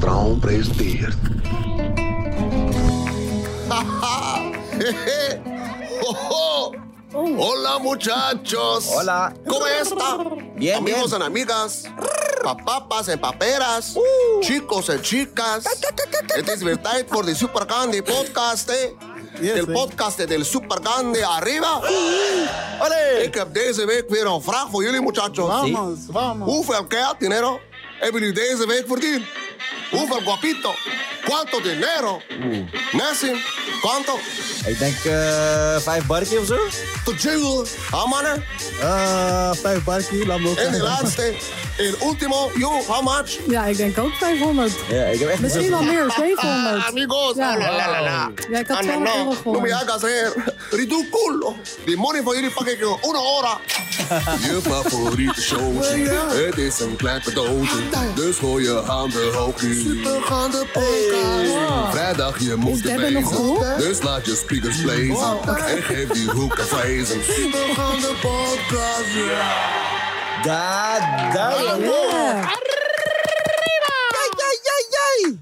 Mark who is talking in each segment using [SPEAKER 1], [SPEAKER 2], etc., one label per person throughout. [SPEAKER 1] Brown presenteert. Oh, Hola muchachos.
[SPEAKER 2] Hola.
[SPEAKER 1] ¿Cómo están?
[SPEAKER 2] Bien,
[SPEAKER 1] Amigos and
[SPEAKER 2] bien.
[SPEAKER 1] amigas. Papapas en paperas.
[SPEAKER 2] Uh.
[SPEAKER 1] Chicos en chicas. Este Het is weer tijd voor de Super Candy podcast. hè?
[SPEAKER 2] Yes,
[SPEAKER 1] de
[SPEAKER 2] hè.
[SPEAKER 1] podcast del Super Candy arriba.
[SPEAKER 2] Allee!
[SPEAKER 1] Ik heb deze week weer een vraag voor jullie muchachos.
[SPEAKER 2] Vamos, vamos.
[SPEAKER 1] Hoeveel keer dinero hebben jullie deze week verdiend? Hoeveel guapito? Quanto dinero?
[SPEAKER 2] Uh.
[SPEAKER 1] Messi, quanto?
[SPEAKER 2] Ik denk eh vijf barkie of zo.
[SPEAKER 1] To jingle, ha mannen?
[SPEAKER 2] Ah, vijf barkie, laat me ook
[SPEAKER 1] En de laatste, in ultimo, you, how much?
[SPEAKER 3] Ja, ik denk ook 500.
[SPEAKER 2] Ja, ik heb echt
[SPEAKER 3] Misschien wel meer,
[SPEAKER 1] Ah,
[SPEAKER 3] 700.
[SPEAKER 1] amigos,
[SPEAKER 3] Ja.
[SPEAKER 1] oh, la la la la.
[SPEAKER 3] Ja, ik had
[SPEAKER 1] Ah, no,
[SPEAKER 3] 200
[SPEAKER 1] no.
[SPEAKER 3] euro
[SPEAKER 1] No me
[SPEAKER 3] gewonnen.
[SPEAKER 1] hagas reír. Ridículo. Die money van jullie pak ik in een hora. Je favoriete showtje. Het is een klein cadeautje. Dus gooi je handen hoog nu. Supergaande podcast. Vrijdag je moet
[SPEAKER 3] Is Debbie nog goed?
[SPEAKER 1] Dus laat je speakers blazen. En geef die hoek een vrezen. Supergaande podcast.
[SPEAKER 2] Da, da,
[SPEAKER 1] Ja.
[SPEAKER 3] Ja.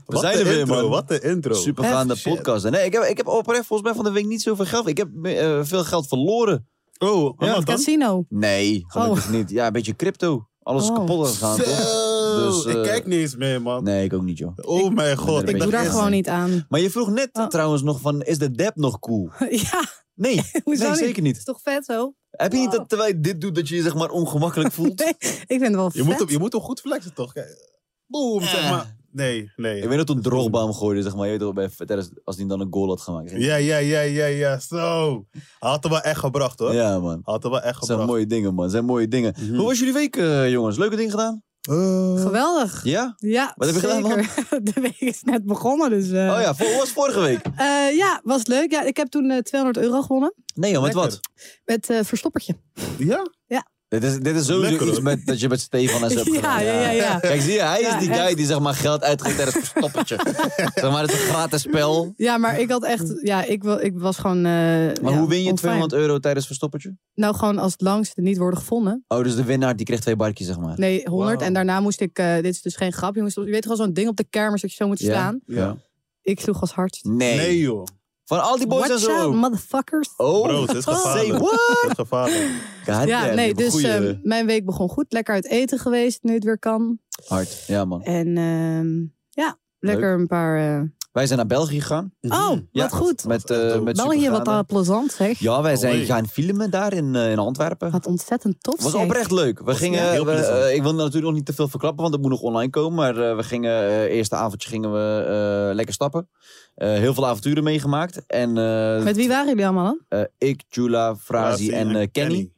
[SPEAKER 2] We zijn er weer,
[SPEAKER 4] intro,
[SPEAKER 2] man.
[SPEAKER 4] Wat de intro.
[SPEAKER 2] Supergaande
[SPEAKER 3] Heftig shit.
[SPEAKER 2] podcast. En Nee, ik, heb, ik heb oprecht volgens mij van de week niet zoveel geld. Ik heb eh, veel geld verloren.
[SPEAKER 4] Oh, en
[SPEAKER 2] Ja,
[SPEAKER 4] wat dan?
[SPEAKER 3] Casino.
[SPEAKER 2] Nee, gelukkig niet. Ja, een beetje crypto. Alles
[SPEAKER 3] Oh.
[SPEAKER 2] kapot gegaan, toch?
[SPEAKER 4] Zo,
[SPEAKER 2] Dus, eh,
[SPEAKER 4] ik kijk niet eens meer, man.
[SPEAKER 2] Nee, ik ook niet, joh.
[SPEAKER 4] Oh mijn god.
[SPEAKER 2] ben
[SPEAKER 3] Ik doe daar
[SPEAKER 2] eerst-
[SPEAKER 3] gewoon niet aan.
[SPEAKER 2] Maar je vroeg net
[SPEAKER 3] Oh.
[SPEAKER 2] trouwens nog van, is de dep nog cool?
[SPEAKER 3] Ja,
[SPEAKER 2] Nee,
[SPEAKER 3] hoezo
[SPEAKER 2] nee
[SPEAKER 3] niet?
[SPEAKER 2] zeker
[SPEAKER 3] is
[SPEAKER 2] niet.
[SPEAKER 3] toch vet zo?
[SPEAKER 2] Heb je niet dat terwijl je dit doet, dat je je zeg maar ongemakkelijk voelt?
[SPEAKER 3] Nee, ik vind het wel vet.
[SPEAKER 4] Je moet, hem, je moet hem goed flexen, toch? Kijk, Boom, zeg maar. Nee, nee.
[SPEAKER 2] Eh. Ik weet dat toen Drogba hem gooide, zeg maar. Je weet toch, bij Federer, als hij dan een goal had gemaakt.
[SPEAKER 4] Ja, ja, ja, ja, ja. Zo. Hij had hem wel echt gebracht, hoor.
[SPEAKER 2] Ja, man.
[SPEAKER 4] Hij had hem wel echt
[SPEAKER 2] Dat zijn
[SPEAKER 4] gebracht.
[SPEAKER 2] mooie dingen, man. Dat zijn mooie dingen.
[SPEAKER 4] Mhm.
[SPEAKER 2] Hoe was jullie week, eh, jongens? Leuke dingen gedaan?
[SPEAKER 4] Eh,
[SPEAKER 3] Geweldig.
[SPEAKER 2] Ja?
[SPEAKER 3] Ja,
[SPEAKER 2] Wat heb je gedaan, man?
[SPEAKER 3] zeker. De week is net begonnen, dus... eh,
[SPEAKER 2] Oh ja, voor, hoe was het vorige week?
[SPEAKER 3] eh, ja, was leuk. Ja, ik heb toen eh, 200 euro gewonnen.
[SPEAKER 2] Nee, joh, met wat?
[SPEAKER 4] Lekker.
[SPEAKER 3] Met eh, verstoppertje.
[SPEAKER 4] ja?
[SPEAKER 2] Dit is, dit is sowieso
[SPEAKER 4] Lekker,
[SPEAKER 2] iets
[SPEAKER 4] hoor.
[SPEAKER 2] met, dat je met Stefan en zo hebt
[SPEAKER 3] Ja,
[SPEAKER 2] gedaan.
[SPEAKER 3] ja, ja, ja.
[SPEAKER 2] Kijk, zie je, hij is
[SPEAKER 3] Ja,
[SPEAKER 2] die
[SPEAKER 3] echt.
[SPEAKER 2] guy die zeg maar geld uitgeeft tijdens een stoppertje. zeg maar, het is een gratis spel.
[SPEAKER 3] Ja, maar ik had echt... Ja, ik, wil, ik was gewoon... eh,
[SPEAKER 2] Hm. Maar
[SPEAKER 3] ja,
[SPEAKER 2] hoe win je
[SPEAKER 3] onfijn.
[SPEAKER 2] 200 euro tijdens verstoppertje?
[SPEAKER 3] Nou, gewoon als het langste niet worden gevonden.
[SPEAKER 2] Oh, dus de winnaar die kreeg twee barkjes, zeg maar.
[SPEAKER 3] Nee, 100.
[SPEAKER 4] Wauw.
[SPEAKER 3] En daarna moest ik, eh, dit is dus geen grap, jongens. Je weet gewoon zo'n ding op de kermis dat je zo moet
[SPEAKER 2] Ja?
[SPEAKER 3] staan.
[SPEAKER 2] Ja.
[SPEAKER 3] Ik sloeg als hardst.
[SPEAKER 2] Nee.
[SPEAKER 4] Nee, joh.
[SPEAKER 2] Van al die boys en
[SPEAKER 3] Watch
[SPEAKER 2] zo
[SPEAKER 3] out,
[SPEAKER 2] ook.
[SPEAKER 3] motherfuckers.
[SPEAKER 2] Oh,
[SPEAKER 4] Bro, het is
[SPEAKER 2] say
[SPEAKER 4] gevaarlijk.
[SPEAKER 2] what?
[SPEAKER 4] Het is gevaarlijk.
[SPEAKER 2] God
[SPEAKER 3] ja,
[SPEAKER 2] damn,
[SPEAKER 3] nee,
[SPEAKER 2] die
[SPEAKER 3] dus
[SPEAKER 2] goeie
[SPEAKER 3] ehm, mijn week begon goed. Lekker uit eten geweest, nu het weer kan.
[SPEAKER 2] hart. Ja, man.
[SPEAKER 3] En ehm, ja, lekker een paar... eh,
[SPEAKER 2] Wij zijn naar België gegaan.
[SPEAKER 3] Oh,
[SPEAKER 2] Mhm. Ja,
[SPEAKER 3] wat goed.
[SPEAKER 2] Met, eh met
[SPEAKER 3] Wel hier wat
[SPEAKER 2] supergaande-
[SPEAKER 3] eh, plezant, zeg.
[SPEAKER 2] Ja, wij zijn
[SPEAKER 4] Allee.
[SPEAKER 2] gaan filmen daar in, eh, in Antwerpen.
[SPEAKER 3] Wat ontzettend tof,
[SPEAKER 2] Het was
[SPEAKER 3] zeg.
[SPEAKER 2] oprecht leuk. We
[SPEAKER 4] ja,
[SPEAKER 2] gingen,
[SPEAKER 4] heel
[SPEAKER 2] we,
[SPEAKER 4] plezant.
[SPEAKER 2] eh, ik wil natuurlijk nog niet te veel verklappen, want het moet nog online komen. Maar eh, we gingen, eh, eerste avondje gingen we eh, lekker stappen. Eh, heel veel avonturen meegemaakt. En eh,
[SPEAKER 3] Met wie waren jullie allemaal dan?
[SPEAKER 2] eh, ik, Jula, Frazi en eh, Kenny.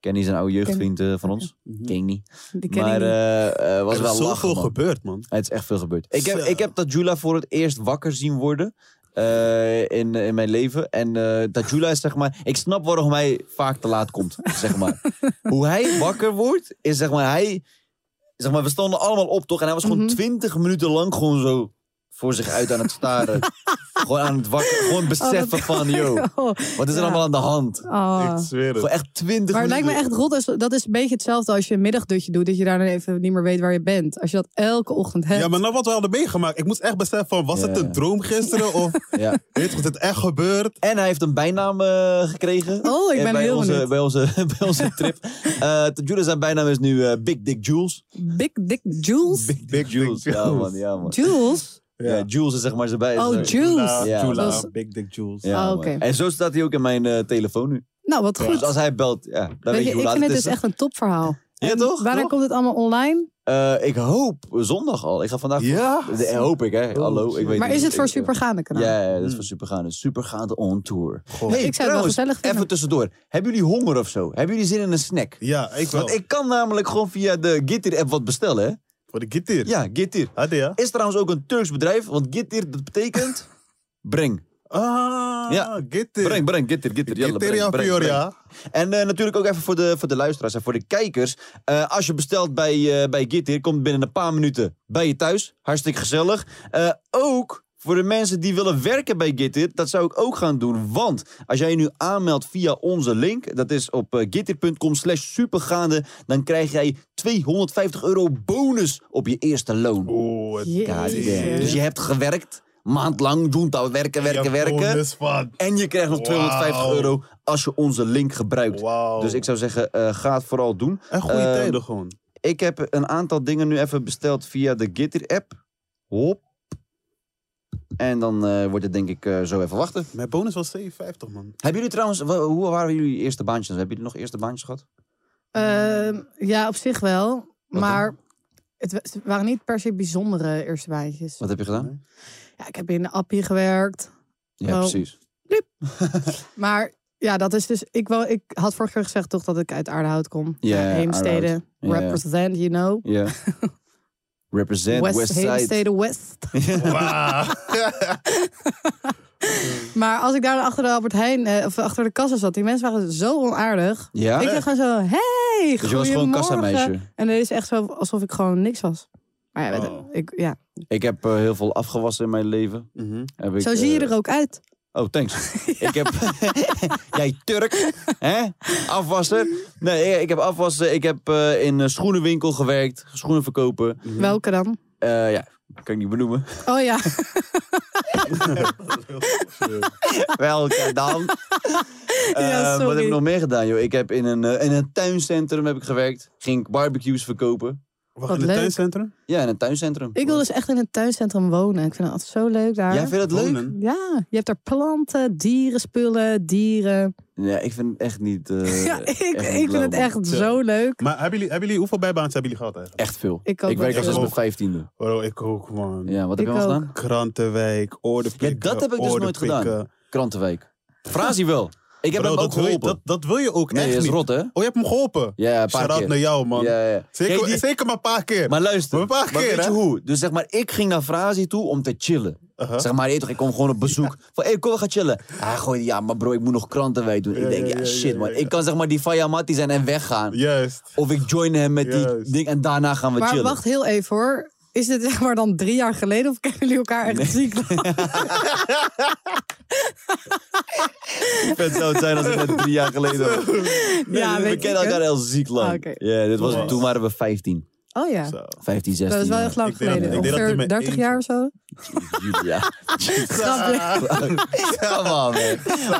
[SPEAKER 2] Kenny is een oude jeugdvriend eh, van ons.
[SPEAKER 4] Mhm.
[SPEAKER 2] Ken ik niet.
[SPEAKER 3] Die ken
[SPEAKER 2] Maar
[SPEAKER 3] ik niet.
[SPEAKER 2] eh, eh, was
[SPEAKER 4] Er is
[SPEAKER 2] wel lachen,
[SPEAKER 4] zoveel
[SPEAKER 2] man.
[SPEAKER 4] gebeurd, man.
[SPEAKER 2] Het is echt veel gebeurd. Ik heb,
[SPEAKER 4] Zo.
[SPEAKER 2] ik heb Tajula voor het eerst wakker zien worden. eh, in, in mijn leven. En eh Tajula is zeg maar... Ik snap waarom hij vaak te laat komt, zeg maar. Hoe hij wakker wordt, is zeg maar hij... Zeg maar, we stonden allemaal op, toch? En hij was gewoon
[SPEAKER 3] Mhm.
[SPEAKER 2] twintig minuten lang gewoon zo voor zich uit aan het staren. gewoon aan het wakker. Gewoon beseffen van, yo,
[SPEAKER 3] Oh,
[SPEAKER 2] wat is er
[SPEAKER 3] Ja.
[SPEAKER 2] allemaal aan de hand?
[SPEAKER 3] oh.
[SPEAKER 4] Ik zweer
[SPEAKER 2] Gewoon
[SPEAKER 4] het.
[SPEAKER 2] echt twintig minuten.
[SPEAKER 3] Maar het lijkt me echt rot. als- Dat is een beetje hetzelfde als je een middagdutje doet. Dat je daar dan even niet meer weet waar je bent. Als je dat elke ochtend hebt.
[SPEAKER 4] Ja, maar nou wat we hadden meegemaakt. Ik moest echt beseffen van, was
[SPEAKER 2] Ja.
[SPEAKER 4] het een droom gisteren? Of
[SPEAKER 2] Ja.
[SPEAKER 4] Weet je, is het echt gebeurd?
[SPEAKER 2] En hij heeft een bijnaam eh, gekregen.
[SPEAKER 3] Oh, ik
[SPEAKER 2] Eh,
[SPEAKER 3] ben
[SPEAKER 2] bij
[SPEAKER 3] heel
[SPEAKER 2] onze,
[SPEAKER 3] benieuwd.
[SPEAKER 2] bij, onze, bij onze trip. Eh Jules zijn bijnaam is nu eh, Big Dick Jules.
[SPEAKER 3] Big Dick Jules.
[SPEAKER 4] Big Dick
[SPEAKER 2] Jules. Ja, man. Ja, man.
[SPEAKER 3] Jules?
[SPEAKER 2] Ja. Jules is zeg maar zijn bij.
[SPEAKER 3] Oh,
[SPEAKER 2] zijn-
[SPEAKER 3] Jules.
[SPEAKER 4] Jula,
[SPEAKER 2] Ja.
[SPEAKER 4] Jula,
[SPEAKER 3] Dat is-
[SPEAKER 4] Big Dick Jules.
[SPEAKER 2] Ja,
[SPEAKER 3] Oh,
[SPEAKER 2] man.
[SPEAKER 3] oké.
[SPEAKER 2] En zo staat hij ook in mijn eh, telefoon nu.
[SPEAKER 3] Nou, wat goed.
[SPEAKER 2] Dus als hij belt, ja, dan weet,
[SPEAKER 3] Weet
[SPEAKER 2] je
[SPEAKER 3] je,
[SPEAKER 2] hoe
[SPEAKER 3] ik
[SPEAKER 2] laat
[SPEAKER 3] vind
[SPEAKER 2] het
[SPEAKER 3] het
[SPEAKER 2] is.
[SPEAKER 3] dus echt een topverhaal.
[SPEAKER 2] Ja,
[SPEAKER 3] En
[SPEAKER 2] toch?
[SPEAKER 3] Wanneer
[SPEAKER 2] Toch?
[SPEAKER 3] komt het allemaal online?
[SPEAKER 2] Eh, ik hoop zondag al. Ik ga vandaag.
[SPEAKER 4] Ja.
[SPEAKER 2] De- e- hoop ik, hè? Hallo, ik weet
[SPEAKER 3] Maar is het voor
[SPEAKER 2] super?
[SPEAKER 3] supergaande kanaal?
[SPEAKER 2] Ja, ja, dat is voor supergaande. Supergaande on tour.
[SPEAKER 4] Hmm. Goh.
[SPEAKER 3] Ik
[SPEAKER 2] Hey,
[SPEAKER 3] zou het wel
[SPEAKER 2] trouwens,
[SPEAKER 3] gezellig vinden.
[SPEAKER 2] Even tussendoor. Hebben jullie honger of zo? Hebben jullie zin in een snack?
[SPEAKER 4] Ja, ik wel.
[SPEAKER 2] Want ik kan namelijk gewoon via de Gitir-app wat bestellen, hè?
[SPEAKER 4] Voor de gitaar.
[SPEAKER 2] Ja, Gitir.
[SPEAKER 4] Hadden ja?
[SPEAKER 2] Is trouwens ook een Turks bedrijf, want Gitir, dat betekent... Breng.
[SPEAKER 4] Ah,
[SPEAKER 2] Ja.
[SPEAKER 4] gitaar.
[SPEAKER 2] Breng, breng, Gitir, Gitir. jalla,
[SPEAKER 4] Gitaar,
[SPEAKER 2] breng,
[SPEAKER 4] ja,
[SPEAKER 2] breng,
[SPEAKER 4] Fior,
[SPEAKER 2] breng.
[SPEAKER 4] ja.
[SPEAKER 2] En eh, natuurlijk ook even voor de, voor de luisteraars en voor de kijkers. Eh, als je bestelt bij, eh bij Gitir, komt binnen een paar minuten bij je thuis. Hartstikke gezellig. Eh, ook Voor de mensen die willen werken bij Gitit, dat zou ik ook gaan doen. Want als jij je nu aanmeldt via onze link, dat is op eh, gitit.com slash supergaande, dan krijg jij 250 euro bonus op je eerste loon.
[SPEAKER 4] Oeh, het
[SPEAKER 2] God
[SPEAKER 3] Jezus.
[SPEAKER 2] damn. Dus je hebt gewerkt, maandlang, junta, werken, werken, werken.
[SPEAKER 4] Dus van.
[SPEAKER 2] En je krijgt nog 250
[SPEAKER 4] Wauw.
[SPEAKER 2] euro als je onze link gebruikt.
[SPEAKER 4] Wauw.
[SPEAKER 2] Dus ik zou zeggen, eh, ga het vooral doen.
[SPEAKER 4] En goede
[SPEAKER 2] Eh,
[SPEAKER 4] tijden gewoon.
[SPEAKER 2] Ik heb een aantal dingen nu even besteld via de Gitter-app. Hop. En dan eh, wordt het denk ik eh, zo even wachten.
[SPEAKER 4] Mijn bonus was 57, man.
[SPEAKER 2] Hebben jullie trouwens, wa- hoe waren jullie eerste baantjes? Hebben jullie nog eerste baantjes gehad?
[SPEAKER 3] Ehm, ja, op zich wel.
[SPEAKER 2] dan?
[SPEAKER 3] Maar het wa- het waren niet per se bijzondere eerste baantjes.
[SPEAKER 2] Wat heb je gedaan?
[SPEAKER 3] Ja, ik heb in de appie gewerkt.
[SPEAKER 2] Ja,
[SPEAKER 3] Oh.
[SPEAKER 2] precies.
[SPEAKER 3] Maar ja, dat is dus... Ik, wou, ik had vorige keer gezegd toch dat ik uit Aardehout kom.
[SPEAKER 2] Ja,
[SPEAKER 3] Heemstede.
[SPEAKER 2] Ja, ja.
[SPEAKER 3] Represent, you know.
[SPEAKER 2] Ja. Represent West, Side.
[SPEAKER 3] Heemstede West.
[SPEAKER 4] Wauw.
[SPEAKER 3] Maar als ik daar achter de Albert Heijn, eh, of achter de kassa zat, die mensen waren zo onaardig.
[SPEAKER 2] Ja?
[SPEAKER 3] Ik dacht gewoon zo, hey,
[SPEAKER 2] Dus je was gewoon kassameisje.
[SPEAKER 3] En dat is echt zo alsof ik gewoon niks was. Maar ja,
[SPEAKER 4] Oh.
[SPEAKER 3] ik, ja.
[SPEAKER 2] Ik heb eh, heel veel afgewassen in mijn leven.
[SPEAKER 4] Mhm.
[SPEAKER 2] Heb ik,
[SPEAKER 3] zo zie je
[SPEAKER 2] eh,
[SPEAKER 3] er ook uit.
[SPEAKER 2] Oh, thanks. Ik heb... Jij Turk, hè? Afwasser. Nee, ik heb afwassen. Ik heb eh, in een schoenenwinkel gewerkt. Schoenen verkopen.
[SPEAKER 3] Welke dan?
[SPEAKER 2] Eh, ja, kan ik niet benoemen.
[SPEAKER 3] Oh ja,
[SPEAKER 2] Welke dan? Eh, wat heb
[SPEAKER 3] sorry.
[SPEAKER 2] ik nog meer gedaan, joh? Ik heb in een, eh, in een tuincentrum heb ik gewerkt. Ging ik barbecues verkopen.
[SPEAKER 4] Wacht,
[SPEAKER 3] Wat
[SPEAKER 4] in het
[SPEAKER 3] leuk.
[SPEAKER 4] tuincentrum?
[SPEAKER 2] Ja, in een tuincentrum.
[SPEAKER 3] ik wil dus echt in een tuincentrum wonen. Ik vind dat altijd zo leuk daar.
[SPEAKER 2] Jij vindt het leuk?
[SPEAKER 4] Wonen?
[SPEAKER 3] Ja, je hebt daar planten, dieren, spullen, dieren.
[SPEAKER 2] Ja, ik vind het echt niet... eh,
[SPEAKER 3] ja, ik,
[SPEAKER 2] niet
[SPEAKER 3] ik vind
[SPEAKER 2] lauw,
[SPEAKER 3] het
[SPEAKER 2] man.
[SPEAKER 3] echt zo leuk.
[SPEAKER 4] Maar hebben jullie, hebben jullie, hoeveel bijbaantjes hebben jullie gehad eigenlijk?
[SPEAKER 2] Echt veel.
[SPEAKER 3] Ik
[SPEAKER 2] Ik,
[SPEAKER 3] ook
[SPEAKER 2] werk
[SPEAKER 3] wel.
[SPEAKER 2] al sinds
[SPEAKER 4] Ik
[SPEAKER 2] mijn
[SPEAKER 4] ook.
[SPEAKER 2] vijftiende.
[SPEAKER 4] Oh, ik ook, man.
[SPEAKER 2] Ja, wat heb
[SPEAKER 3] Ik
[SPEAKER 2] je al
[SPEAKER 3] ook.
[SPEAKER 2] gedaan?
[SPEAKER 4] Krantenwijk, oordenpikken.
[SPEAKER 2] Ja, dat heb ik dus nooit
[SPEAKER 4] oordenpikken.
[SPEAKER 2] gedaan. Krantenwijk. Frasie wel. Ik heb
[SPEAKER 4] eh. Bro,
[SPEAKER 2] hem ook
[SPEAKER 4] dat wil, je,
[SPEAKER 2] geholpen.
[SPEAKER 4] dat, dat wil je ook
[SPEAKER 2] nee,
[SPEAKER 4] echt
[SPEAKER 2] dat is
[SPEAKER 4] niet.
[SPEAKER 2] rot, hè?
[SPEAKER 4] Oh, je hebt hem geholpen?
[SPEAKER 2] Ja, een paar
[SPEAKER 4] Shout-out
[SPEAKER 2] keer.
[SPEAKER 4] naar jou, man.
[SPEAKER 2] Ja, ja.
[SPEAKER 4] Zeker,
[SPEAKER 2] Kijk, die-
[SPEAKER 4] zeker maar een paar keer.
[SPEAKER 2] Maar luister,
[SPEAKER 4] Maar een paar
[SPEAKER 2] maar
[SPEAKER 4] keer,
[SPEAKER 2] weet je
[SPEAKER 4] hè?
[SPEAKER 2] hoe? Dus zeg maar, ik ging naar Frazi toe om te chillen.
[SPEAKER 4] Uh-huh.
[SPEAKER 2] Zeg maar, je weet toch, ik kom gewoon op bezoek. Van, hé, kom, we gaan chillen. Hij gooide, ja, maar bro, ik moet nog krantenwijd doen.
[SPEAKER 4] Ja,
[SPEAKER 2] ik denk,
[SPEAKER 4] ja,
[SPEAKER 2] ja,
[SPEAKER 4] ja,
[SPEAKER 2] shit,
[SPEAKER 4] ja,
[SPEAKER 2] man.
[SPEAKER 4] ja.
[SPEAKER 2] Ik kan zeg maar die Fayamati zijn en weggaan.
[SPEAKER 4] Juist.
[SPEAKER 2] Of ik join hem met die
[SPEAKER 4] Juist.
[SPEAKER 2] ding en daarna gaan we
[SPEAKER 3] Maar
[SPEAKER 2] chillen.
[SPEAKER 3] wacht heel even hoor. Is dit zeg maar dan drie jaar geleden of kennen jullie elkaar echt ziek?
[SPEAKER 2] Het zou het zijn als het net drie jaar geleden was.
[SPEAKER 3] ja,
[SPEAKER 2] we
[SPEAKER 3] weet ik
[SPEAKER 2] kennen
[SPEAKER 3] het.
[SPEAKER 2] elkaar al ziek lang.
[SPEAKER 3] Ah, oké.
[SPEAKER 2] Ja, dit was,
[SPEAKER 4] Wow.
[SPEAKER 2] toen waren we 15.
[SPEAKER 3] Oh ja,
[SPEAKER 4] Zo.
[SPEAKER 2] 15, 16.
[SPEAKER 3] dat is wel
[SPEAKER 2] ja.
[SPEAKER 3] echt lang
[SPEAKER 4] Ik deed dat-
[SPEAKER 3] geleden.
[SPEAKER 2] ik deed
[SPEAKER 4] dat in
[SPEAKER 3] Ongeveer
[SPEAKER 4] mijn
[SPEAKER 3] 30 jaar of zo.
[SPEAKER 2] Ja.
[SPEAKER 3] Grapje.
[SPEAKER 2] Come on, man.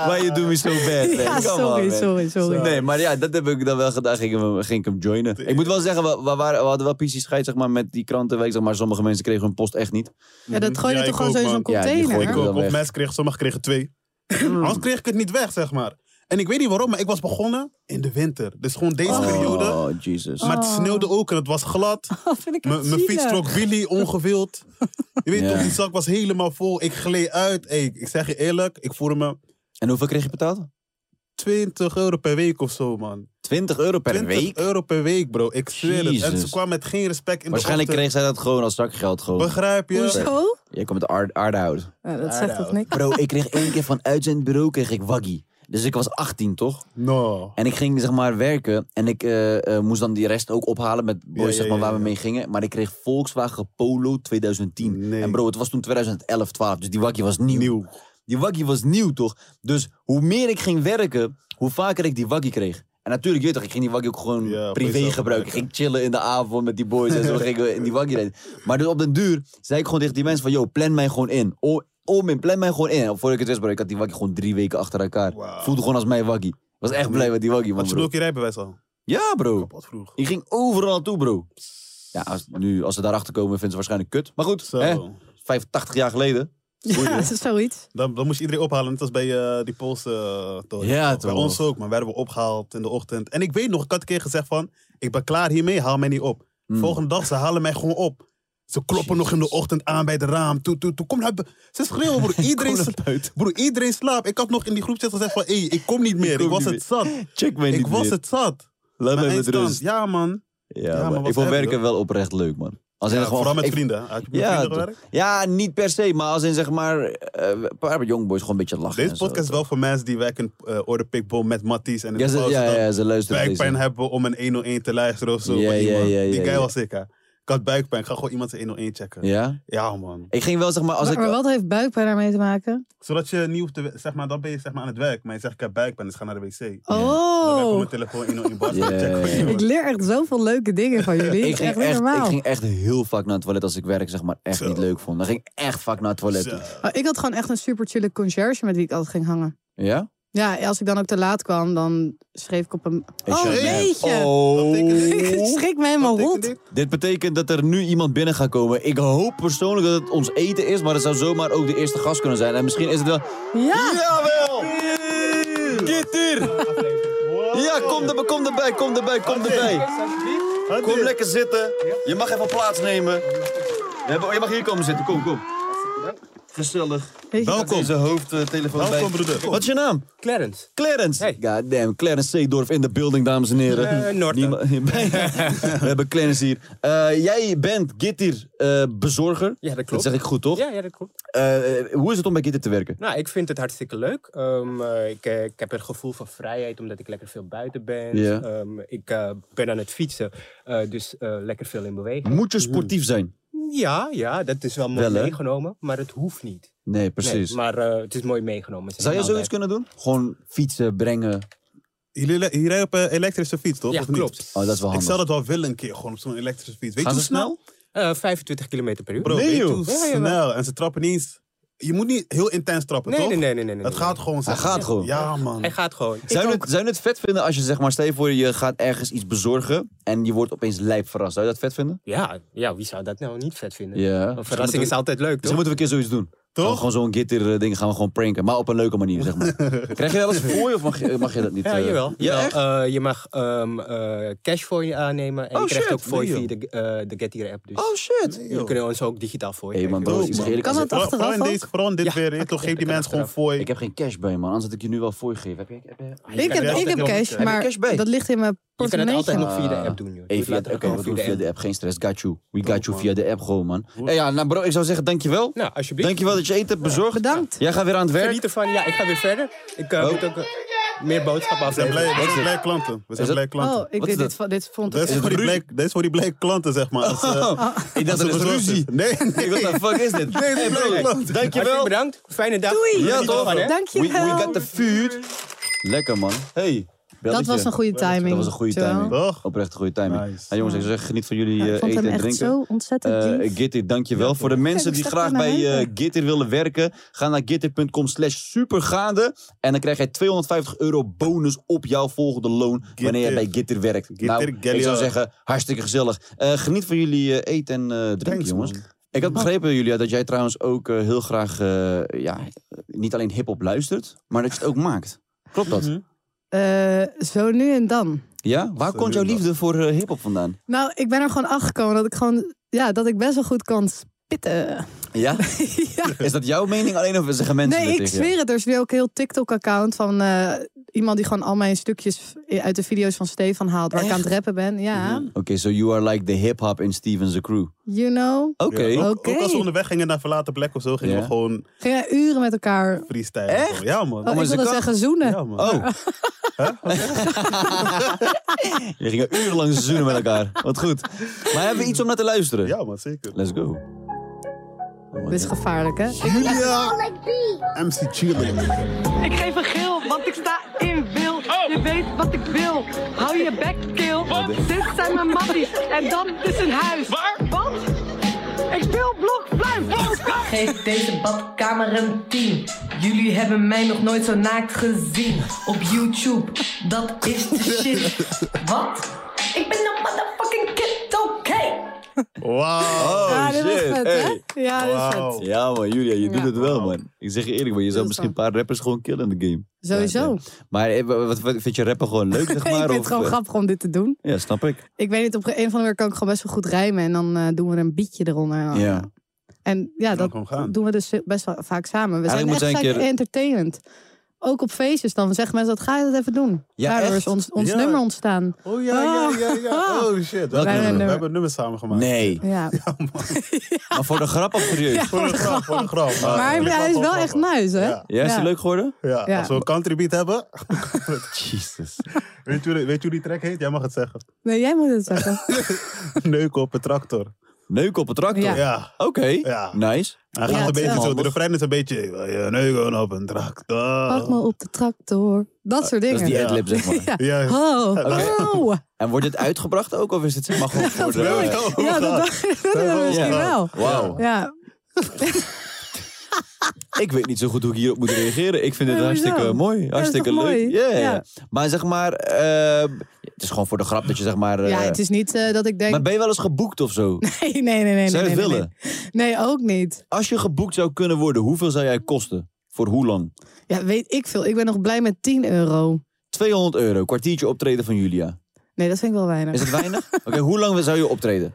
[SPEAKER 2] Why you doing me so bad, man?
[SPEAKER 3] Ja,
[SPEAKER 2] Come on,
[SPEAKER 3] sorry,
[SPEAKER 2] man.
[SPEAKER 3] sorry, sorry.
[SPEAKER 2] Nee, maar ja, dat heb ik dan wel gedaan. Ging ik hem, ging ik hem joinen. Ik moet wel zeggen, we, we, waren, we hadden wel pissie scheid zeg maar, met die krantenweek. Zeg maar sommige mensen kregen hun post echt niet.
[SPEAKER 3] Ja, dat gooi je
[SPEAKER 4] Ja,
[SPEAKER 3] toch
[SPEAKER 4] ik
[SPEAKER 3] gewoon zo
[SPEAKER 4] ook,
[SPEAKER 3] in zo'n
[SPEAKER 2] man. Ja, die
[SPEAKER 3] container?
[SPEAKER 2] gooi
[SPEAKER 4] Ik
[SPEAKER 2] wil
[SPEAKER 4] ook.
[SPEAKER 2] hem
[SPEAKER 4] Of
[SPEAKER 2] weg.
[SPEAKER 4] mensen kregen, sommigen kregen twee. Anders kreeg ik het niet weg, zeg maar. En ik weet niet waarom, maar ik was begonnen in de winter. Dus gewoon deze periode.
[SPEAKER 2] Oh, Jesus.
[SPEAKER 4] Maar het sneeuwde ook en het was glad.
[SPEAKER 3] Dat vind ik echt
[SPEAKER 4] M- Mijn fiets
[SPEAKER 3] zielig.
[SPEAKER 4] trok Willy ongewild. Je weet
[SPEAKER 2] Ja.
[SPEAKER 4] toch, die zak was helemaal vol. Ik gleed uit. Hey, ik zeg je eerlijk, ik voelde me
[SPEAKER 2] En hoeveel kreeg je betaald?
[SPEAKER 4] 20 euro per week of zo, man.
[SPEAKER 2] 20 euro per
[SPEAKER 4] 20
[SPEAKER 2] week?
[SPEAKER 4] euro per week, bro. Ik zweer het. En
[SPEAKER 2] Jezus.
[SPEAKER 4] ze kwam met geen respect in
[SPEAKER 2] Waarschijnlijk
[SPEAKER 4] de ochtend.
[SPEAKER 2] kreeg zij dat gewoon als zakgeld. Gewoon.
[SPEAKER 4] Begrijp je?
[SPEAKER 3] Hoezo?
[SPEAKER 2] Jij komt uit Aard- Aardehout.
[SPEAKER 3] Ja, dat zegt toch niks?
[SPEAKER 2] Bro, ik kreeg één keer van uit zijn bureau kreeg ik waggy. Dus ik was 18, toch?
[SPEAKER 4] No.
[SPEAKER 2] En ik ging zeg maar werken. En ik eh, eh, moest dan die rest ook ophalen met boys
[SPEAKER 4] Ja, ja,
[SPEAKER 2] zeg maar,
[SPEAKER 4] ja,
[SPEAKER 2] waar we
[SPEAKER 4] ja.
[SPEAKER 2] mee gingen. Maar ik kreeg Volkswagen Polo 2010.
[SPEAKER 4] Nee.
[SPEAKER 2] En bro, het was toen 2011, 12. Dus die waggy was nieuw.
[SPEAKER 4] Nieuw.
[SPEAKER 2] Die waggy was nieuw, toch? Dus hoe meer ik ging werken, hoe vaker ik die waggy kreeg. En natuurlijk, je weet toch, ik ging die waggy ook gewoon
[SPEAKER 4] Ja, voor
[SPEAKER 2] privé
[SPEAKER 4] jezelf
[SPEAKER 2] gebruiken.
[SPEAKER 4] gebruiken.
[SPEAKER 2] Ik ging chillen in de avond met die boys en zo gingen we in die waggy rijden. Maar dus op den duur zei ik gewoon tegen die mensen van... Yo, plan mij gewoon in. O- Om in, plan mij gewoon in. En Voor ik het wist, bro, ik had die waggy gewoon drie weken achter elkaar.
[SPEAKER 4] Wauw.
[SPEAKER 2] Voelde gewoon als mijn waggy. Was echt blij met die waggy, man,
[SPEAKER 4] Had je
[SPEAKER 2] bro.
[SPEAKER 4] ook je rijbewijs al?
[SPEAKER 2] Ja, bro.
[SPEAKER 4] Wat vroeg.
[SPEAKER 2] Ik ging overal naartoe, bro. Ja, als, nu, als ze daarachter komen, vinden ze waarschijnlijk kut. Maar goed,
[SPEAKER 4] Zo.
[SPEAKER 2] hè, 85 jaar geleden.
[SPEAKER 3] Ja, zoiets.
[SPEAKER 4] Dan, dan moest je iedereen ophalen, net als bij eh, die Poolse eh, toren.
[SPEAKER 2] Ja,
[SPEAKER 4] Bij
[SPEAKER 2] toch.
[SPEAKER 4] ons ook, maar werden we opgehaald in de ochtend. En ik weet nog, ik had een keer gezegd van, ik ben klaar hiermee, haal mij niet op.
[SPEAKER 2] Mm.
[SPEAKER 4] Volgende dag, ze halen mij gewoon op. Ze kloppen nog in de ochtend aan bij de raam. Toe, toe, toe. Kom naar bu- Ze schreeuwen, broer. Iedereen,
[SPEAKER 2] naar
[SPEAKER 4] sla- broer, iedereen slaapt. Ik had nog in die groepchat gezegd van, hé, ik kom niet meer. Ik,
[SPEAKER 2] kom
[SPEAKER 4] was
[SPEAKER 2] niet
[SPEAKER 4] het zat.
[SPEAKER 2] Check mij
[SPEAKER 4] Ik was het zat.
[SPEAKER 2] Laat
[SPEAKER 4] Mijn
[SPEAKER 2] mij met
[SPEAKER 4] eindstand.
[SPEAKER 2] rust.
[SPEAKER 4] Ja, man.
[SPEAKER 2] Ja,
[SPEAKER 4] maar
[SPEAKER 2] maar
[SPEAKER 4] wat
[SPEAKER 2] ik vond
[SPEAKER 4] hebben
[SPEAKER 2] werken wel oprecht leuk, man. Als in
[SPEAKER 4] Ja,
[SPEAKER 2] gewoon,
[SPEAKER 4] vooral met
[SPEAKER 2] ik-
[SPEAKER 4] vrienden. Had je met
[SPEAKER 2] Ja,
[SPEAKER 4] vrienden
[SPEAKER 2] toch.
[SPEAKER 4] gewerkt?
[SPEAKER 2] ja, niet per se, maar als in zeg maar... eh, een paar jongboys gewoon een beetje lachen
[SPEAKER 4] Deze
[SPEAKER 2] en zo,
[SPEAKER 4] podcast is
[SPEAKER 2] toch?
[SPEAKER 4] wel voor mensen die werken eh Order Pickball met Matties. En in de
[SPEAKER 2] Ja, ze,
[SPEAKER 4] pauze
[SPEAKER 2] ja,
[SPEAKER 4] dan-
[SPEAKER 2] ja, ze luisteren
[SPEAKER 4] buikpijn
[SPEAKER 2] deze.
[SPEAKER 4] hebben om een 101 te luisteren of zo.
[SPEAKER 2] Ja,
[SPEAKER 4] van
[SPEAKER 2] ja,
[SPEAKER 4] iemand.
[SPEAKER 2] ja, ja,
[SPEAKER 4] die guy
[SPEAKER 2] ja.
[SPEAKER 4] was ik, hè. Ik Ik had buikpijn. Ik ga gewoon iemand zijn 101 checken. Ja,
[SPEAKER 2] Ja?
[SPEAKER 4] man.
[SPEAKER 2] Ik ging wel, zeg maar, als
[SPEAKER 3] maar,
[SPEAKER 2] ik...
[SPEAKER 3] maar wat heeft buikpijn daarmee te maken?
[SPEAKER 4] Zodat je niet hoeft te... we- Zeg maar, dan ben je zeg maar, aan het werk. Maar je zegt, ik heb buikpijn. Dus ga naar de wc. Dan ben ik op
[SPEAKER 3] Oh,
[SPEAKER 4] mijn telefoon 101 bar.
[SPEAKER 2] Ja,
[SPEAKER 4] check gewoon
[SPEAKER 2] ja, ja.
[SPEAKER 4] iemand.
[SPEAKER 3] ik leer echt zoveel leuke dingen van jullie.
[SPEAKER 2] Ik ging,
[SPEAKER 3] echt niet
[SPEAKER 2] echt,
[SPEAKER 3] normaal.
[SPEAKER 2] ik ging echt heel vaak naar het toilet als ik werk, zeg maar, echt
[SPEAKER 4] Zo.
[SPEAKER 2] niet leuk vond. Dan ging ik echt vaak naar het toilet
[SPEAKER 4] Zo.
[SPEAKER 2] toe.
[SPEAKER 3] Oh, ik had gewoon echt een super chille conciërge met wie ik altijd ging hangen.
[SPEAKER 2] Ja?
[SPEAKER 3] Ja, als ik dan ook te laat kwam, dan schreef ik op een...
[SPEAKER 2] Ik
[SPEAKER 3] oh,
[SPEAKER 2] zei,
[SPEAKER 4] nee.
[SPEAKER 3] jeetje.
[SPEAKER 4] Dat
[SPEAKER 3] Ik
[SPEAKER 2] Oh.
[SPEAKER 3] schrik me helemaal
[SPEAKER 4] Wat
[SPEAKER 3] rot.
[SPEAKER 4] betekent dit?
[SPEAKER 2] Dit betekent dat er nu iemand binnen gaat komen. Ik hoop persoonlijk dat het ons eten is, maar het zou zomaar ook de eerste gast kunnen zijn. En misschien is het wel...
[SPEAKER 3] Ja,
[SPEAKER 2] Jawel! Get hier! Ja, kom, er, kom erbij, kom erbij, kom erbij.
[SPEAKER 4] Wat
[SPEAKER 2] Kom
[SPEAKER 4] dit?
[SPEAKER 2] lekker zitten. Je mag even plaatsnemen. Je hebt- Je mag hier komen zitten, kom, kom. Gezellig.
[SPEAKER 3] weet je,
[SPEAKER 4] Welkom.
[SPEAKER 2] Deze hoofdtelefoon bij.
[SPEAKER 4] Welkom, broeder. Kom.
[SPEAKER 2] Wat is je naam?
[SPEAKER 5] Clarence.
[SPEAKER 2] Clarence.
[SPEAKER 5] Hey.
[SPEAKER 2] Goddamn, Clarence Seedorf in de building, dames en heren.
[SPEAKER 5] Eh, Norton.
[SPEAKER 2] Niema- We hebben Clarence hier. Eh, jij bent Gittir eh, bezorger.
[SPEAKER 5] Ja, dat klopt.
[SPEAKER 2] Dat zeg ik goed, toch?
[SPEAKER 5] Ja, ja, dat klopt.
[SPEAKER 2] Eh, eh, hoe is het om bij Gittir te werken?
[SPEAKER 5] Nou, ik vind het hartstikke leuk. Ehm, eh, ik, eh, ik heb het gevoel van vrijheid omdat ik lekker veel buiten ben.
[SPEAKER 2] Ja.
[SPEAKER 5] Ehm, ik eh, ben aan het fietsen, eh, dus eh, lekker veel in beweging.
[SPEAKER 2] Moet je sportief zijn?
[SPEAKER 5] Ja, ja, dat is wel mooi
[SPEAKER 2] Wel, hè?
[SPEAKER 5] meegenomen, maar het hoeft niet.
[SPEAKER 2] Nee,
[SPEAKER 5] Nee,
[SPEAKER 2] precies.
[SPEAKER 5] maar eh, het is mooi meegenomen.
[SPEAKER 2] Zou je zoiets kunnen doen? Gewoon fietsen, brengen.
[SPEAKER 4] Jullie le- hier rijden op een elektrische fiets, toch?
[SPEAKER 5] Ja,
[SPEAKER 4] Of niet?
[SPEAKER 5] klopt.
[SPEAKER 2] Oh, dat is wel
[SPEAKER 4] Ik
[SPEAKER 2] handig.
[SPEAKER 4] zou dat wel willen een keer, gewoon op zo'n elektrische fiets. Weet je
[SPEAKER 2] Gaan
[SPEAKER 4] hoe
[SPEAKER 2] ze snel?
[SPEAKER 4] snel?
[SPEAKER 5] kunnen? 25 km Eh, per uur.
[SPEAKER 4] Bro,
[SPEAKER 2] Nee,
[SPEAKER 4] weet je
[SPEAKER 2] joh.
[SPEAKER 4] hoe
[SPEAKER 5] Ja, jawel.
[SPEAKER 4] snel? En ze trappen niet eens... Je moet niet heel intens trappen,
[SPEAKER 5] nee,
[SPEAKER 4] toch?
[SPEAKER 5] nee, nee, nee, nee, nee.
[SPEAKER 4] Het gaat gewoon. zeg maar.
[SPEAKER 2] gaat gewoon.
[SPEAKER 4] Ja, man.
[SPEAKER 5] Hij gaat gewoon.
[SPEAKER 2] Zou je, het, zou je het vet vinden als je, zeg maar, stel je voor, je gaat ergens iets bezorgen en je wordt opeens lijp verrast. Zou je dat vet vinden? Dus
[SPEAKER 5] Ja, ja, wie zou dat nou niet vet vinden?
[SPEAKER 2] Ja.
[SPEAKER 5] Een verrassing is altijd leuk,
[SPEAKER 2] Dus
[SPEAKER 5] toch?
[SPEAKER 2] dan moeten we een keer zoiets doen. Gaan we
[SPEAKER 4] Toch?
[SPEAKER 2] Gewoon zo'n gitter eh, ding gaan we gewoon pranken. Maar op een leuke manier, zeg maar. Krijg je dat als fooi of mag je, mag je dat niet?
[SPEAKER 5] Ja,
[SPEAKER 2] eh?
[SPEAKER 5] jawel.
[SPEAKER 2] Ja,
[SPEAKER 5] Jawel.
[SPEAKER 2] echt?
[SPEAKER 5] Eh, je mag ehm, eh, cash voor je aannemen. En
[SPEAKER 2] Oh,
[SPEAKER 5] je krijgt
[SPEAKER 2] shit.
[SPEAKER 5] ook voor
[SPEAKER 4] Nee,
[SPEAKER 5] via de, eh de Get Here app. Dus
[SPEAKER 2] Oh shit.
[SPEAKER 5] jullie kunnen ons ook digitaal voor
[SPEAKER 2] Hé man, bro,
[SPEAKER 4] Doe,
[SPEAKER 2] ik zeg
[SPEAKER 4] man.
[SPEAKER 2] eerlijk,
[SPEAKER 3] Kan
[SPEAKER 2] als
[SPEAKER 3] dat
[SPEAKER 2] ik-
[SPEAKER 4] Vooral- Vooral in
[SPEAKER 3] Achteraf
[SPEAKER 4] deze, vooral in dit weer. eh, Toch geef die
[SPEAKER 5] Ja,
[SPEAKER 4] mensen gewoon
[SPEAKER 5] achteraf.
[SPEAKER 4] fooi.
[SPEAKER 2] ik heb geen cash bij man, anders had ik je nu wel fooi gegeven. Heb je, heb je-
[SPEAKER 3] Oh, ik heb, ik heb cash,
[SPEAKER 4] Heb je
[SPEAKER 3] maar
[SPEAKER 2] cash bij?
[SPEAKER 3] dat ligt in mijn
[SPEAKER 5] Je kan het
[SPEAKER 3] portemonnee.
[SPEAKER 5] altijd nog via de
[SPEAKER 2] Ah.
[SPEAKER 5] app doen. joh.
[SPEAKER 2] Hey,
[SPEAKER 5] Dus
[SPEAKER 2] via,
[SPEAKER 5] laten
[SPEAKER 2] oké,
[SPEAKER 5] we gewoon
[SPEAKER 2] we
[SPEAKER 5] via
[SPEAKER 2] doen
[SPEAKER 5] de
[SPEAKER 2] via
[SPEAKER 5] app.
[SPEAKER 2] de app. Geen stress, got you. We
[SPEAKER 4] Doe,
[SPEAKER 2] got you
[SPEAKER 4] man.
[SPEAKER 2] via de app gewoon, man. Hey, ja, nou bro, ik zou zeggen dankjewel.
[SPEAKER 5] Nou, alsjeblieft.
[SPEAKER 2] Dankjewel dat je eten hebt bezorgd.
[SPEAKER 3] Bedankt.
[SPEAKER 2] Jij gaat weer aan het werk.
[SPEAKER 5] Geniet ervan. Ja, ik ga weer verder. Ik eh,
[SPEAKER 2] Oh.
[SPEAKER 5] moet ook eh, meer boodschappen
[SPEAKER 4] We zijn
[SPEAKER 5] afleveren.
[SPEAKER 4] blij, we
[SPEAKER 2] Is
[SPEAKER 4] zijn
[SPEAKER 2] het-
[SPEAKER 4] blij klanten. We zijn
[SPEAKER 2] het-
[SPEAKER 4] blij
[SPEAKER 3] Oh,
[SPEAKER 4] klanten.
[SPEAKER 3] ik,
[SPEAKER 2] Wat is
[SPEAKER 3] dit,
[SPEAKER 2] dat?
[SPEAKER 3] dit, dit vond
[SPEAKER 4] Dat
[SPEAKER 3] ik...
[SPEAKER 4] is voor die black- dat is voor die blij klanten, zeg maar. Als, eh,
[SPEAKER 2] Ik dacht
[SPEAKER 4] als
[SPEAKER 2] dat is
[SPEAKER 4] bezorgd
[SPEAKER 2] ruzie.
[SPEAKER 4] Nee, nee.
[SPEAKER 2] Ik dacht, What the fuck is dit? Hey, bro,
[SPEAKER 4] nee, nee.
[SPEAKER 5] Hartelijk
[SPEAKER 2] Dankjewel.
[SPEAKER 5] bedankt. Fijne dag.
[SPEAKER 3] Doei.
[SPEAKER 2] Ja,
[SPEAKER 5] Geniet
[SPEAKER 2] toch?
[SPEAKER 5] ervan, hè.
[SPEAKER 2] We,
[SPEAKER 3] Dankjewel.
[SPEAKER 2] we got the food. Lekker man. Hey,
[SPEAKER 3] dat
[SPEAKER 2] belletje.
[SPEAKER 3] was een goede timing.
[SPEAKER 2] Dat was een goede
[SPEAKER 3] Joel.
[SPEAKER 2] timing.
[SPEAKER 4] Toch?
[SPEAKER 2] Oprecht een goede timing.
[SPEAKER 4] Nice.
[SPEAKER 2] Nou, jongens, ik zou zeggen, geniet van jullie
[SPEAKER 3] Ja,
[SPEAKER 2] eh,
[SPEAKER 3] ik vond
[SPEAKER 2] eten
[SPEAKER 3] hem
[SPEAKER 2] en
[SPEAKER 3] echt
[SPEAKER 2] drinken.
[SPEAKER 3] zo ontzettend
[SPEAKER 2] Eh,
[SPEAKER 3] lief.
[SPEAKER 2] Gitter, dankjewel. Voor de mensen
[SPEAKER 3] ik
[SPEAKER 2] die
[SPEAKER 3] zag
[SPEAKER 2] graag
[SPEAKER 3] het naar
[SPEAKER 2] bij eh
[SPEAKER 3] beneden.
[SPEAKER 2] Gitter willen werken, ga naar gitter.com slash supergaande. En dan krijg jij 250 euro bonus op jouw volgende loon wanneer jij bij Gitter werkt. nou,
[SPEAKER 4] Gitter,
[SPEAKER 2] ik zou
[SPEAKER 4] Gallia.
[SPEAKER 2] zeggen, hartstikke gezellig. Eh, geniet van jullie eh, eten en eh, drinken,
[SPEAKER 4] Thanks,
[SPEAKER 2] jongens.
[SPEAKER 4] man.
[SPEAKER 2] Ik had begrepen, Julia, dat jij trouwens ook eh, heel graag eh, ja, niet alleen hip-hop luistert, maar dat je het ook maakt. Klopt dat?
[SPEAKER 3] Mhm. Eh, zo nu en dan.
[SPEAKER 2] Ja? Waar komt jouw liefde voor eh, hiphop vandaan?
[SPEAKER 3] Nou, ik ben er gewoon achter gekomen dat ik gewoon... Ja, dat ik best wel goed kan spitten.
[SPEAKER 2] Ja?
[SPEAKER 3] ja.
[SPEAKER 2] Is dat jouw mening alleen of zeggen mensen
[SPEAKER 3] Nee,
[SPEAKER 2] dit
[SPEAKER 3] ik
[SPEAKER 2] tegen jou?
[SPEAKER 3] zweer het. Er is weer ook een heel TikTok-account van eh, iemand die gewoon al mijn stukjes uit de video's van Stefan haalt. Waar ik aan het rappen ben. Ja,
[SPEAKER 2] Oké, so you are like the hip-hop in Steven's crew.
[SPEAKER 3] you know.
[SPEAKER 2] Oké.
[SPEAKER 4] Ja, ook,
[SPEAKER 3] Oké.
[SPEAKER 4] ook als we onderweg gingen naar verlaten plek of zo, gingen
[SPEAKER 2] Ja.
[SPEAKER 4] we gewoon
[SPEAKER 3] Gingen wij uren met elkaar...
[SPEAKER 4] freestyle.
[SPEAKER 2] Echt?
[SPEAKER 4] Ja, man.
[SPEAKER 3] Oh, ik
[SPEAKER 2] Oh, ze
[SPEAKER 3] wilde
[SPEAKER 2] kan-
[SPEAKER 3] zeggen zoenen.
[SPEAKER 4] Ja, man.
[SPEAKER 2] Oh. Je ging urenlang zoenen met elkaar. Wat goed. Maar hebben we iets om naar te luisteren?
[SPEAKER 4] Ja, man, zeker.
[SPEAKER 2] Let's go.
[SPEAKER 3] Dit is gevaarlijk,
[SPEAKER 2] Oh,
[SPEAKER 3] hè?
[SPEAKER 4] Julia! MC Chile.
[SPEAKER 6] Ik geef een geel, want ik sta in wil. Je weet wat ik wil. Hou je bek keel. Dit zijn mijn matties. En dan is een huis. Waar? Want ik wil blokfluim. Geef deze badkamer een 10. Jullie hebben mij nog nooit zo naakt gezien. Op YouTube. Dat is de shit. Wat? Ik ben een motherfucking kid, oké?
[SPEAKER 2] Oh.
[SPEAKER 4] Wauw.
[SPEAKER 3] ja, dit was
[SPEAKER 2] shit,
[SPEAKER 3] vet,
[SPEAKER 2] hey.
[SPEAKER 3] hè? Ja, dit was
[SPEAKER 4] Wauw.
[SPEAKER 3] vet.
[SPEAKER 2] Ja man, Julia, je doet
[SPEAKER 3] Ja.
[SPEAKER 2] het wel man. Ik zeg je eerlijk, maar je zou
[SPEAKER 3] is
[SPEAKER 2] misschien een
[SPEAKER 3] waar.
[SPEAKER 2] paar rappers gewoon killen in de game.
[SPEAKER 3] Sowieso.
[SPEAKER 2] Ja, ja. Maar eh, wat, wat- vind je rappen gewoon leuk, zeg maar?
[SPEAKER 3] ik vind
[SPEAKER 2] of,
[SPEAKER 3] het gewoon
[SPEAKER 2] eh,
[SPEAKER 3] grappig om dit te doen.
[SPEAKER 2] Ja, snap ik.
[SPEAKER 3] Ik weet niet, op een of andere manier kan ik gewoon best wel goed rijmen. En dan eh, doen we er een beatje eronder. En, dan-
[SPEAKER 2] Ja.
[SPEAKER 3] En ja,
[SPEAKER 4] Kan
[SPEAKER 3] dat
[SPEAKER 4] gewoon gaan.
[SPEAKER 3] doen we dus best wel vaak samen. We
[SPEAKER 2] Eigenlijk
[SPEAKER 3] zijn
[SPEAKER 2] moet
[SPEAKER 3] echt
[SPEAKER 2] zij een
[SPEAKER 3] gek
[SPEAKER 2] keer-
[SPEAKER 3] entertainend. Ook op feestjes dan zeggen mensen, dat ga je dat even doen.
[SPEAKER 2] Ja,
[SPEAKER 3] Daardoor
[SPEAKER 2] echt?
[SPEAKER 3] is ons, ons
[SPEAKER 4] Ja.
[SPEAKER 3] nummer ontstaan.
[SPEAKER 4] Oh ja, ja, ja,
[SPEAKER 3] Ah.
[SPEAKER 4] ja. Oh shit.
[SPEAKER 2] Welk
[SPEAKER 4] We hebben-
[SPEAKER 2] nummer?
[SPEAKER 4] We hebben een nummer samen gemaakt.
[SPEAKER 2] Nee,
[SPEAKER 3] Ja.
[SPEAKER 2] maar voor de grap of serieus? Ja,
[SPEAKER 4] Voor de grap, voor de grap.
[SPEAKER 3] Maar hij,
[SPEAKER 4] jullie
[SPEAKER 3] hij is
[SPEAKER 4] kwamen
[SPEAKER 3] wel
[SPEAKER 4] gewoon
[SPEAKER 3] echt
[SPEAKER 4] grappen.
[SPEAKER 3] nice, hè?
[SPEAKER 4] Ja.
[SPEAKER 2] is die
[SPEAKER 3] Ja.
[SPEAKER 2] leuk geworden?
[SPEAKER 4] Ja,
[SPEAKER 3] Ja.
[SPEAKER 4] als we een country beat hebben,
[SPEAKER 2] Jesus.
[SPEAKER 4] Weet je, weet je hoe die track heet? Jij mag het zeggen.
[SPEAKER 3] Nee, jij moet het zeggen.
[SPEAKER 4] Neuken op een tractor.
[SPEAKER 2] Neuk op een tractor.
[SPEAKER 3] Ja.
[SPEAKER 4] Ja.
[SPEAKER 2] Oké,
[SPEAKER 4] Ja.
[SPEAKER 2] nice.
[SPEAKER 4] Hij gaat
[SPEAKER 3] Ja,
[SPEAKER 4] een beetje
[SPEAKER 2] wel.
[SPEAKER 4] zo. De refrein is een beetje... wil je Neuken op een
[SPEAKER 3] Pak me
[SPEAKER 4] tractor.
[SPEAKER 3] op de tractor. Dat soort
[SPEAKER 2] Dat
[SPEAKER 3] dingen.
[SPEAKER 2] is die
[SPEAKER 4] Ja.
[SPEAKER 2] adlib, zeg maar.
[SPEAKER 3] Ja.
[SPEAKER 4] Ja.
[SPEAKER 3] Oh, oh.
[SPEAKER 2] En wordt dit uitgebracht ook? Of is het zeg maar gewoon voor de...
[SPEAKER 4] wil ik
[SPEAKER 2] Ja.
[SPEAKER 4] ook.
[SPEAKER 3] Ja, dat dacht ik misschien wel.
[SPEAKER 2] Wauw.
[SPEAKER 3] Ja,
[SPEAKER 2] Ik weet niet zo goed hoe ik hierop moet reageren. Ik vind het
[SPEAKER 3] Ja, hoezo?
[SPEAKER 2] hartstikke mooi.
[SPEAKER 3] is
[SPEAKER 2] Hartstikke
[SPEAKER 3] toch
[SPEAKER 2] leuk.
[SPEAKER 3] mooi?
[SPEAKER 2] Ja, ja, ja.
[SPEAKER 3] Ja.
[SPEAKER 2] Maar zeg maar... eh, het is gewoon voor de grap dat je zeg maar... eh,
[SPEAKER 3] ja het is niet eh, dat ik denk...
[SPEAKER 2] Maar ben je wel eens geboekt of zo?
[SPEAKER 3] Nee, nee, nee. nee, nee,
[SPEAKER 2] Zou je
[SPEAKER 3] nee, nee,
[SPEAKER 2] het willen?
[SPEAKER 3] Nee. Nee, ook niet.
[SPEAKER 2] Als je geboekt zou kunnen worden, hoeveel zou jij kosten? Voor hoe lang?
[SPEAKER 3] Ja, weet ik veel. Ik ben nog blij met 10 euro.
[SPEAKER 2] 200 euro, kwartiertje optreden van Julia.
[SPEAKER 3] Nee, dat vind ik wel weinig.
[SPEAKER 2] Is het weinig? Oké, hoe lang zou je optreden?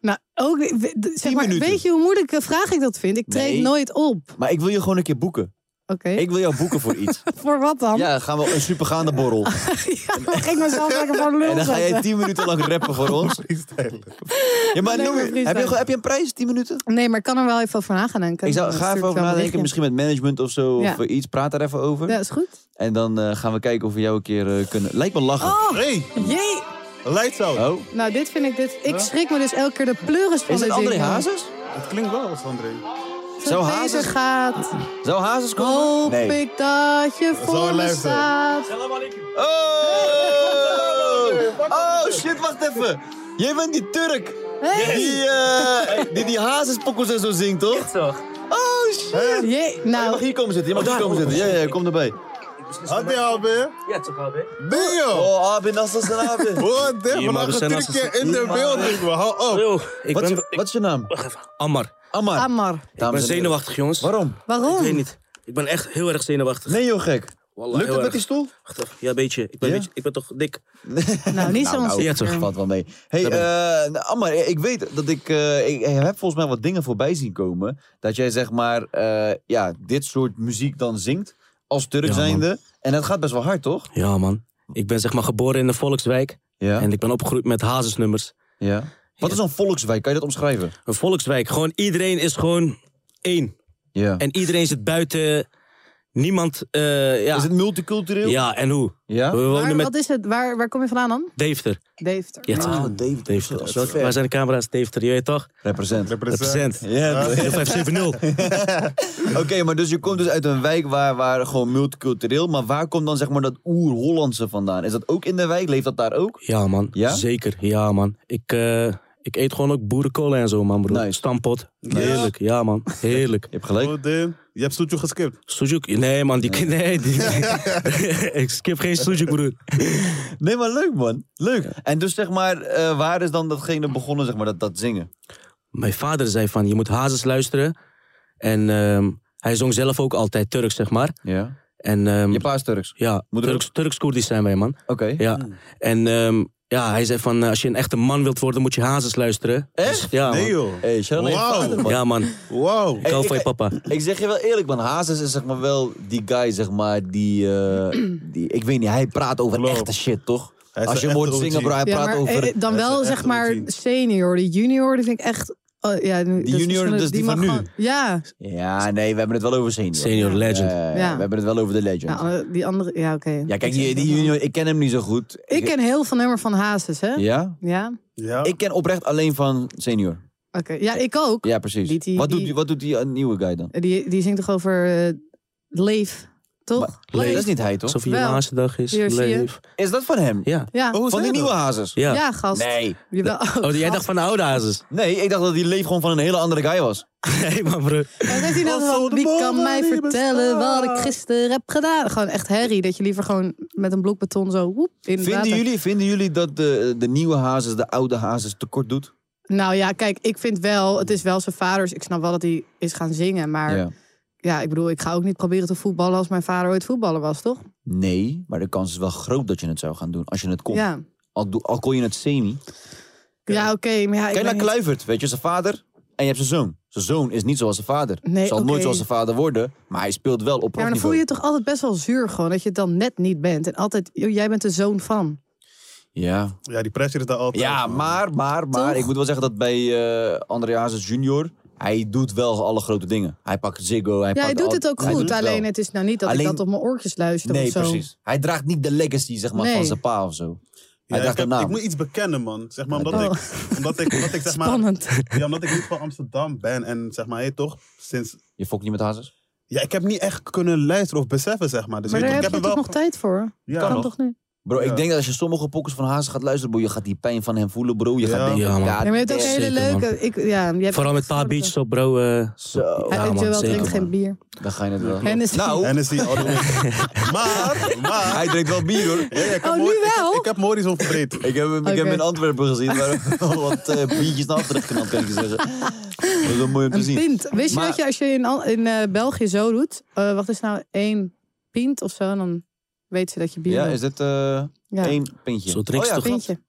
[SPEAKER 3] Nou, ook, we- d- zeg maar,
[SPEAKER 2] minuten.
[SPEAKER 3] weet je hoe moeilijke vraag ik dat vind? Ik treed
[SPEAKER 2] Nee.
[SPEAKER 3] nooit op.
[SPEAKER 2] Maar ik wil je gewoon een keer boeken.
[SPEAKER 3] Oké.
[SPEAKER 2] Ik wil jou boeken voor iets.
[SPEAKER 3] Voor wat dan?
[SPEAKER 2] Ja, gaan we een supergaande borrel.
[SPEAKER 3] Ja, dan ga ik mezelf lekker voor lul
[SPEAKER 2] En dan ga jij
[SPEAKER 3] zetten.
[SPEAKER 2] 10 minuten lang rappen voor ons.
[SPEAKER 4] Freestylen.
[SPEAKER 2] Ja, maar
[SPEAKER 3] Nee,
[SPEAKER 2] noem,
[SPEAKER 3] maar
[SPEAKER 2] heb, je,
[SPEAKER 3] freestyle.
[SPEAKER 2] gewoon- heb je een prijs, 10 minuten?
[SPEAKER 3] Nee, maar ik kan er wel even over nadenken.
[SPEAKER 2] Ik zou,
[SPEAKER 3] Dan
[SPEAKER 2] ga
[SPEAKER 3] stuur ik
[SPEAKER 2] even over
[SPEAKER 3] wel een
[SPEAKER 2] nadenken,
[SPEAKER 3] berichtje.
[SPEAKER 2] misschien met management of zo,
[SPEAKER 3] Ja.
[SPEAKER 2] of eh, iets. Praat daar even over.
[SPEAKER 3] Ja, is goed.
[SPEAKER 2] En dan eh, gaan we kijken of we jou een keer eh, kunnen... Lijkt me lachen.
[SPEAKER 3] Oh,
[SPEAKER 4] Hey,
[SPEAKER 3] jee.
[SPEAKER 4] lights out.
[SPEAKER 2] Oh,
[SPEAKER 3] Nou, dit vind ik... Dit, ik schrik me dus elke keer de pleuris van
[SPEAKER 2] is het
[SPEAKER 3] dit
[SPEAKER 2] André
[SPEAKER 3] ding.
[SPEAKER 2] Hazes?
[SPEAKER 4] Het klinkt wel als André.
[SPEAKER 2] Zou
[SPEAKER 3] Zo
[SPEAKER 2] Hazes-
[SPEAKER 3] Hazes gaat,
[SPEAKER 2] Zou Hazes komen?
[SPEAKER 3] hoop
[SPEAKER 2] nee.
[SPEAKER 3] ik dat je voor me
[SPEAKER 4] luisteren.
[SPEAKER 3] staat.
[SPEAKER 2] Oh! Oh, shit, wacht even. Jij bent die Turk. Die, eh die, die hazespokkels en zo zingt, toch?
[SPEAKER 7] Toch?
[SPEAKER 2] Oh, shit.
[SPEAKER 3] Jee,
[SPEAKER 2] Je mag
[SPEAKER 3] nou,
[SPEAKER 2] hier komen zitten, je mag hier komen zitten. Ja, ja, kom erbij.
[SPEAKER 4] Had je al weer?
[SPEAKER 7] Ja, toch wel, hè?
[SPEAKER 4] Bio!
[SPEAKER 2] Oh, abi, nasıl sen abi?
[SPEAKER 4] Wat dit?
[SPEAKER 8] Hier, maar
[SPEAKER 4] Vandaag een
[SPEAKER 8] we zijn als
[SPEAKER 4] trucje
[SPEAKER 8] een-
[SPEAKER 4] in de building. man. Hou op.
[SPEAKER 8] Yo, ik
[SPEAKER 2] Wat,
[SPEAKER 8] ben...
[SPEAKER 2] is- wat is je naam?
[SPEAKER 8] Wacht even. Ammar.
[SPEAKER 2] Ammar.
[SPEAKER 3] Ammar.
[SPEAKER 8] Ik ben
[SPEAKER 2] Dames en heren.
[SPEAKER 8] zenuwachtig, jongens.
[SPEAKER 2] Waarom?
[SPEAKER 8] Ik weet
[SPEAKER 3] Waarom?
[SPEAKER 8] niet. Ik ben echt heel erg zenuwachtig.
[SPEAKER 2] Nee joh, gek.
[SPEAKER 8] Wallah,
[SPEAKER 2] Lukt
[SPEAKER 8] heel
[SPEAKER 2] het met
[SPEAKER 8] erg.
[SPEAKER 2] die stoel?
[SPEAKER 8] Wacht even. Ja, een beetje. Ik ben,
[SPEAKER 2] Ja?
[SPEAKER 8] een beetje. ik ben toch dik.
[SPEAKER 3] Nou, niet zo
[SPEAKER 8] ja,
[SPEAKER 3] onzeker.
[SPEAKER 8] toch.
[SPEAKER 2] Valt wel mee. Hey, eh, Ammar, ik weet dat ik, eh, ik... ik heb volgens mij wat dingen voorbij zien komen. Dat jij zeg maar eh, ja, dit soort muziek dan zingt. Als Turk
[SPEAKER 8] Ja, man.
[SPEAKER 2] zijnde. En dat gaat best wel hard, toch?
[SPEAKER 8] Ja, man. Ik ben zeg maar geboren in de Volkswijk.
[SPEAKER 2] Ja.
[SPEAKER 8] En ik ben opgegroeid met hazesnummers.
[SPEAKER 2] ja. Wat is een volkswijk? Kan je dat omschrijven?
[SPEAKER 8] Een Volkswijk. Gewoon iedereen is gewoon één.
[SPEAKER 2] Ja.
[SPEAKER 8] En iedereen zit buiten. Niemand... eh, ja.
[SPEAKER 2] Is het multicultureel?
[SPEAKER 8] ja, en hoe?
[SPEAKER 2] Ja?
[SPEAKER 8] We wonen
[SPEAKER 3] Waar,
[SPEAKER 8] met
[SPEAKER 3] wat is het? Waar, waar kom je vandaan dan?
[SPEAKER 8] Deventer.
[SPEAKER 3] Deventer.
[SPEAKER 8] Ja, toch.
[SPEAKER 2] David
[SPEAKER 8] Ah, Deventer. Waar zijn de camera's? Deventer, je weet toch?
[SPEAKER 2] Represent.
[SPEAKER 8] Represent.
[SPEAKER 2] Ja,
[SPEAKER 8] Heel 570.
[SPEAKER 2] Oké, maar dus je komt dus uit een wijk waar, waar gewoon multicultureel, maar waar komt dan zeg maar dat oer-Hollandse vandaan? Is dat ook in de wijk? Leeft dat daar ook?
[SPEAKER 8] Ja, man.
[SPEAKER 2] Ja?
[SPEAKER 8] Zeker. Ja, man. Ik, eh, ik eet gewoon ook boerenkool en zo, man, broer.
[SPEAKER 2] Nice.
[SPEAKER 8] Stampot. Heerlijk. Ja, man. Heerlijk.
[SPEAKER 2] Je hebt gelijk.
[SPEAKER 4] Goed, eh, Je hebt Soetje geskipt.
[SPEAKER 8] Sujuk. Nee, man. Die, nee, die, ik skip geen sujuk, broer.
[SPEAKER 2] Nee, maar leuk man. Leuk. En dus zeg maar, eh, waar is dan datgene begonnen, zeg maar, dat, dat zingen?
[SPEAKER 8] Mijn vader zei van, je moet Hazes luisteren. En ehm, hij zong zelf ook altijd Turks, zeg maar.
[SPEAKER 2] Ja.
[SPEAKER 8] En ehm,
[SPEAKER 2] Je pa is Turks.
[SPEAKER 8] ja,
[SPEAKER 2] Moet er
[SPEAKER 8] Turks- Turks-Koerdisch zijn wij, man.
[SPEAKER 2] Oké.
[SPEAKER 8] Ja. En ehm, ja, hij zei van, eh, als je een echte man wilt worden, moet je Hazes luisteren. Dus,
[SPEAKER 2] Echt?
[SPEAKER 8] Ja, man.
[SPEAKER 4] Nee joh.
[SPEAKER 2] Hey, shout out naar je
[SPEAKER 4] Wauw.
[SPEAKER 2] vader, man.
[SPEAKER 8] Ja, man.
[SPEAKER 4] Wow.
[SPEAKER 8] Ik hou van je
[SPEAKER 2] ik-
[SPEAKER 8] papa.
[SPEAKER 2] Ik zeg je wel eerlijk, man. Hazes is zeg maar wel die guy, zeg maar, die... eh, die ik weet niet, hij praat over
[SPEAKER 4] Klopt.
[SPEAKER 2] echte shit, toch?
[SPEAKER 4] Hij is
[SPEAKER 2] Als je
[SPEAKER 4] een
[SPEAKER 2] hem hoort
[SPEAKER 4] echte
[SPEAKER 2] zingen,
[SPEAKER 4] OG.
[SPEAKER 2] bro, hij
[SPEAKER 3] Ja,
[SPEAKER 2] praat
[SPEAKER 3] maar
[SPEAKER 2] over...
[SPEAKER 3] eh, dan
[SPEAKER 4] Dat is
[SPEAKER 3] wel
[SPEAKER 4] echt
[SPEAKER 3] zeg
[SPEAKER 4] goed
[SPEAKER 3] maar
[SPEAKER 4] zien.
[SPEAKER 3] senior. De junior, die vind ik echt... oh, ja, nu- dat is
[SPEAKER 2] junior,
[SPEAKER 3] verschillend.
[SPEAKER 2] dus die
[SPEAKER 3] mag
[SPEAKER 2] van nu?
[SPEAKER 3] gewoon- ja.
[SPEAKER 2] Ja, nee, we hebben het wel over senior.
[SPEAKER 8] Senior legend.
[SPEAKER 2] Ja, ja, ja.
[SPEAKER 3] Ja.
[SPEAKER 2] we hebben het wel over de legend. Ja,
[SPEAKER 3] Nou, die andere... Ja, oké.
[SPEAKER 2] kijk, die, die junior, ik ken hem niet zo goed.
[SPEAKER 3] Ik ken heel veel nummer van Hazes, hè?
[SPEAKER 2] Ja?
[SPEAKER 3] Ja?
[SPEAKER 4] Ja.
[SPEAKER 2] Ik ken oprecht alleen van senior.
[SPEAKER 3] Oké. Ja, ik ook.
[SPEAKER 2] Ja, precies.
[SPEAKER 3] Die- die-
[SPEAKER 2] wat, doet,
[SPEAKER 3] die-
[SPEAKER 2] die, wat doet die eh, nieuwe guy dan?
[SPEAKER 3] Die, die zingt toch over eh, Leef, toch?
[SPEAKER 8] Leef.
[SPEAKER 2] Nee, dat is niet hij, toch?
[SPEAKER 8] Alsof je
[SPEAKER 3] Wel.
[SPEAKER 8] laatste dag is.
[SPEAKER 3] Hier, zie je.
[SPEAKER 8] Leef.
[SPEAKER 2] Is dat van hem?
[SPEAKER 8] Ja.
[SPEAKER 3] Ja.
[SPEAKER 4] Oh,
[SPEAKER 2] Van die
[SPEAKER 4] zei
[SPEAKER 2] nieuwe
[SPEAKER 4] dat?
[SPEAKER 2] Hazes?
[SPEAKER 8] ja.
[SPEAKER 3] ja, gast.
[SPEAKER 2] Nee.
[SPEAKER 3] Jawel.
[SPEAKER 8] Oh, jij dacht van de oude hazes.
[SPEAKER 2] Nee, ik dacht dat die leef gewoon van een hele andere guy was.
[SPEAKER 8] Nee, maar bro.
[SPEAKER 3] Wat heeft hij nou
[SPEAKER 4] Was
[SPEAKER 3] van,
[SPEAKER 4] zo de
[SPEAKER 3] Wie kan
[SPEAKER 4] bomen
[SPEAKER 3] mij
[SPEAKER 4] die
[SPEAKER 3] vertellen
[SPEAKER 4] bestaan?
[SPEAKER 3] wat ik gisteren heb gedaan? Gewoon echt herrie. Dat je liever gewoon met een blok beton zo... Woep, in het
[SPEAKER 2] Vinden
[SPEAKER 3] water-
[SPEAKER 2] jullie, vinden jullie dat de, de nieuwe Hazes de oude Hazes tekort doet?
[SPEAKER 3] Nou ja, kijk, ik vind wel... Het is wel zijn vaders. Ik snap wel dat hij is gaan zingen. Maar ja.
[SPEAKER 2] Ja.
[SPEAKER 3] ik bedoel, ik ga ook niet proberen te voetballen... als mijn vader ooit voetballen was, toch?
[SPEAKER 2] Nee, maar de kans is wel groot dat je het zou gaan doen als je het kon.
[SPEAKER 3] Ja.
[SPEAKER 2] Al, doe- al kon je het semi.
[SPEAKER 3] Ja, oké. maar ja, ik
[SPEAKER 2] Kijk
[SPEAKER 3] ben
[SPEAKER 2] naar
[SPEAKER 3] niet-
[SPEAKER 2] Kluivert, weet je, zijn vader. En je hebt zijn zoon. Zijn zoon is niet zoals zijn vader.
[SPEAKER 3] Nee,
[SPEAKER 2] Zal
[SPEAKER 3] oké.
[SPEAKER 2] nooit zoals zijn vader worden, maar hij speelt wel op
[SPEAKER 3] Ja, maar dan voel
[SPEAKER 2] profniveau.
[SPEAKER 3] je je toch altijd best wel zuur gewoon... dat je het dan net niet bent. En altijd, joh, jij bent de zoon van.
[SPEAKER 2] Ja,
[SPEAKER 4] Ja, die pressure is daar altijd.
[SPEAKER 2] ja
[SPEAKER 4] man.
[SPEAKER 2] maar, maar, maar.
[SPEAKER 3] Toch?
[SPEAKER 2] Ik moet wel zeggen dat bij eh André Hazes junior... hij doet wel alle grote dingen. Hij pakt Ziggo, hij
[SPEAKER 3] Ja, hij
[SPEAKER 2] pakt
[SPEAKER 3] doet
[SPEAKER 2] al-
[SPEAKER 3] het ook
[SPEAKER 2] hij
[SPEAKER 3] goed.
[SPEAKER 2] doet
[SPEAKER 3] Alleen
[SPEAKER 2] wel.
[SPEAKER 3] het is nou niet dat
[SPEAKER 2] Alleen-
[SPEAKER 3] ik dat op mijn oortjes luister
[SPEAKER 2] Nee,
[SPEAKER 3] of zo.
[SPEAKER 2] precies. Hij draagt niet de legacy, zeg maar, van
[SPEAKER 3] Nee.
[SPEAKER 2] zijn pa of zo.
[SPEAKER 4] Ja,
[SPEAKER 2] Hij
[SPEAKER 4] ik,
[SPEAKER 2] draagt de
[SPEAKER 4] heb- ik
[SPEAKER 2] naam.
[SPEAKER 4] moet iets bekennen, man. Zeg maar, omdat,
[SPEAKER 3] Oh.
[SPEAKER 4] ik, omdat ik, omdat ik, zeg maar,
[SPEAKER 3] Spannend.
[SPEAKER 4] ja, omdat ik niet van Amsterdam ben. En zeg maar, hé, toch, sinds...
[SPEAKER 2] Je fokt niet met hazes?
[SPEAKER 4] Ja, ik heb niet echt kunnen luisteren of beseffen, zeg maar. Dus
[SPEAKER 3] Maar
[SPEAKER 4] weet
[SPEAKER 3] daar
[SPEAKER 4] je,
[SPEAKER 3] heb
[SPEAKER 4] ik
[SPEAKER 3] je
[SPEAKER 4] heb
[SPEAKER 3] toch
[SPEAKER 4] er wel...
[SPEAKER 3] nog tijd voor?
[SPEAKER 4] Ja,
[SPEAKER 3] Kan
[SPEAKER 4] nog.
[SPEAKER 3] toch niet?
[SPEAKER 2] Bro,
[SPEAKER 4] Ja.
[SPEAKER 2] ik denk dat als je sommige pokkers van hazes gaat luisteren, bro, je gaat die pijn van hem voelen, bro. Je
[SPEAKER 4] Ja.
[SPEAKER 2] gaat denken,
[SPEAKER 9] Ja, man.
[SPEAKER 2] ja,
[SPEAKER 3] Nee, maar je hebt ook
[SPEAKER 9] Zeker,
[SPEAKER 3] hele
[SPEAKER 9] man.
[SPEAKER 3] leuke... Ik, ja, je hebt
[SPEAKER 9] Vooral met paar beach op, bro. eh,
[SPEAKER 2] Zo.
[SPEAKER 3] Hij
[SPEAKER 9] Ja, man,
[SPEAKER 3] Joel
[SPEAKER 9] zeker,
[SPEAKER 3] drinkt geen
[SPEAKER 2] man.
[SPEAKER 3] bier.
[SPEAKER 2] dan ga je het wel.
[SPEAKER 3] Hennessy.
[SPEAKER 2] Nou,
[SPEAKER 4] En is die... maar, maar...
[SPEAKER 2] hij drinkt wel bier, hoor.
[SPEAKER 4] Ja, ja, ik heb
[SPEAKER 3] Oh, nu
[SPEAKER 4] Mor- ik-
[SPEAKER 3] wel?
[SPEAKER 4] Ik, heb Morrison verbreed.
[SPEAKER 2] Ik heb hem, ik heb hem
[SPEAKER 3] Oké.
[SPEAKER 2] in Antwerpen gezien, waar wel wat eh, biertjes naar achteren geknapt, kan ik je zeggen. Dat is wel mooi om te
[SPEAKER 3] Een
[SPEAKER 2] zien.
[SPEAKER 3] pint. Wist je
[SPEAKER 2] Dus Maar-
[SPEAKER 3] dat je als je in, Al- in eh, België zo doet, eh, wat is nou één pint of zo, dan weten ze dat je bier
[SPEAKER 2] Ja,
[SPEAKER 3] wil.
[SPEAKER 2] is dit eh
[SPEAKER 3] Ja,
[SPEAKER 2] één pintje?
[SPEAKER 9] Zo drinkt
[SPEAKER 2] oh, ja,
[SPEAKER 9] ze toch?
[SPEAKER 3] pintje.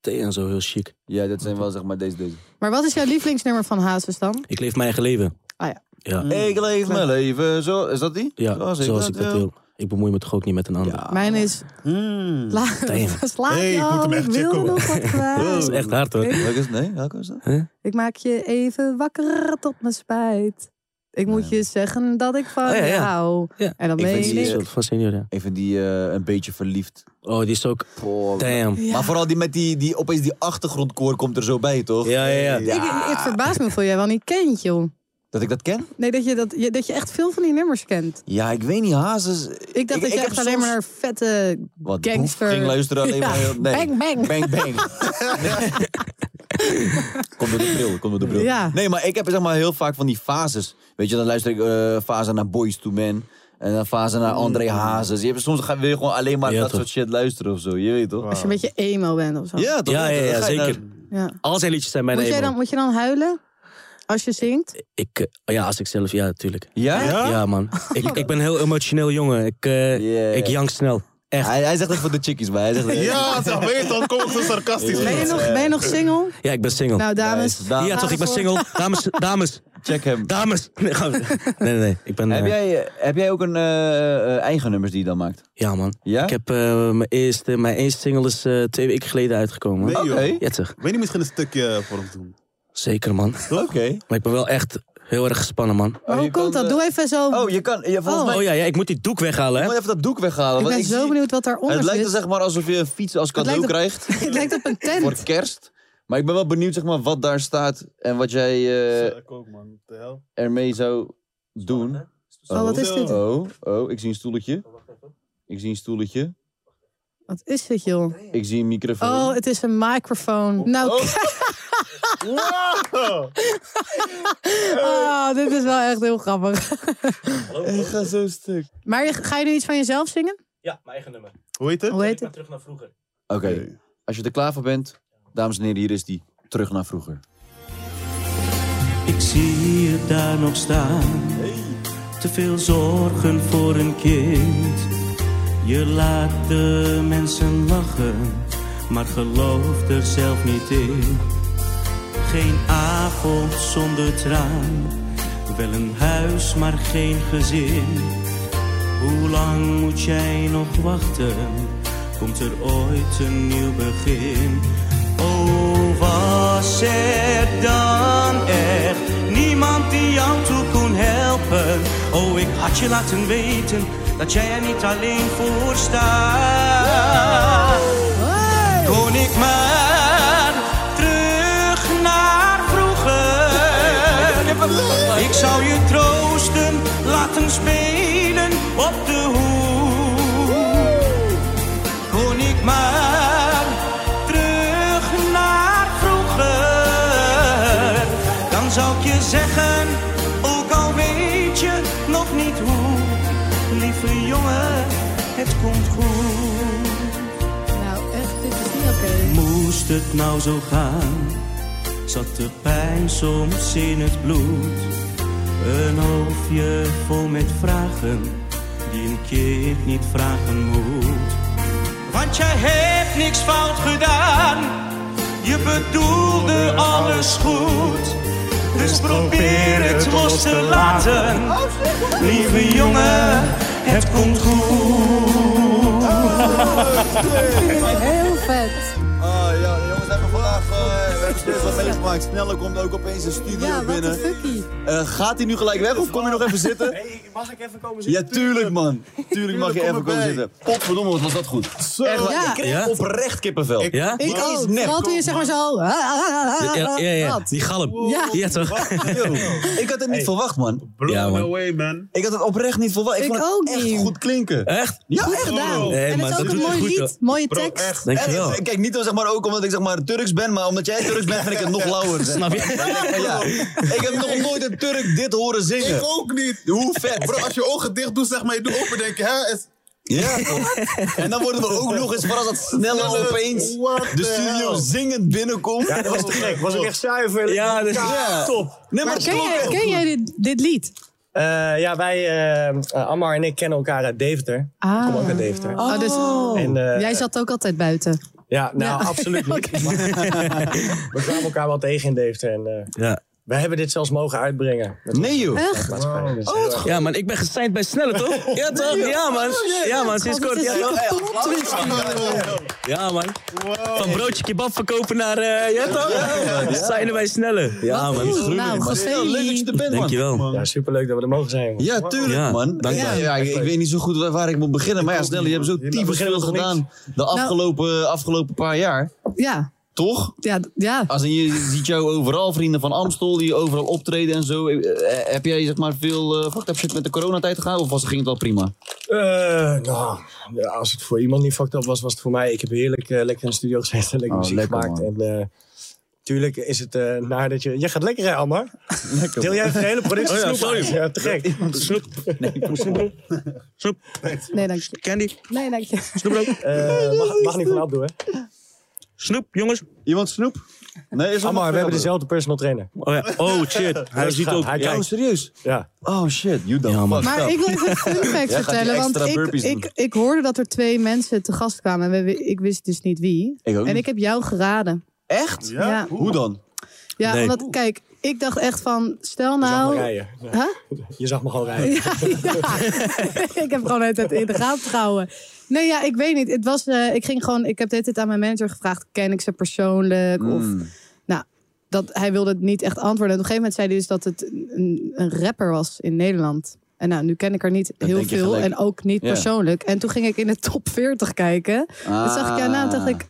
[SPEAKER 9] thee en zo, heel chic.
[SPEAKER 2] Ja, dat zijn wel zeg maar deze, deze.
[SPEAKER 3] Maar wat is jouw lievelingsnummer van Hazes dan?
[SPEAKER 9] Ik leef mijn eigen leven.
[SPEAKER 3] Ah, ja.
[SPEAKER 9] Ja,
[SPEAKER 5] Mm.
[SPEAKER 2] Ik leef mijn leven zo. Is dat die?
[SPEAKER 9] ja,
[SPEAKER 2] Zoals ik
[SPEAKER 9] zoals
[SPEAKER 2] dat
[SPEAKER 9] ik dat
[SPEAKER 2] wil.
[SPEAKER 9] wil. Ik bemoei me toch ook niet met een ander.
[SPEAKER 2] Ja.
[SPEAKER 3] Mijn is...
[SPEAKER 4] Mm.
[SPEAKER 3] La,
[SPEAKER 9] Damn.
[SPEAKER 3] slaap
[SPEAKER 4] Hey, ik
[SPEAKER 3] je
[SPEAKER 4] moet
[SPEAKER 3] al,
[SPEAKER 4] hem
[SPEAKER 3] ik
[SPEAKER 4] echt
[SPEAKER 3] wilde
[SPEAKER 4] checken, Oh.
[SPEAKER 3] nog wat
[SPEAKER 9] Dat is
[SPEAKER 3] kwijt.
[SPEAKER 9] echt hard, hoor.
[SPEAKER 2] Welke is het? Nee, welke is dat?
[SPEAKER 3] Ik maak je even wakker tot mijn spijt. Ik moet je zeggen dat ik van
[SPEAKER 9] Oh, ja,
[SPEAKER 3] je
[SPEAKER 9] ja.
[SPEAKER 3] hou.
[SPEAKER 9] Ja.
[SPEAKER 3] En dan
[SPEAKER 2] Ik
[SPEAKER 3] meen
[SPEAKER 2] vind die,
[SPEAKER 3] ik...
[SPEAKER 2] eh,
[SPEAKER 9] Zo, Van senior, ja.
[SPEAKER 2] Even die eh, een beetje verliefd.
[SPEAKER 9] Oh, die is ook...
[SPEAKER 2] Poh,
[SPEAKER 9] Damn.
[SPEAKER 3] Ja.
[SPEAKER 2] Maar vooral die met die, die opeens die achtergrondkoor komt er zo bij, toch?
[SPEAKER 9] Ja, ja, ja.
[SPEAKER 3] Ik, het verbaast me hoeveel jij wel niet kent, joh.
[SPEAKER 2] Dat ik dat ken?
[SPEAKER 3] Nee, dat je, dat, je, dat je echt veel van die nummers kent.
[SPEAKER 2] Ja, ik weet niet, Hazes.
[SPEAKER 3] Ik dacht dat je
[SPEAKER 2] heb
[SPEAKER 3] echt alleen
[SPEAKER 2] soms-
[SPEAKER 3] maar naar vette
[SPEAKER 2] Wat, boef
[SPEAKER 3] gangster...
[SPEAKER 2] ging luisteren alleen maar...
[SPEAKER 3] Ja.
[SPEAKER 2] heel- Nee.
[SPEAKER 3] Bang, bang.
[SPEAKER 2] Bang, bang. Komt door de bril, komt door de bril.
[SPEAKER 3] Ja.
[SPEAKER 2] Nee, maar ik heb zeg maar heel vaak van die fases. Weet je, dan luister ik eh, fase naar Boys to Men. En dan fase naar André Hazes. Je hebt, soms ga, wil je gewoon alleen maar
[SPEAKER 9] Ja,
[SPEAKER 2] dat
[SPEAKER 9] toch.
[SPEAKER 2] soort shit luisteren of zo. Je weet toch?
[SPEAKER 3] Als je een beetje emo bent of zo.
[SPEAKER 2] Ja, toch?
[SPEAKER 9] Ja, ja, ja,
[SPEAKER 2] Dan ga je
[SPEAKER 9] zeker.
[SPEAKER 2] naar-
[SPEAKER 3] Ja.
[SPEAKER 9] Al zijn liedjes zijn bijna
[SPEAKER 3] Moet, jij
[SPEAKER 9] emo.
[SPEAKER 3] dan, moet je dan huilen als je zingt?
[SPEAKER 9] Ik, eh, ja, als ik zelf... Ja, natuurlijk.
[SPEAKER 2] Ja?
[SPEAKER 9] Ja, man. Ik, ik ben een heel emotioneel jongen. Ik, eh,
[SPEAKER 2] Yeah.
[SPEAKER 9] ik jank snel. Echt.
[SPEAKER 2] Hij, hij zegt het voor de chickies, maar hij zegt... eh,
[SPEAKER 4] Ja, zeg, weet je, dan kom ik zo sarcastisch.
[SPEAKER 3] Ben je nog, ben je nog single?
[SPEAKER 9] Ja, ik ben single.
[SPEAKER 3] Nou, dames.
[SPEAKER 2] Ja,
[SPEAKER 9] ja, toch, ik ben
[SPEAKER 3] daarvoor-
[SPEAKER 9] single. Dames, dames,
[SPEAKER 2] Check hem.
[SPEAKER 9] dames. Nee, grap. nee, nee. nee. Ik ben,
[SPEAKER 2] Heb
[SPEAKER 9] eh,
[SPEAKER 2] jij, eh, heb jij ook een eh, eh, eigen nummers die je dan maakt?
[SPEAKER 9] Ja, man.
[SPEAKER 2] Ja?
[SPEAKER 9] Ik heb eh, mijn, eerste, mijn eerste single is eh, twee weken geleden uitgekomen.
[SPEAKER 4] Nee, joh.
[SPEAKER 2] Oké.
[SPEAKER 9] Ja, toch.
[SPEAKER 4] Weet je misschien een stukje voor ons doen?
[SPEAKER 9] Zeker, man.
[SPEAKER 2] Oké.
[SPEAKER 9] Maar ik ben wel echt heel erg gespannen, man.
[SPEAKER 2] Oh,
[SPEAKER 3] hoe
[SPEAKER 2] je
[SPEAKER 3] komt
[SPEAKER 2] kan,
[SPEAKER 3] dat?
[SPEAKER 2] eh,
[SPEAKER 3] Doe even zo.
[SPEAKER 2] Oh, je kan... Je, volgens
[SPEAKER 9] Oh,
[SPEAKER 2] mij,
[SPEAKER 9] ja, ja, ik moet die doek weghalen,
[SPEAKER 2] Moet
[SPEAKER 9] hè.
[SPEAKER 2] even dat doek weghalen.
[SPEAKER 3] ik
[SPEAKER 2] want
[SPEAKER 3] ben
[SPEAKER 2] zie-
[SPEAKER 3] zo benieuwd wat daaronder
[SPEAKER 2] Het lijkt er
[SPEAKER 3] zit.
[SPEAKER 2] zeg maar alsof je een fiets als
[SPEAKER 3] Het
[SPEAKER 2] cadeau
[SPEAKER 3] lijkt op-
[SPEAKER 2] krijgt
[SPEAKER 3] Het lijkt op een
[SPEAKER 2] voor
[SPEAKER 3] tent.
[SPEAKER 2] kerst. Maar ik ben wel benieuwd zeg maar, wat daar staat en wat jij eh,
[SPEAKER 4] ik ook, man. De hel.
[SPEAKER 2] ermee zou doen.
[SPEAKER 3] Oh, wat is dit?
[SPEAKER 2] Oh, oh, ik zie een stoeltje. Ik zie een stoeltje.
[SPEAKER 3] Wat is dit, joh?
[SPEAKER 2] Ik zie een microfoon.
[SPEAKER 3] Oh, het is een microfoon. Nou,
[SPEAKER 2] Oh.
[SPEAKER 4] Wow!
[SPEAKER 3] oh, dit is wel echt heel grappig.
[SPEAKER 2] Ik ga zo stuk.
[SPEAKER 3] Maar je- ga je nu iets van jezelf zingen?
[SPEAKER 9] Ja, mijn eigen nummer.
[SPEAKER 4] Hoe heet
[SPEAKER 3] Hoe
[SPEAKER 4] het?
[SPEAKER 3] heet het?
[SPEAKER 9] terug naar vroeger.
[SPEAKER 2] Oké, als je er klaar voor bent, dames en heren, hier is die. Terug naar vroeger.
[SPEAKER 9] Ik zie je daar nog staan. Te veel zorgen voor een kind. Je laat de mensen lachen, maar gelooft er zelf niet in. Geen avond zonder traan, wel een huis, maar geen gezin. Hoe lang moet jij nog wachten? Komt er ooit een nieuw begin? Oh, was er dan echt niemand die jou toe kon helpen? Oh, ik had je laten weten dat jij er niet alleen voor staat. Kon ik maar terug naar vroeger. Ik zou je troosten, laten spelen op de hoek. Kon ik maar terug naar vroeger. Dan zou ik je zeggen, ook al weet je nog niet hoe. Lieve jongen, het komt goed.
[SPEAKER 3] Nou, echt, dit is niet oké.
[SPEAKER 9] Moest het nou zo gaan? Zat de pijn soms in het bloed? Een hoofdje vol met vragen die een kind niet vragen moet. Want jij hebt niks fout gedaan, je bedoelde alles goed. Dus probeer het los te laten, lieve jongen, het komt goed.
[SPEAKER 3] Heel vet.
[SPEAKER 2] Ah, Oh ja, jongens, hebben vandaag. we hebben best wel meegemaakt. Sneller komt ook opeens een studio
[SPEAKER 3] Ja, wat een
[SPEAKER 2] binnen.
[SPEAKER 3] fuckie.
[SPEAKER 2] Eh, gaat hij nu gelijk weg of kom je nog even zitten?
[SPEAKER 5] Hey, mag ik even komen
[SPEAKER 2] Ja, tuurlijk man. Tuurlijk mag je
[SPEAKER 4] Tuurlijk,
[SPEAKER 2] even
[SPEAKER 4] kom
[SPEAKER 2] komen
[SPEAKER 4] erbij.
[SPEAKER 2] zitten. Potverdomme, wat was dat goed. Echt waar,
[SPEAKER 3] Ja.
[SPEAKER 2] Ik kreeg
[SPEAKER 8] Ja?
[SPEAKER 2] oprecht kippenvel.
[SPEAKER 8] Ja?
[SPEAKER 3] Ik
[SPEAKER 2] Maar-
[SPEAKER 3] ook.
[SPEAKER 2] is nep,
[SPEAKER 3] Vooral toen je zeg maar zo... ah, ah, ah, ah,
[SPEAKER 8] Ja, ja, ja.
[SPEAKER 3] dat.
[SPEAKER 8] Die galm.
[SPEAKER 3] Ja.
[SPEAKER 8] Ja, toch?
[SPEAKER 2] Yo, ik had het niet verwacht man.
[SPEAKER 4] Blown
[SPEAKER 8] Ja, man.
[SPEAKER 4] away, man.
[SPEAKER 2] Ik had het oprecht niet verwacht. Ik,
[SPEAKER 3] Ik
[SPEAKER 2] vond het
[SPEAKER 3] ook
[SPEAKER 2] echt
[SPEAKER 3] niet.
[SPEAKER 2] goed klinken.
[SPEAKER 8] Echt?
[SPEAKER 2] Ja,
[SPEAKER 3] Goed
[SPEAKER 2] echt.
[SPEAKER 3] gedaan.
[SPEAKER 8] Nee,
[SPEAKER 3] en
[SPEAKER 8] maar
[SPEAKER 3] het is ook
[SPEAKER 8] dat
[SPEAKER 3] een
[SPEAKER 8] doet
[SPEAKER 3] mooi
[SPEAKER 8] hij goed,
[SPEAKER 3] lied.
[SPEAKER 8] hoor.
[SPEAKER 3] Mooie
[SPEAKER 4] Bro,
[SPEAKER 3] tekst.
[SPEAKER 4] echt.
[SPEAKER 2] En,
[SPEAKER 8] Dankjewel.
[SPEAKER 2] eh, kijk, niet dan zeg maar ook omdat ik zeg maar Turks ben, maar omdat jij Turks bent, vind ik het nog lauwer. zeg
[SPEAKER 8] Snap
[SPEAKER 2] maar.
[SPEAKER 8] je?
[SPEAKER 2] Ja. Ik heb nog nooit een Turk dit horen
[SPEAKER 4] Ik
[SPEAKER 2] zingen.
[SPEAKER 4] ook niet.
[SPEAKER 2] Hoe vet.
[SPEAKER 4] Bro, als je ogen dicht doet, zeg maar, je doet open, denk je, hè? Is,
[SPEAKER 2] Ja. En dan worden we ook nog eens verrast dat
[SPEAKER 5] eh,
[SPEAKER 2] sneller opeens
[SPEAKER 4] What the
[SPEAKER 2] de studio
[SPEAKER 4] hell?
[SPEAKER 2] zingend binnenkomt.
[SPEAKER 5] Ja, dat was te gek. Was ik echt zuiver?
[SPEAKER 8] Ja, dat is-
[SPEAKER 5] top.
[SPEAKER 2] Nee, maar
[SPEAKER 3] Maar
[SPEAKER 2] het
[SPEAKER 3] ken
[SPEAKER 2] klonk
[SPEAKER 3] jij,
[SPEAKER 2] echt
[SPEAKER 3] ken
[SPEAKER 2] goed.
[SPEAKER 3] jij dit, dit lied?
[SPEAKER 5] Eh, ja, wij, eh, eh, Ammar en ik kennen elkaar uit Deventer.
[SPEAKER 3] Ah.
[SPEAKER 5] Ik kom ook uit Deventer.
[SPEAKER 3] Oh, dus
[SPEAKER 5] En, eh,
[SPEAKER 3] jij zat ook altijd buiten.
[SPEAKER 5] Ja, nou, absoluut niet. We kwamen elkaar wel tegen in Deventer. En eh,
[SPEAKER 8] Ja.
[SPEAKER 5] wij hebben dit zelfs mogen uitbrengen. Met
[SPEAKER 2] Nee joh.
[SPEAKER 5] de maatschappij. Dus, eh,
[SPEAKER 8] ja, man, ik ben gesigned bij Snelle, toch? Oh, Ja, Oh, toch? Ja, man. Ja, man, sinds kort. Ja, toch? Ja, man. Van broodje kebab verkopen naar... eh ja, toch? Signen bij Snelle. Ja, man.
[SPEAKER 3] Nou,
[SPEAKER 2] Maar het is wel leuk dat je
[SPEAKER 3] gefeliciteerd.
[SPEAKER 2] er bent man.
[SPEAKER 9] Oh.
[SPEAKER 8] Dankjewel.
[SPEAKER 5] ja, superleuk dat we er mogen zijn. jongen.
[SPEAKER 2] Ja, tuurlijk
[SPEAKER 8] Ja,
[SPEAKER 2] man.
[SPEAKER 8] dank
[SPEAKER 2] ja,
[SPEAKER 8] je.
[SPEAKER 2] ja, ik, ik weet niet zo goed waar, waar ik moet beginnen. Maar ja, snel, je hebt zo typisch
[SPEAKER 5] beginnen
[SPEAKER 2] veel
[SPEAKER 5] we toch
[SPEAKER 2] gedaan de
[SPEAKER 5] Nou-
[SPEAKER 2] afgelopen, afgelopen paar jaar.
[SPEAKER 3] Ja,
[SPEAKER 2] Toch?
[SPEAKER 3] ja, ja.
[SPEAKER 2] Als in, je ziet jou overal, vrienden van Amstel die overal optreden en zo. Eh, eh, Heb jij zeg maar veel eh fucked up shit met de coronatijd gehad of was, ging het wel prima?
[SPEAKER 5] Eh, nou, ja, als het voor iemand niet fucked up was, was het voor mij. Ik heb heerlijk eh, lekker in de studio gezeten, lekker
[SPEAKER 2] Oh,
[SPEAKER 5] muziek
[SPEAKER 2] lekker,
[SPEAKER 5] gemaakt.
[SPEAKER 2] man.
[SPEAKER 5] En eh, tuurlijk is het eh naar dat je... Je gaat lekker hè, Ammar?
[SPEAKER 2] Lekker.
[SPEAKER 5] Deel jij even de hele productie
[SPEAKER 8] Oh ja,
[SPEAKER 5] snoep
[SPEAKER 8] sorry.
[SPEAKER 5] uit? Ja, te gek.
[SPEAKER 8] Snoep.
[SPEAKER 3] Nee, dank je.
[SPEAKER 8] Candy.
[SPEAKER 3] Nee, dank je.
[SPEAKER 8] Snoep.
[SPEAKER 5] Eh, mag, mag niet vanaf doen, hè?
[SPEAKER 8] Snoep, jongens.
[SPEAKER 2] Iemand snoep? Nee, is
[SPEAKER 5] Ammar, we hebben dezelfde personal trainer.
[SPEAKER 8] Oh, ja. oh shit. Hij ziet ook.
[SPEAKER 5] Hij
[SPEAKER 8] Ja.
[SPEAKER 2] Oh,
[SPEAKER 5] kijkt.
[SPEAKER 2] serieus?
[SPEAKER 5] Ja.
[SPEAKER 2] Oh shit, you don't
[SPEAKER 8] Ja, man.
[SPEAKER 2] fuck
[SPEAKER 3] Maar
[SPEAKER 2] up.
[SPEAKER 3] ik wil even een fun fact
[SPEAKER 2] die
[SPEAKER 3] vertellen. Want
[SPEAKER 2] extra
[SPEAKER 3] ik,
[SPEAKER 2] burpees doen.
[SPEAKER 3] ik, ik hoorde dat er twee mensen te gast kwamen. En we- ik wist dus niet wie.
[SPEAKER 2] Ik ook
[SPEAKER 3] En
[SPEAKER 2] niet.
[SPEAKER 3] ik heb jou geraden.
[SPEAKER 2] Echt?
[SPEAKER 4] ja?
[SPEAKER 3] Ja.
[SPEAKER 2] Hoe dan?
[SPEAKER 3] Ja,
[SPEAKER 8] Nee.
[SPEAKER 3] omdat kijk, ik dacht echt van, stel
[SPEAKER 5] Je zag me
[SPEAKER 3] nou...
[SPEAKER 5] rijden. Ja.
[SPEAKER 3] Huh?
[SPEAKER 5] Je zag me gewoon rijden.
[SPEAKER 3] Ja, ja. ik heb gewoon het in de gaten gehouden. Nee, ja, ik weet niet. Het was, eh, ik ging gewoon, ik heb dit aan mijn manager gevraagd. Ken ik ze persoonlijk? Of,
[SPEAKER 2] Mm.
[SPEAKER 3] nou, dat, hij wilde het niet echt antwoorden. En op een gegeven moment zei hij dus dat het een, een rapper was in Nederland. En nou, nu ken ik er niet heel
[SPEAKER 2] denk je
[SPEAKER 3] veel
[SPEAKER 2] gelijk.
[SPEAKER 3] en ook niet
[SPEAKER 2] Ja.
[SPEAKER 3] persoonlijk. En toen ging ik in de top 40 kijken. Toen zag ik jouw naam,
[SPEAKER 2] Ah.
[SPEAKER 3] dacht ik...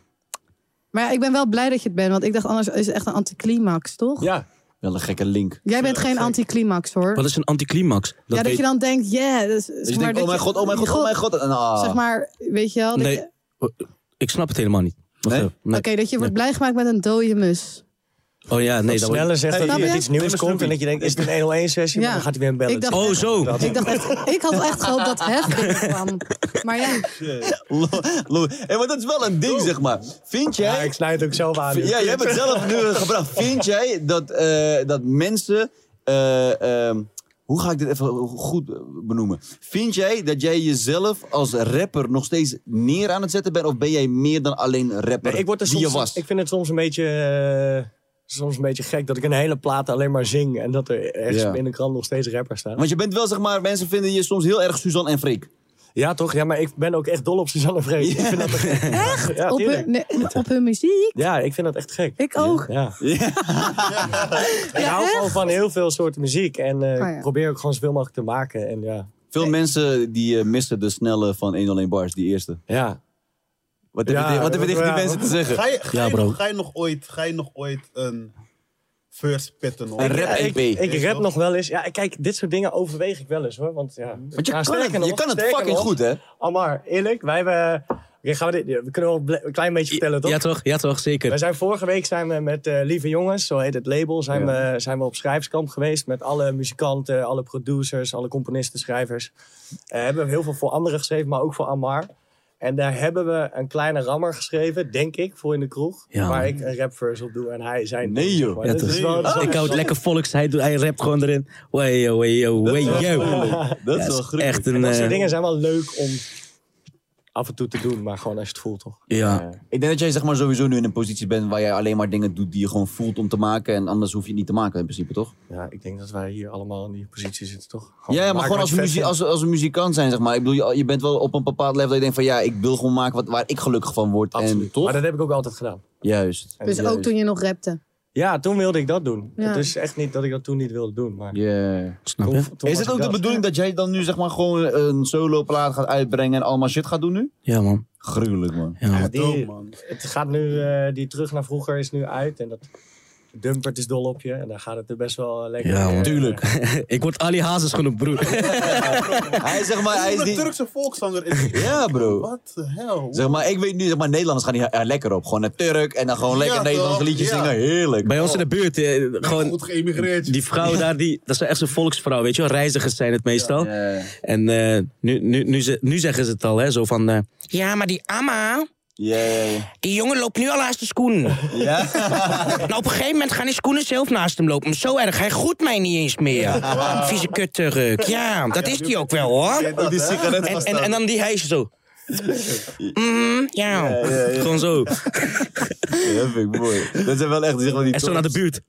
[SPEAKER 3] Maar ja, ik ben wel blij dat je het bent, want ik dacht anders is het echt een anticlimax, toch?
[SPEAKER 5] Ja.
[SPEAKER 2] Wel een gekke link.
[SPEAKER 3] Jij bent geen anticlimax, hoor.
[SPEAKER 8] Wat is een anticlimax? Dat
[SPEAKER 3] ja, dat
[SPEAKER 8] weet-
[SPEAKER 3] je dan denkt, yeah. Dus, zeg
[SPEAKER 2] Dus je
[SPEAKER 3] maar
[SPEAKER 2] denkt,
[SPEAKER 3] dat
[SPEAKER 2] oh mijn
[SPEAKER 3] je-
[SPEAKER 2] god, oh mijn god, oh mijn god. En, ah.
[SPEAKER 3] Zeg maar, weet je wel. dat je-
[SPEAKER 8] Nee, ik snap het helemaal niet. Wacht
[SPEAKER 2] Nee?
[SPEAKER 8] even. Nee.
[SPEAKER 3] Oké, dat je wordt blij gemaakt met een dode mus.
[SPEAKER 8] Oh ja, nee. Dat wordt...
[SPEAKER 5] Sneller zegt dat
[SPEAKER 3] snap
[SPEAKER 5] hij met
[SPEAKER 3] je?
[SPEAKER 5] iets nieuws komt en dat je denkt, is het een 1-1 sessie?
[SPEAKER 3] Ja.
[SPEAKER 5] Maar dan gaat hij weer een bellen.
[SPEAKER 3] Ik dacht-
[SPEAKER 8] Oh, zo.
[SPEAKER 5] Dat-
[SPEAKER 3] Ik dacht echt, ik had echt gehoopt dat het binnenkwam. Maar ja,
[SPEAKER 2] Lo- lo- Hé, maar dat is wel een ding, zeg maar. Vind
[SPEAKER 5] Ja,
[SPEAKER 2] jij...
[SPEAKER 5] ik snijd het ook zelf aan. nu.
[SPEAKER 2] Ja, jij hebt het zelf nu gebracht. Vind jij dat, eh, dat mensen... eh, ehm, hoe ga ik dit even goed benoemen? Vind jij dat jij jezelf als rapper nog steeds neer aan het zetten bent? Of ben jij meer dan alleen rapper
[SPEAKER 5] Nee, ik, word er
[SPEAKER 2] die
[SPEAKER 5] soms,
[SPEAKER 2] je was?
[SPEAKER 5] ik vind het soms een beetje... eh, Soms een beetje gek dat ik een hele plaat alleen maar zing. En dat er ergens
[SPEAKER 2] Ja.
[SPEAKER 5] in de krant nog steeds rappers staan.
[SPEAKER 2] Want je bent wel, zeg maar... Mensen vinden je soms heel erg Suzanne en Freek.
[SPEAKER 5] Ja, toch? Ja, maar ik ben ook echt dol op Suzanne Vrees. Ik vind dat echt? Ja,
[SPEAKER 3] op,
[SPEAKER 5] tuurlijk.
[SPEAKER 3] hun, nee, op hun muziek.
[SPEAKER 5] ja, ik vind dat echt gek.
[SPEAKER 3] Ik ook.
[SPEAKER 5] Ja. Ik
[SPEAKER 3] Ja,
[SPEAKER 5] hou
[SPEAKER 3] echt?
[SPEAKER 5] gewoon van heel veel soorten muziek. En eh,
[SPEAKER 3] ja.
[SPEAKER 5] ik probeer ook gewoon zoveel mogelijk te maken. En ja,
[SPEAKER 2] Veel mensen die eh, missen de snelle van 101 Bars, die eerste.
[SPEAKER 5] ja.
[SPEAKER 2] Wat heb je,
[SPEAKER 5] Ja,
[SPEAKER 2] tegen- wat heb je tegen die
[SPEAKER 5] ja.
[SPEAKER 2] mensen te zeggen?
[SPEAKER 4] Ga je, ga,
[SPEAKER 8] Ja,
[SPEAKER 4] je
[SPEAKER 8] bro.
[SPEAKER 4] nog, ga je nog ooit, ga je nog ooit een verse pitten? of-
[SPEAKER 2] Een rap
[SPEAKER 5] ik,
[SPEAKER 2] EP.
[SPEAKER 5] ik rap nog wel eens. Ja, kijk, dit soort dingen overweeg ik wel eens hoor. Want, ja,
[SPEAKER 2] Want je
[SPEAKER 5] Ja,
[SPEAKER 2] kan, het,
[SPEAKER 5] sterker
[SPEAKER 2] je
[SPEAKER 5] nog,
[SPEAKER 2] kan het
[SPEAKER 5] sterker
[SPEAKER 2] fucking
[SPEAKER 5] nog,
[SPEAKER 2] goed, hè?
[SPEAKER 5] Amar, eerlijk, wij hebben... Oké, gaan we, dit, we kunnen wel ble- een klein beetje vertellen, toch?
[SPEAKER 8] Ja, toch? Ja, toch?
[SPEAKER 5] We
[SPEAKER 8] Zeker.
[SPEAKER 5] zijn vorige week zijn we met eh, Lieve Jongens, zo heet het label, zijn, we, zijn we op schrijverskamp geweest met alle muzikanten, alle producers, alle componisten, schrijvers. Eh, hebben we heel veel voor anderen geschreven, maar ook voor Amar. En daar hebben we een kleine rammer geschreven, denk ik, voor in de kroeg.
[SPEAKER 8] Ja,
[SPEAKER 5] waar
[SPEAKER 8] man.
[SPEAKER 5] ik een rapverse op doe en hij zijn.
[SPEAKER 2] Nee, joh.
[SPEAKER 5] Maar
[SPEAKER 8] Ja,
[SPEAKER 5] dit
[SPEAKER 8] toch?
[SPEAKER 5] is wel-
[SPEAKER 8] Ik hou het lekker volks. Hij, doet- hij rapt gewoon erin. eh, Way, yo, way, yo, way, yo.
[SPEAKER 2] Dat
[SPEAKER 8] Ja,
[SPEAKER 2] is
[SPEAKER 8] het
[SPEAKER 2] wel
[SPEAKER 8] is
[SPEAKER 2] gruwelijk.
[SPEAKER 8] echt een...
[SPEAKER 5] Dat
[SPEAKER 8] eh,
[SPEAKER 5] soort dingen zijn wel leuk om af en toe te doen, maar gewoon als je het voelt, toch?
[SPEAKER 8] Ja.
[SPEAKER 2] Ik denk dat jij zeg maar, sowieso nu in een positie bent waar jij alleen maar dingen doet die je gewoon voelt om te maken. En anders hoef je het niet te maken in principe, toch?
[SPEAKER 5] Ja, ik denk dat wij hier allemaal in die positie zitten, toch?
[SPEAKER 2] Ja, ja, maar
[SPEAKER 5] maken
[SPEAKER 2] gewoon als,
[SPEAKER 5] wat je vet
[SPEAKER 2] muzie- als, als een muzikant zijn, zeg maar. Ik bedoel, je, je bent wel op een bepaald level dat je denkt van ja, ik wil gewoon maken wat, waar ik gelukkig van word.
[SPEAKER 5] vindt. Absoluut.
[SPEAKER 2] En toch?
[SPEAKER 5] Maar dat heb ik ook altijd gedaan.
[SPEAKER 2] Juist.
[SPEAKER 3] Dus ook toen je nog rapte.
[SPEAKER 5] Ja, toen wilde ik dat doen.
[SPEAKER 3] Ja.
[SPEAKER 5] Het is echt niet dat ik dat toen niet wilde doen. Maar
[SPEAKER 2] Yeah.
[SPEAKER 5] toen,
[SPEAKER 10] Snap je?
[SPEAKER 5] toen was
[SPEAKER 2] is het
[SPEAKER 5] ik
[SPEAKER 2] ook de
[SPEAKER 5] dat.
[SPEAKER 2] bedoeling dat jij dan nu zeg maar gewoon een solo plaat gaat uitbrengen en allemaal shit gaat doen nu?
[SPEAKER 8] Ja, man.
[SPEAKER 2] Gruwelijk man.
[SPEAKER 8] Ja, Oh, man.
[SPEAKER 5] Die-
[SPEAKER 4] Dope, man.
[SPEAKER 5] Het gaat nu, eh, die terug naar vroeger is nu uit. En dat dumpert is dol op je. En daar gaat het er best wel lekker.
[SPEAKER 8] Ja, man.
[SPEAKER 5] eh,
[SPEAKER 8] Tuurlijk. ik word Ali Hazes genoemd, broer.
[SPEAKER 2] Hij is, zeg maar, hij is
[SPEAKER 4] Een
[SPEAKER 2] die...
[SPEAKER 4] Turkse volkszanger. is-
[SPEAKER 2] Ja bro.
[SPEAKER 4] What the hell?
[SPEAKER 2] Zeg maar, ik weet nu, zeg maar, Nederlanders gaan hier eh, lekker op. Gewoon naar Turk en dan gewoon lekker
[SPEAKER 4] Ja,
[SPEAKER 2] Nederlandse
[SPEAKER 4] toch?
[SPEAKER 2] liedjes
[SPEAKER 4] Ja.
[SPEAKER 2] zingen. Heerlijk.
[SPEAKER 8] Bij ons in de
[SPEAKER 5] oh.
[SPEAKER 8] buurt, eh, gewoon
[SPEAKER 4] Goed geëmigreerd.
[SPEAKER 8] die vrouw daar, die, dat is echt zo'n volksvrouw, weet je wel. Reizigers zijn het meestal.
[SPEAKER 2] Ja.
[SPEAKER 8] En eh, nu, nu, nu, ze- nu zeggen ze het al, hè, zo van... eh, ja, maar die Amma,
[SPEAKER 2] Ja, ja, ja.
[SPEAKER 8] die jongen loopt nu al naast de schoen. nou, op een gegeven moment gaan die schoenen zelf naast hem lopen. Zo erg, hij groet mij niet eens meer. Vieze kutteruk. Ja, dat is die ook wel, hoor.
[SPEAKER 2] Ook die sigaret
[SPEAKER 8] En,
[SPEAKER 2] vast
[SPEAKER 8] en, en dan die hijsje zo. Mm, ja. gewoon zo.
[SPEAKER 2] houden. Dat vind ik mooi. Dat zijn wel echt, zeg maar, die,
[SPEAKER 8] En zo naar de
[SPEAKER 2] dorps-
[SPEAKER 8] buurt.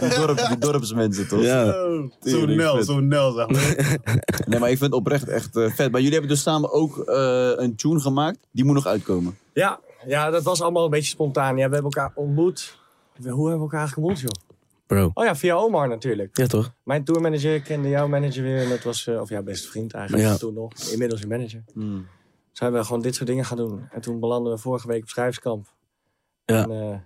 [SPEAKER 2] die, die dorp, die dorpsmensen, toch?
[SPEAKER 4] Oh, Zo
[SPEAKER 2] Tuurlijk,
[SPEAKER 4] nel,
[SPEAKER 2] vet.
[SPEAKER 4] zo nel, zeg maar.
[SPEAKER 2] Nee, maar ik vind het oprecht echt eh, vet. Maar jullie hebben dus samen ook eh, een tune gemaakt. Die moet nog uitkomen.
[SPEAKER 5] Ja, ja, dat was allemaal een beetje spontaan. Ja, we hebben elkaar ontmoet. We- Hoe hebben we elkaar gemoet, joh?
[SPEAKER 8] Bro.
[SPEAKER 5] Oh ja, via Omar natuurlijk.
[SPEAKER 8] Ja, toch?
[SPEAKER 5] Mijn tourmanager kende jouw manager weer. En dat was, eh, of jouw beste vriend eigenlijk
[SPEAKER 8] Ja.
[SPEAKER 5] toen nog. Inmiddels een manager.
[SPEAKER 2] Hmm.
[SPEAKER 5] Dus Zijn we gewoon dit soort dingen gaan doen. En toen belanden we vorige week op schrijverskamp.
[SPEAKER 8] Ja.
[SPEAKER 5] En, eh,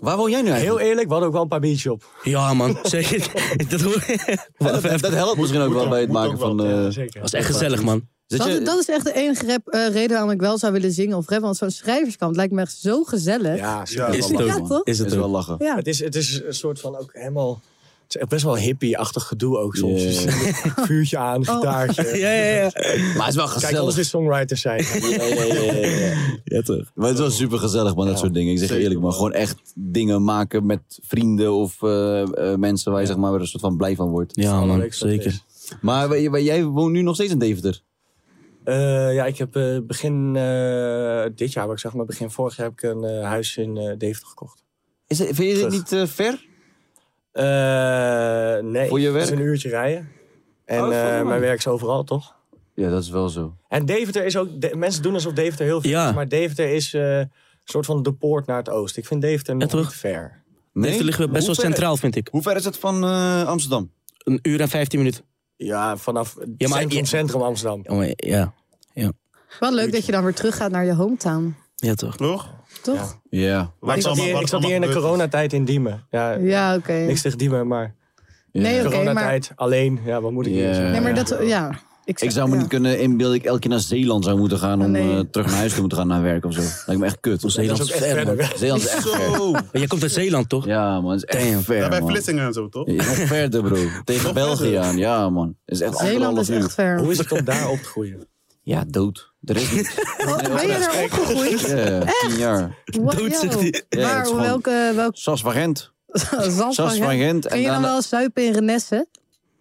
[SPEAKER 2] Waar woon jij nu
[SPEAKER 5] heel
[SPEAKER 2] eigenlijk?
[SPEAKER 5] eerlijk, we hadden ook wel een paar biertjes op.
[SPEAKER 8] Ja, man. Zeker. dat hoor ik.
[SPEAKER 2] dat, dat- dat helpt misschien ook
[SPEAKER 4] moet
[SPEAKER 2] wel
[SPEAKER 4] ook-
[SPEAKER 2] bij het
[SPEAKER 4] moet
[SPEAKER 2] maken
[SPEAKER 4] ook wel,
[SPEAKER 2] van... eh,
[SPEAKER 5] Zeker.
[SPEAKER 8] was echt gezellig, man.
[SPEAKER 2] zit
[SPEAKER 3] Dat,
[SPEAKER 2] je-
[SPEAKER 3] is- dat is echt de enige rap, eh, reden waarom ik wel zou willen zingen of rappen. Want zo'n schrijverskamp lijkt me echt zo gezellig. Ja,
[SPEAKER 4] Ja,
[SPEAKER 5] Ja, zeker.
[SPEAKER 8] Is het ook,
[SPEAKER 3] Ja,
[SPEAKER 8] man.
[SPEAKER 3] toch?
[SPEAKER 8] Is
[SPEAKER 2] is
[SPEAKER 8] het
[SPEAKER 2] wel
[SPEAKER 8] ook.
[SPEAKER 2] lachen.
[SPEAKER 5] Het is, het is een soort van ook helemaal. Het is echt best wel hippie-achtig gedoe ook soms.
[SPEAKER 2] Ja.
[SPEAKER 5] Dus, vuurtje aan, gitaartje.
[SPEAKER 8] Ja, ja, ja.
[SPEAKER 2] Maar het is wel
[SPEAKER 5] Kijk,
[SPEAKER 2] gezellig.
[SPEAKER 5] alles is songwriters zijn.
[SPEAKER 2] Ja, ja, ja, ja, ja. Maar het is wel super gezellig, man, dat soort dingen. Ik zeg je eerlijk, man. Gewoon echt dingen maken met vrienden of eh, eh, mensen waar je zeg maar, weer een soort van blij van wordt.
[SPEAKER 8] Ja,
[SPEAKER 5] Allerleukste
[SPEAKER 8] man.
[SPEAKER 5] wat er
[SPEAKER 8] Zeker.
[SPEAKER 5] is.
[SPEAKER 2] Maar w- w- jij woont nu nog steeds in Deventer.
[SPEAKER 5] Eh, ja, ik heb eh, begin eh, dit jaar, maar ik zeg maar begin vorig jaar, heb ik een eh, huis in eh, Deventer gekocht.
[SPEAKER 2] Is het, vind je dit
[SPEAKER 5] Terug.
[SPEAKER 2] niet eh, ver?
[SPEAKER 5] Eh, nee,
[SPEAKER 2] Voor je werk?
[SPEAKER 5] het is een uurtje rijden. En
[SPEAKER 2] Oh, voor je
[SPEAKER 5] eh,
[SPEAKER 2] werk.
[SPEAKER 5] mijn werk is overal, toch?
[SPEAKER 2] Ja, dat is wel zo.
[SPEAKER 5] En Deventer is ook... de- mensen doen alsof Deventer heel veel
[SPEAKER 8] Ja.
[SPEAKER 5] is, maar Deventer is eh, een soort van de poort naar het oosten. Ik vind Deventer nog
[SPEAKER 8] toch?
[SPEAKER 5] niet ver.
[SPEAKER 2] Nee?
[SPEAKER 8] Dit liggen we best
[SPEAKER 2] Hoe
[SPEAKER 8] wel
[SPEAKER 2] ver-
[SPEAKER 8] centraal, vind ik.
[SPEAKER 2] Hoe ver is het van eh, Amsterdam?
[SPEAKER 8] Een uur en vijftien minuten.
[SPEAKER 5] Ja, vanaf
[SPEAKER 8] Ja, maar-
[SPEAKER 5] centrum, centrum Amsterdam.
[SPEAKER 8] Oh, maar- ja.
[SPEAKER 3] Wel leuk dat je dan weer terug gaat naar je hometown.
[SPEAKER 8] Ja, toch.
[SPEAKER 4] Toch?
[SPEAKER 3] Toch?
[SPEAKER 5] Ja.
[SPEAKER 2] Ja.
[SPEAKER 4] Wat
[SPEAKER 5] ik zat
[SPEAKER 4] allemaal-
[SPEAKER 5] hier,
[SPEAKER 4] wat
[SPEAKER 5] ik zat hier in
[SPEAKER 4] allemaal
[SPEAKER 5] de
[SPEAKER 4] gebeurd is.
[SPEAKER 5] coronatijd in Diemen. Ja,
[SPEAKER 3] Ja, oké.
[SPEAKER 5] niks tegen Diemen, maar
[SPEAKER 3] Nee, oké, maar,
[SPEAKER 5] coronatijd alleen. Ja, wat moet ik
[SPEAKER 2] Ja.
[SPEAKER 5] hier zeggen?
[SPEAKER 3] nee, maar
[SPEAKER 5] Ja.
[SPEAKER 3] dat... Ja.
[SPEAKER 2] Ik zou me
[SPEAKER 3] ja.
[SPEAKER 2] niet kunnen inbeelden dat ik elke keer naar Zeeland zou moeten gaan om
[SPEAKER 3] Nee.
[SPEAKER 2] eh, terug naar huis te moeten gaan naar werk of zo. Lijkt me echt kut.
[SPEAKER 8] Zeeland is
[SPEAKER 5] echt
[SPEAKER 8] ver,
[SPEAKER 5] verder
[SPEAKER 8] man.
[SPEAKER 5] weg.
[SPEAKER 2] Zeeland is echt ver.
[SPEAKER 4] Zo.
[SPEAKER 8] Maar Jij komt uit Zeeland, toch?
[SPEAKER 2] Ja, man. Het is echt
[SPEAKER 8] Damn.
[SPEAKER 2] ver,
[SPEAKER 4] Ja, bij
[SPEAKER 2] man.
[SPEAKER 4] Vlissingen en zo, toch?
[SPEAKER 2] Ja, Nog verder, bro. Tegen
[SPEAKER 4] Nog
[SPEAKER 2] België
[SPEAKER 4] verder.
[SPEAKER 2] aan. Ja, man. Is echt
[SPEAKER 3] Zeeland
[SPEAKER 2] anderhalf
[SPEAKER 3] is echt
[SPEAKER 2] uur.
[SPEAKER 3] ver.
[SPEAKER 5] Hoe is het om daar op te groeien?
[SPEAKER 2] Ja, dood. De rest niet.
[SPEAKER 3] Oh, ben je daar opgegroeid?
[SPEAKER 2] Ja, tien jaar.
[SPEAKER 3] Wow.
[SPEAKER 8] Dood, zegt hij.
[SPEAKER 2] Ja, het
[SPEAKER 3] maar
[SPEAKER 2] is gewoon-
[SPEAKER 3] welke, welke
[SPEAKER 2] Sas van Gent.
[SPEAKER 3] zand
[SPEAKER 2] Sas van Gent.
[SPEAKER 3] Kun
[SPEAKER 2] En
[SPEAKER 3] je dan
[SPEAKER 2] dan,
[SPEAKER 3] wel zuipen in Renesse?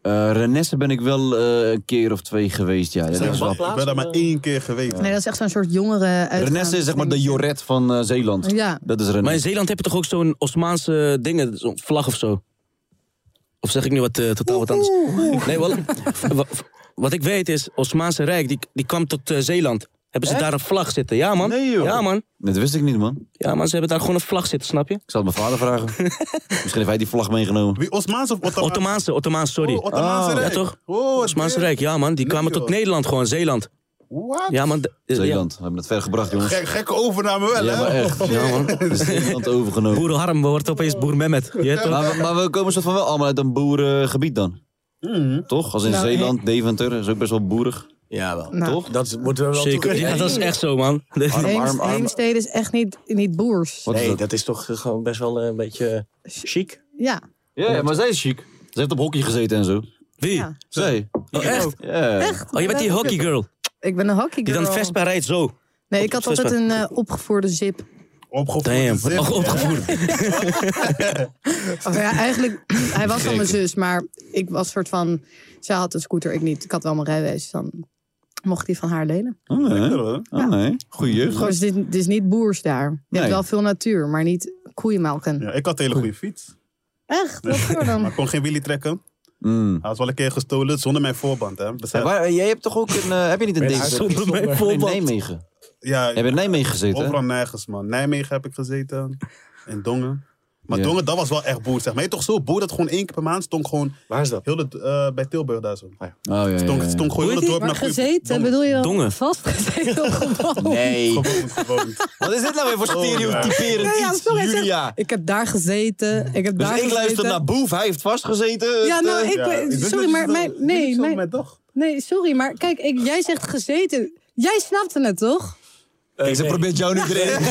[SPEAKER 2] eh, Renesse ben ik wel eh, een keer of twee geweest, ja. Dat
[SPEAKER 4] Zeg
[SPEAKER 2] is
[SPEAKER 4] maar,
[SPEAKER 2] wel...
[SPEAKER 4] Ik ben daar maar één keer geweest.
[SPEAKER 3] Nee, dat is echt zo'n soort jongeren uit.
[SPEAKER 2] Renesse is zeg maar de Joret van eh, Zeeland.
[SPEAKER 3] Ja.
[SPEAKER 2] Dat is
[SPEAKER 8] Maar in
[SPEAKER 2] Renesse.
[SPEAKER 8] Zeeland heb je toch ook zo'n Osmaanse dingen, zo'n vlag of zo? Of zeg ik nu wat, eh, totaal wat anders? Nee, wel, wa- wat ik weet is, Osmaanse Rijk, die, die kwam tot eh, Zeeland. Hebben ze daar een vlag zitten? Ja, man.
[SPEAKER 2] Nee, joh.
[SPEAKER 8] Ja, man.
[SPEAKER 2] Dat wist ik niet, man.
[SPEAKER 8] Ja, man, ze hebben daar gewoon een vlag zitten, snap je?
[SPEAKER 2] Ik zal het mijn vader vragen. Misschien heeft hij die vlag meegenomen.
[SPEAKER 4] Wie, Osmaans of Ottomaans?
[SPEAKER 8] Ottomaanse, Ottomaanse, sorry.
[SPEAKER 4] Oh, Ottomaanse
[SPEAKER 2] Ah.
[SPEAKER 4] Rijk.
[SPEAKER 8] ja, toch?
[SPEAKER 4] Oh, wat
[SPEAKER 8] Osmaanse
[SPEAKER 4] weer.
[SPEAKER 8] Rijk, ja, man. Die
[SPEAKER 4] Nee,
[SPEAKER 8] kwamen
[SPEAKER 4] joh.
[SPEAKER 8] tot Nederland gewoon, Zeeland.
[SPEAKER 4] What?
[SPEAKER 8] Ja, man. de- ja.
[SPEAKER 2] Zeeland. We hebben het ver gebracht, jongens.
[SPEAKER 4] Gek, gekke overname wel,
[SPEAKER 2] Ja,
[SPEAKER 4] hè?
[SPEAKER 2] maar echt.
[SPEAKER 8] Ja, man.
[SPEAKER 2] Zeeland overgenomen.
[SPEAKER 8] Boer Harm wordt opeens Boer Mehmet. Je weet toch?
[SPEAKER 2] Maar, we- maar we komen soort van wel allemaal uit een boerengebied dan. Toch? Als in
[SPEAKER 3] Nou,
[SPEAKER 2] Zeeland, Deventer, is ook best wel boerig.
[SPEAKER 3] Nou,
[SPEAKER 2] Toch?
[SPEAKER 5] Dat moeten we wel
[SPEAKER 8] Zeker.
[SPEAKER 5] toegeven.
[SPEAKER 8] Ja, dat is echt zo, man.
[SPEAKER 3] Heems-
[SPEAKER 2] arm, arm.
[SPEAKER 3] Heemstede is echt niet, niet boers.
[SPEAKER 2] Wat is
[SPEAKER 5] Nee,
[SPEAKER 2] dat?
[SPEAKER 5] dat is toch eh, gewoon best wel eh, een beetje eh, chic.
[SPEAKER 3] Ja.
[SPEAKER 2] Ja, ja, maar zij is chic. Ze heeft op hockey gezeten en zo.
[SPEAKER 8] Wie?
[SPEAKER 3] ja.
[SPEAKER 2] Zij?
[SPEAKER 8] Oh, echt?
[SPEAKER 2] Ja.
[SPEAKER 3] Echt?
[SPEAKER 8] Oh, je bent die hockeygirl.
[SPEAKER 3] Ik ben een hockey
[SPEAKER 8] Die dan Vespa rijdt zo.
[SPEAKER 3] Nee, ik had
[SPEAKER 8] Vespa.
[SPEAKER 3] altijd een eh, opgevoerde zip.
[SPEAKER 4] Opgevoerd.
[SPEAKER 8] Damn.
[SPEAKER 4] zin.
[SPEAKER 8] Oh, opgevoerd.
[SPEAKER 3] Oh, ja, eigenlijk, hij was van mijn zus, maar ik was soort van... Zij had een scooter, ik niet. Ik had wel mijn rijwijs. Dan mocht hij van haar lenen.
[SPEAKER 2] Oh, nee.
[SPEAKER 4] Lekker, hoor.
[SPEAKER 2] Oh, nee. Goeie jeugd gehad.
[SPEAKER 3] Dus dit, dit is niet boers daar. Je
[SPEAKER 2] Nee.
[SPEAKER 3] hebt wel veel natuur, maar niet koeienmelken.
[SPEAKER 4] Ja, ik had een hele goede fiets.
[SPEAKER 3] Echt? Wat voor
[SPEAKER 4] Maar
[SPEAKER 3] dan?
[SPEAKER 4] ik kon geen wheelie trekken.
[SPEAKER 2] Mm.
[SPEAKER 4] Hij was wel een keer gestolen zonder mijn voorband, hè?
[SPEAKER 2] En
[SPEAKER 4] Besef.
[SPEAKER 2] waar- jij hebt toch ook een... eh, heb je niet een Deventer?
[SPEAKER 8] Zonder mijn
[SPEAKER 2] In
[SPEAKER 8] voorband.
[SPEAKER 2] Nijmegen.
[SPEAKER 4] Ja,
[SPEAKER 2] Heb je in Nijmegen gezeten? hè?
[SPEAKER 4] overal nergens, man. Nijmegen heb ik gezeten. In Dongen. Maar
[SPEAKER 2] Ja.
[SPEAKER 4] Dongen, dat was wel echt boer, zeg maar. Je toch zo boer dat gewoon één keer per maand stonk gewoon
[SPEAKER 5] Waar is dat?
[SPEAKER 4] heel het, eh, bij Tilburg daar zo.
[SPEAKER 2] Oh, ja, ja, ja,
[SPEAKER 4] Stonk,
[SPEAKER 2] ja.
[SPEAKER 4] stonk gewoon heel het
[SPEAKER 8] Hoe
[SPEAKER 4] dorp
[SPEAKER 3] Maar
[SPEAKER 4] naar
[SPEAKER 3] gezeten, bedoel je
[SPEAKER 8] Dongen.
[SPEAKER 3] dan vastgezeten of gewoon?
[SPEAKER 2] Nee.
[SPEAKER 4] Gewoon, gewoon.
[SPEAKER 2] Wat is dit nou weer voor stereotyperend
[SPEAKER 3] Nee, ja,
[SPEAKER 2] iets,
[SPEAKER 3] sorry, zeg-
[SPEAKER 2] Julia?
[SPEAKER 3] Ik heb daar gezeten, ik heb
[SPEAKER 2] Dus
[SPEAKER 3] daar
[SPEAKER 2] ik
[SPEAKER 3] gezeten.
[SPEAKER 2] luister naar Boef, hij heeft vastgezeten.
[SPEAKER 3] Ja, nou,
[SPEAKER 4] Ja,
[SPEAKER 3] ik,
[SPEAKER 4] ik
[SPEAKER 3] ben
[SPEAKER 4] weet
[SPEAKER 3] sorry,
[SPEAKER 4] niet
[SPEAKER 3] maar
[SPEAKER 4] of-
[SPEAKER 3] mijn,
[SPEAKER 4] ik weet niet
[SPEAKER 3] nee,
[SPEAKER 4] of
[SPEAKER 3] mijn,
[SPEAKER 4] mijn dag.
[SPEAKER 3] nee, sorry, maar kijk, ik, jij zegt gezeten. Jij snapte het toch?
[SPEAKER 2] Kijk, ze probeert jou nu erin.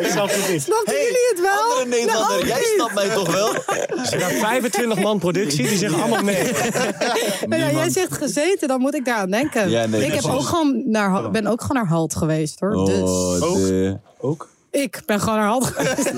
[SPEAKER 5] Ik snap het niet.
[SPEAKER 3] Snapten jullie het wel?
[SPEAKER 2] Andere Nederlander,
[SPEAKER 3] Nou,
[SPEAKER 2] jij
[SPEAKER 3] niet.
[SPEAKER 2] snapt mij toch wel?
[SPEAKER 5] Ze hebben 25 man productie, die zeggen allemaal nee.
[SPEAKER 3] Nou ja, jij zegt gezeten, dan moet ik daaraan denken.
[SPEAKER 2] Ja, nee,
[SPEAKER 3] ik heb
[SPEAKER 2] precies.
[SPEAKER 3] ook gewoon naar, Ha- ben ook gewoon naar Halt geweest, hoor. Dus
[SPEAKER 2] Oh, de-
[SPEAKER 3] ik ben gewoon naar Halt geweest.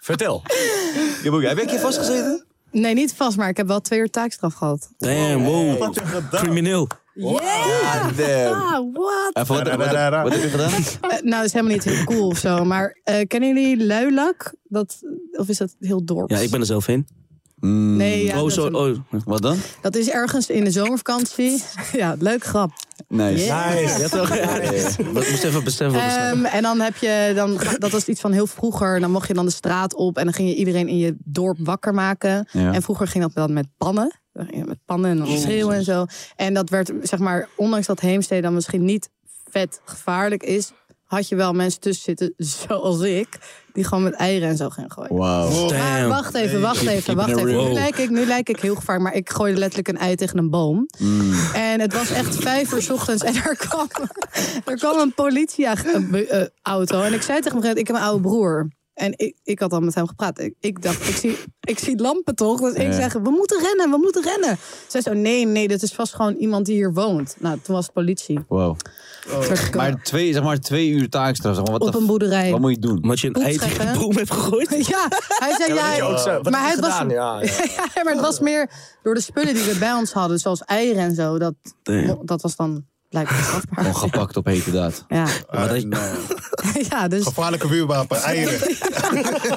[SPEAKER 5] Vertel.
[SPEAKER 2] Ik heb ook- Heb ik je vastgezeten?
[SPEAKER 3] Nee, niet vast, maar ik heb wel twee uur taakstraf gehad.
[SPEAKER 8] Damn, wow.
[SPEAKER 4] Wat heb je gedaan?
[SPEAKER 8] Crimineel.
[SPEAKER 2] Ah, damn. Eh,
[SPEAKER 3] Ah, what?
[SPEAKER 2] Even, wat,
[SPEAKER 4] Ra, ra,
[SPEAKER 2] wat-
[SPEAKER 4] ra, ra.
[SPEAKER 2] wat heb je gedaan?
[SPEAKER 3] Eh, nou, dat is helemaal niet heel cool of zo. Maar eh, kennen jullie Luilak? Dat, of is dat heel dorp?
[SPEAKER 8] Ja, ik ben er zelf heen.
[SPEAKER 3] Nee,
[SPEAKER 2] Mm.
[SPEAKER 3] ja,
[SPEAKER 8] Oh,
[SPEAKER 3] dat,
[SPEAKER 8] zo.
[SPEAKER 3] is-
[SPEAKER 8] Oh.
[SPEAKER 2] Wat dan?
[SPEAKER 3] dat is ergens in de zomervakantie. ja, leuk grap.
[SPEAKER 2] Nice. Eh,
[SPEAKER 3] Yeah.
[SPEAKER 5] Nice. Dat wel
[SPEAKER 8] Dat moest even beseffen. wat er staat.
[SPEAKER 3] Ehm, en dan heb je, dan, dat was iets van heel vroeger, dan mocht je dan de straat op en dan ging je iedereen in je dorp wakker maken.
[SPEAKER 2] Ja.
[SPEAKER 3] En vroeger ging dat dan met pannen. Dan ging je Met pannen en dan schreeuwen en zo. En dat werd, zeg maar, ondanks dat Heemstede dan misschien niet vet gevaarlijk is, had je wel mensen tussen zitten, zoals ik, die gewoon met eieren en zo gingen gooien.
[SPEAKER 2] Wauw.
[SPEAKER 3] Maar
[SPEAKER 8] Damn.
[SPEAKER 3] wacht even, wacht
[SPEAKER 2] Keep-
[SPEAKER 3] even,
[SPEAKER 2] keep it
[SPEAKER 3] wacht even.
[SPEAKER 2] real.
[SPEAKER 3] Nu lijk, ik, nu lijk ik heel gevaarlijk, maar ik gooide letterlijk een ei tegen een boom.
[SPEAKER 2] Mm.
[SPEAKER 3] En het was echt vijf uur 's ochtends en er kwam, er kwam een politieauto. En ik zei tegen mijn vriend, ik heb een oude broer. En ik, ik had al met hem gepraat. Ik, ik dacht, ik zie, ik zie lampen toch? Dus ik
[SPEAKER 2] Ja.
[SPEAKER 3] zeg, we moeten rennen, we moeten rennen. Zij zo, nee, nee, dat is vast gewoon iemand die hier woont. Nou, toen was het politie.
[SPEAKER 2] Wow.
[SPEAKER 3] Toen werd ik,
[SPEAKER 2] Maar twee, zeg maar twee uur taakstraf. Zeg maar, wat
[SPEAKER 3] op
[SPEAKER 2] de
[SPEAKER 3] een
[SPEAKER 2] f-
[SPEAKER 3] boerderij.
[SPEAKER 2] Wat moet je doen?
[SPEAKER 8] Omdat je een
[SPEAKER 3] Poep
[SPEAKER 8] ei tegen de
[SPEAKER 3] scheppen.
[SPEAKER 8] boom hebt gegooid.
[SPEAKER 3] Ja, hij zei, jij.
[SPEAKER 5] Wat
[SPEAKER 3] Maar
[SPEAKER 5] heb
[SPEAKER 3] het
[SPEAKER 5] je
[SPEAKER 3] was-
[SPEAKER 5] gedaan? Ja, ja.
[SPEAKER 3] Ja, maar het was meer door de spullen die we bij ons hadden, zoals eieren en zo. Dat,
[SPEAKER 8] Damn.
[SPEAKER 3] dat was dan blijkbaar strafbaar.
[SPEAKER 2] Gewoon gepakt op hete daad.
[SPEAKER 3] Ja,
[SPEAKER 8] Maar dat-
[SPEAKER 3] ja dus.
[SPEAKER 4] Gevaarlijke vuurwapen,
[SPEAKER 2] Oh,
[SPEAKER 4] eieren.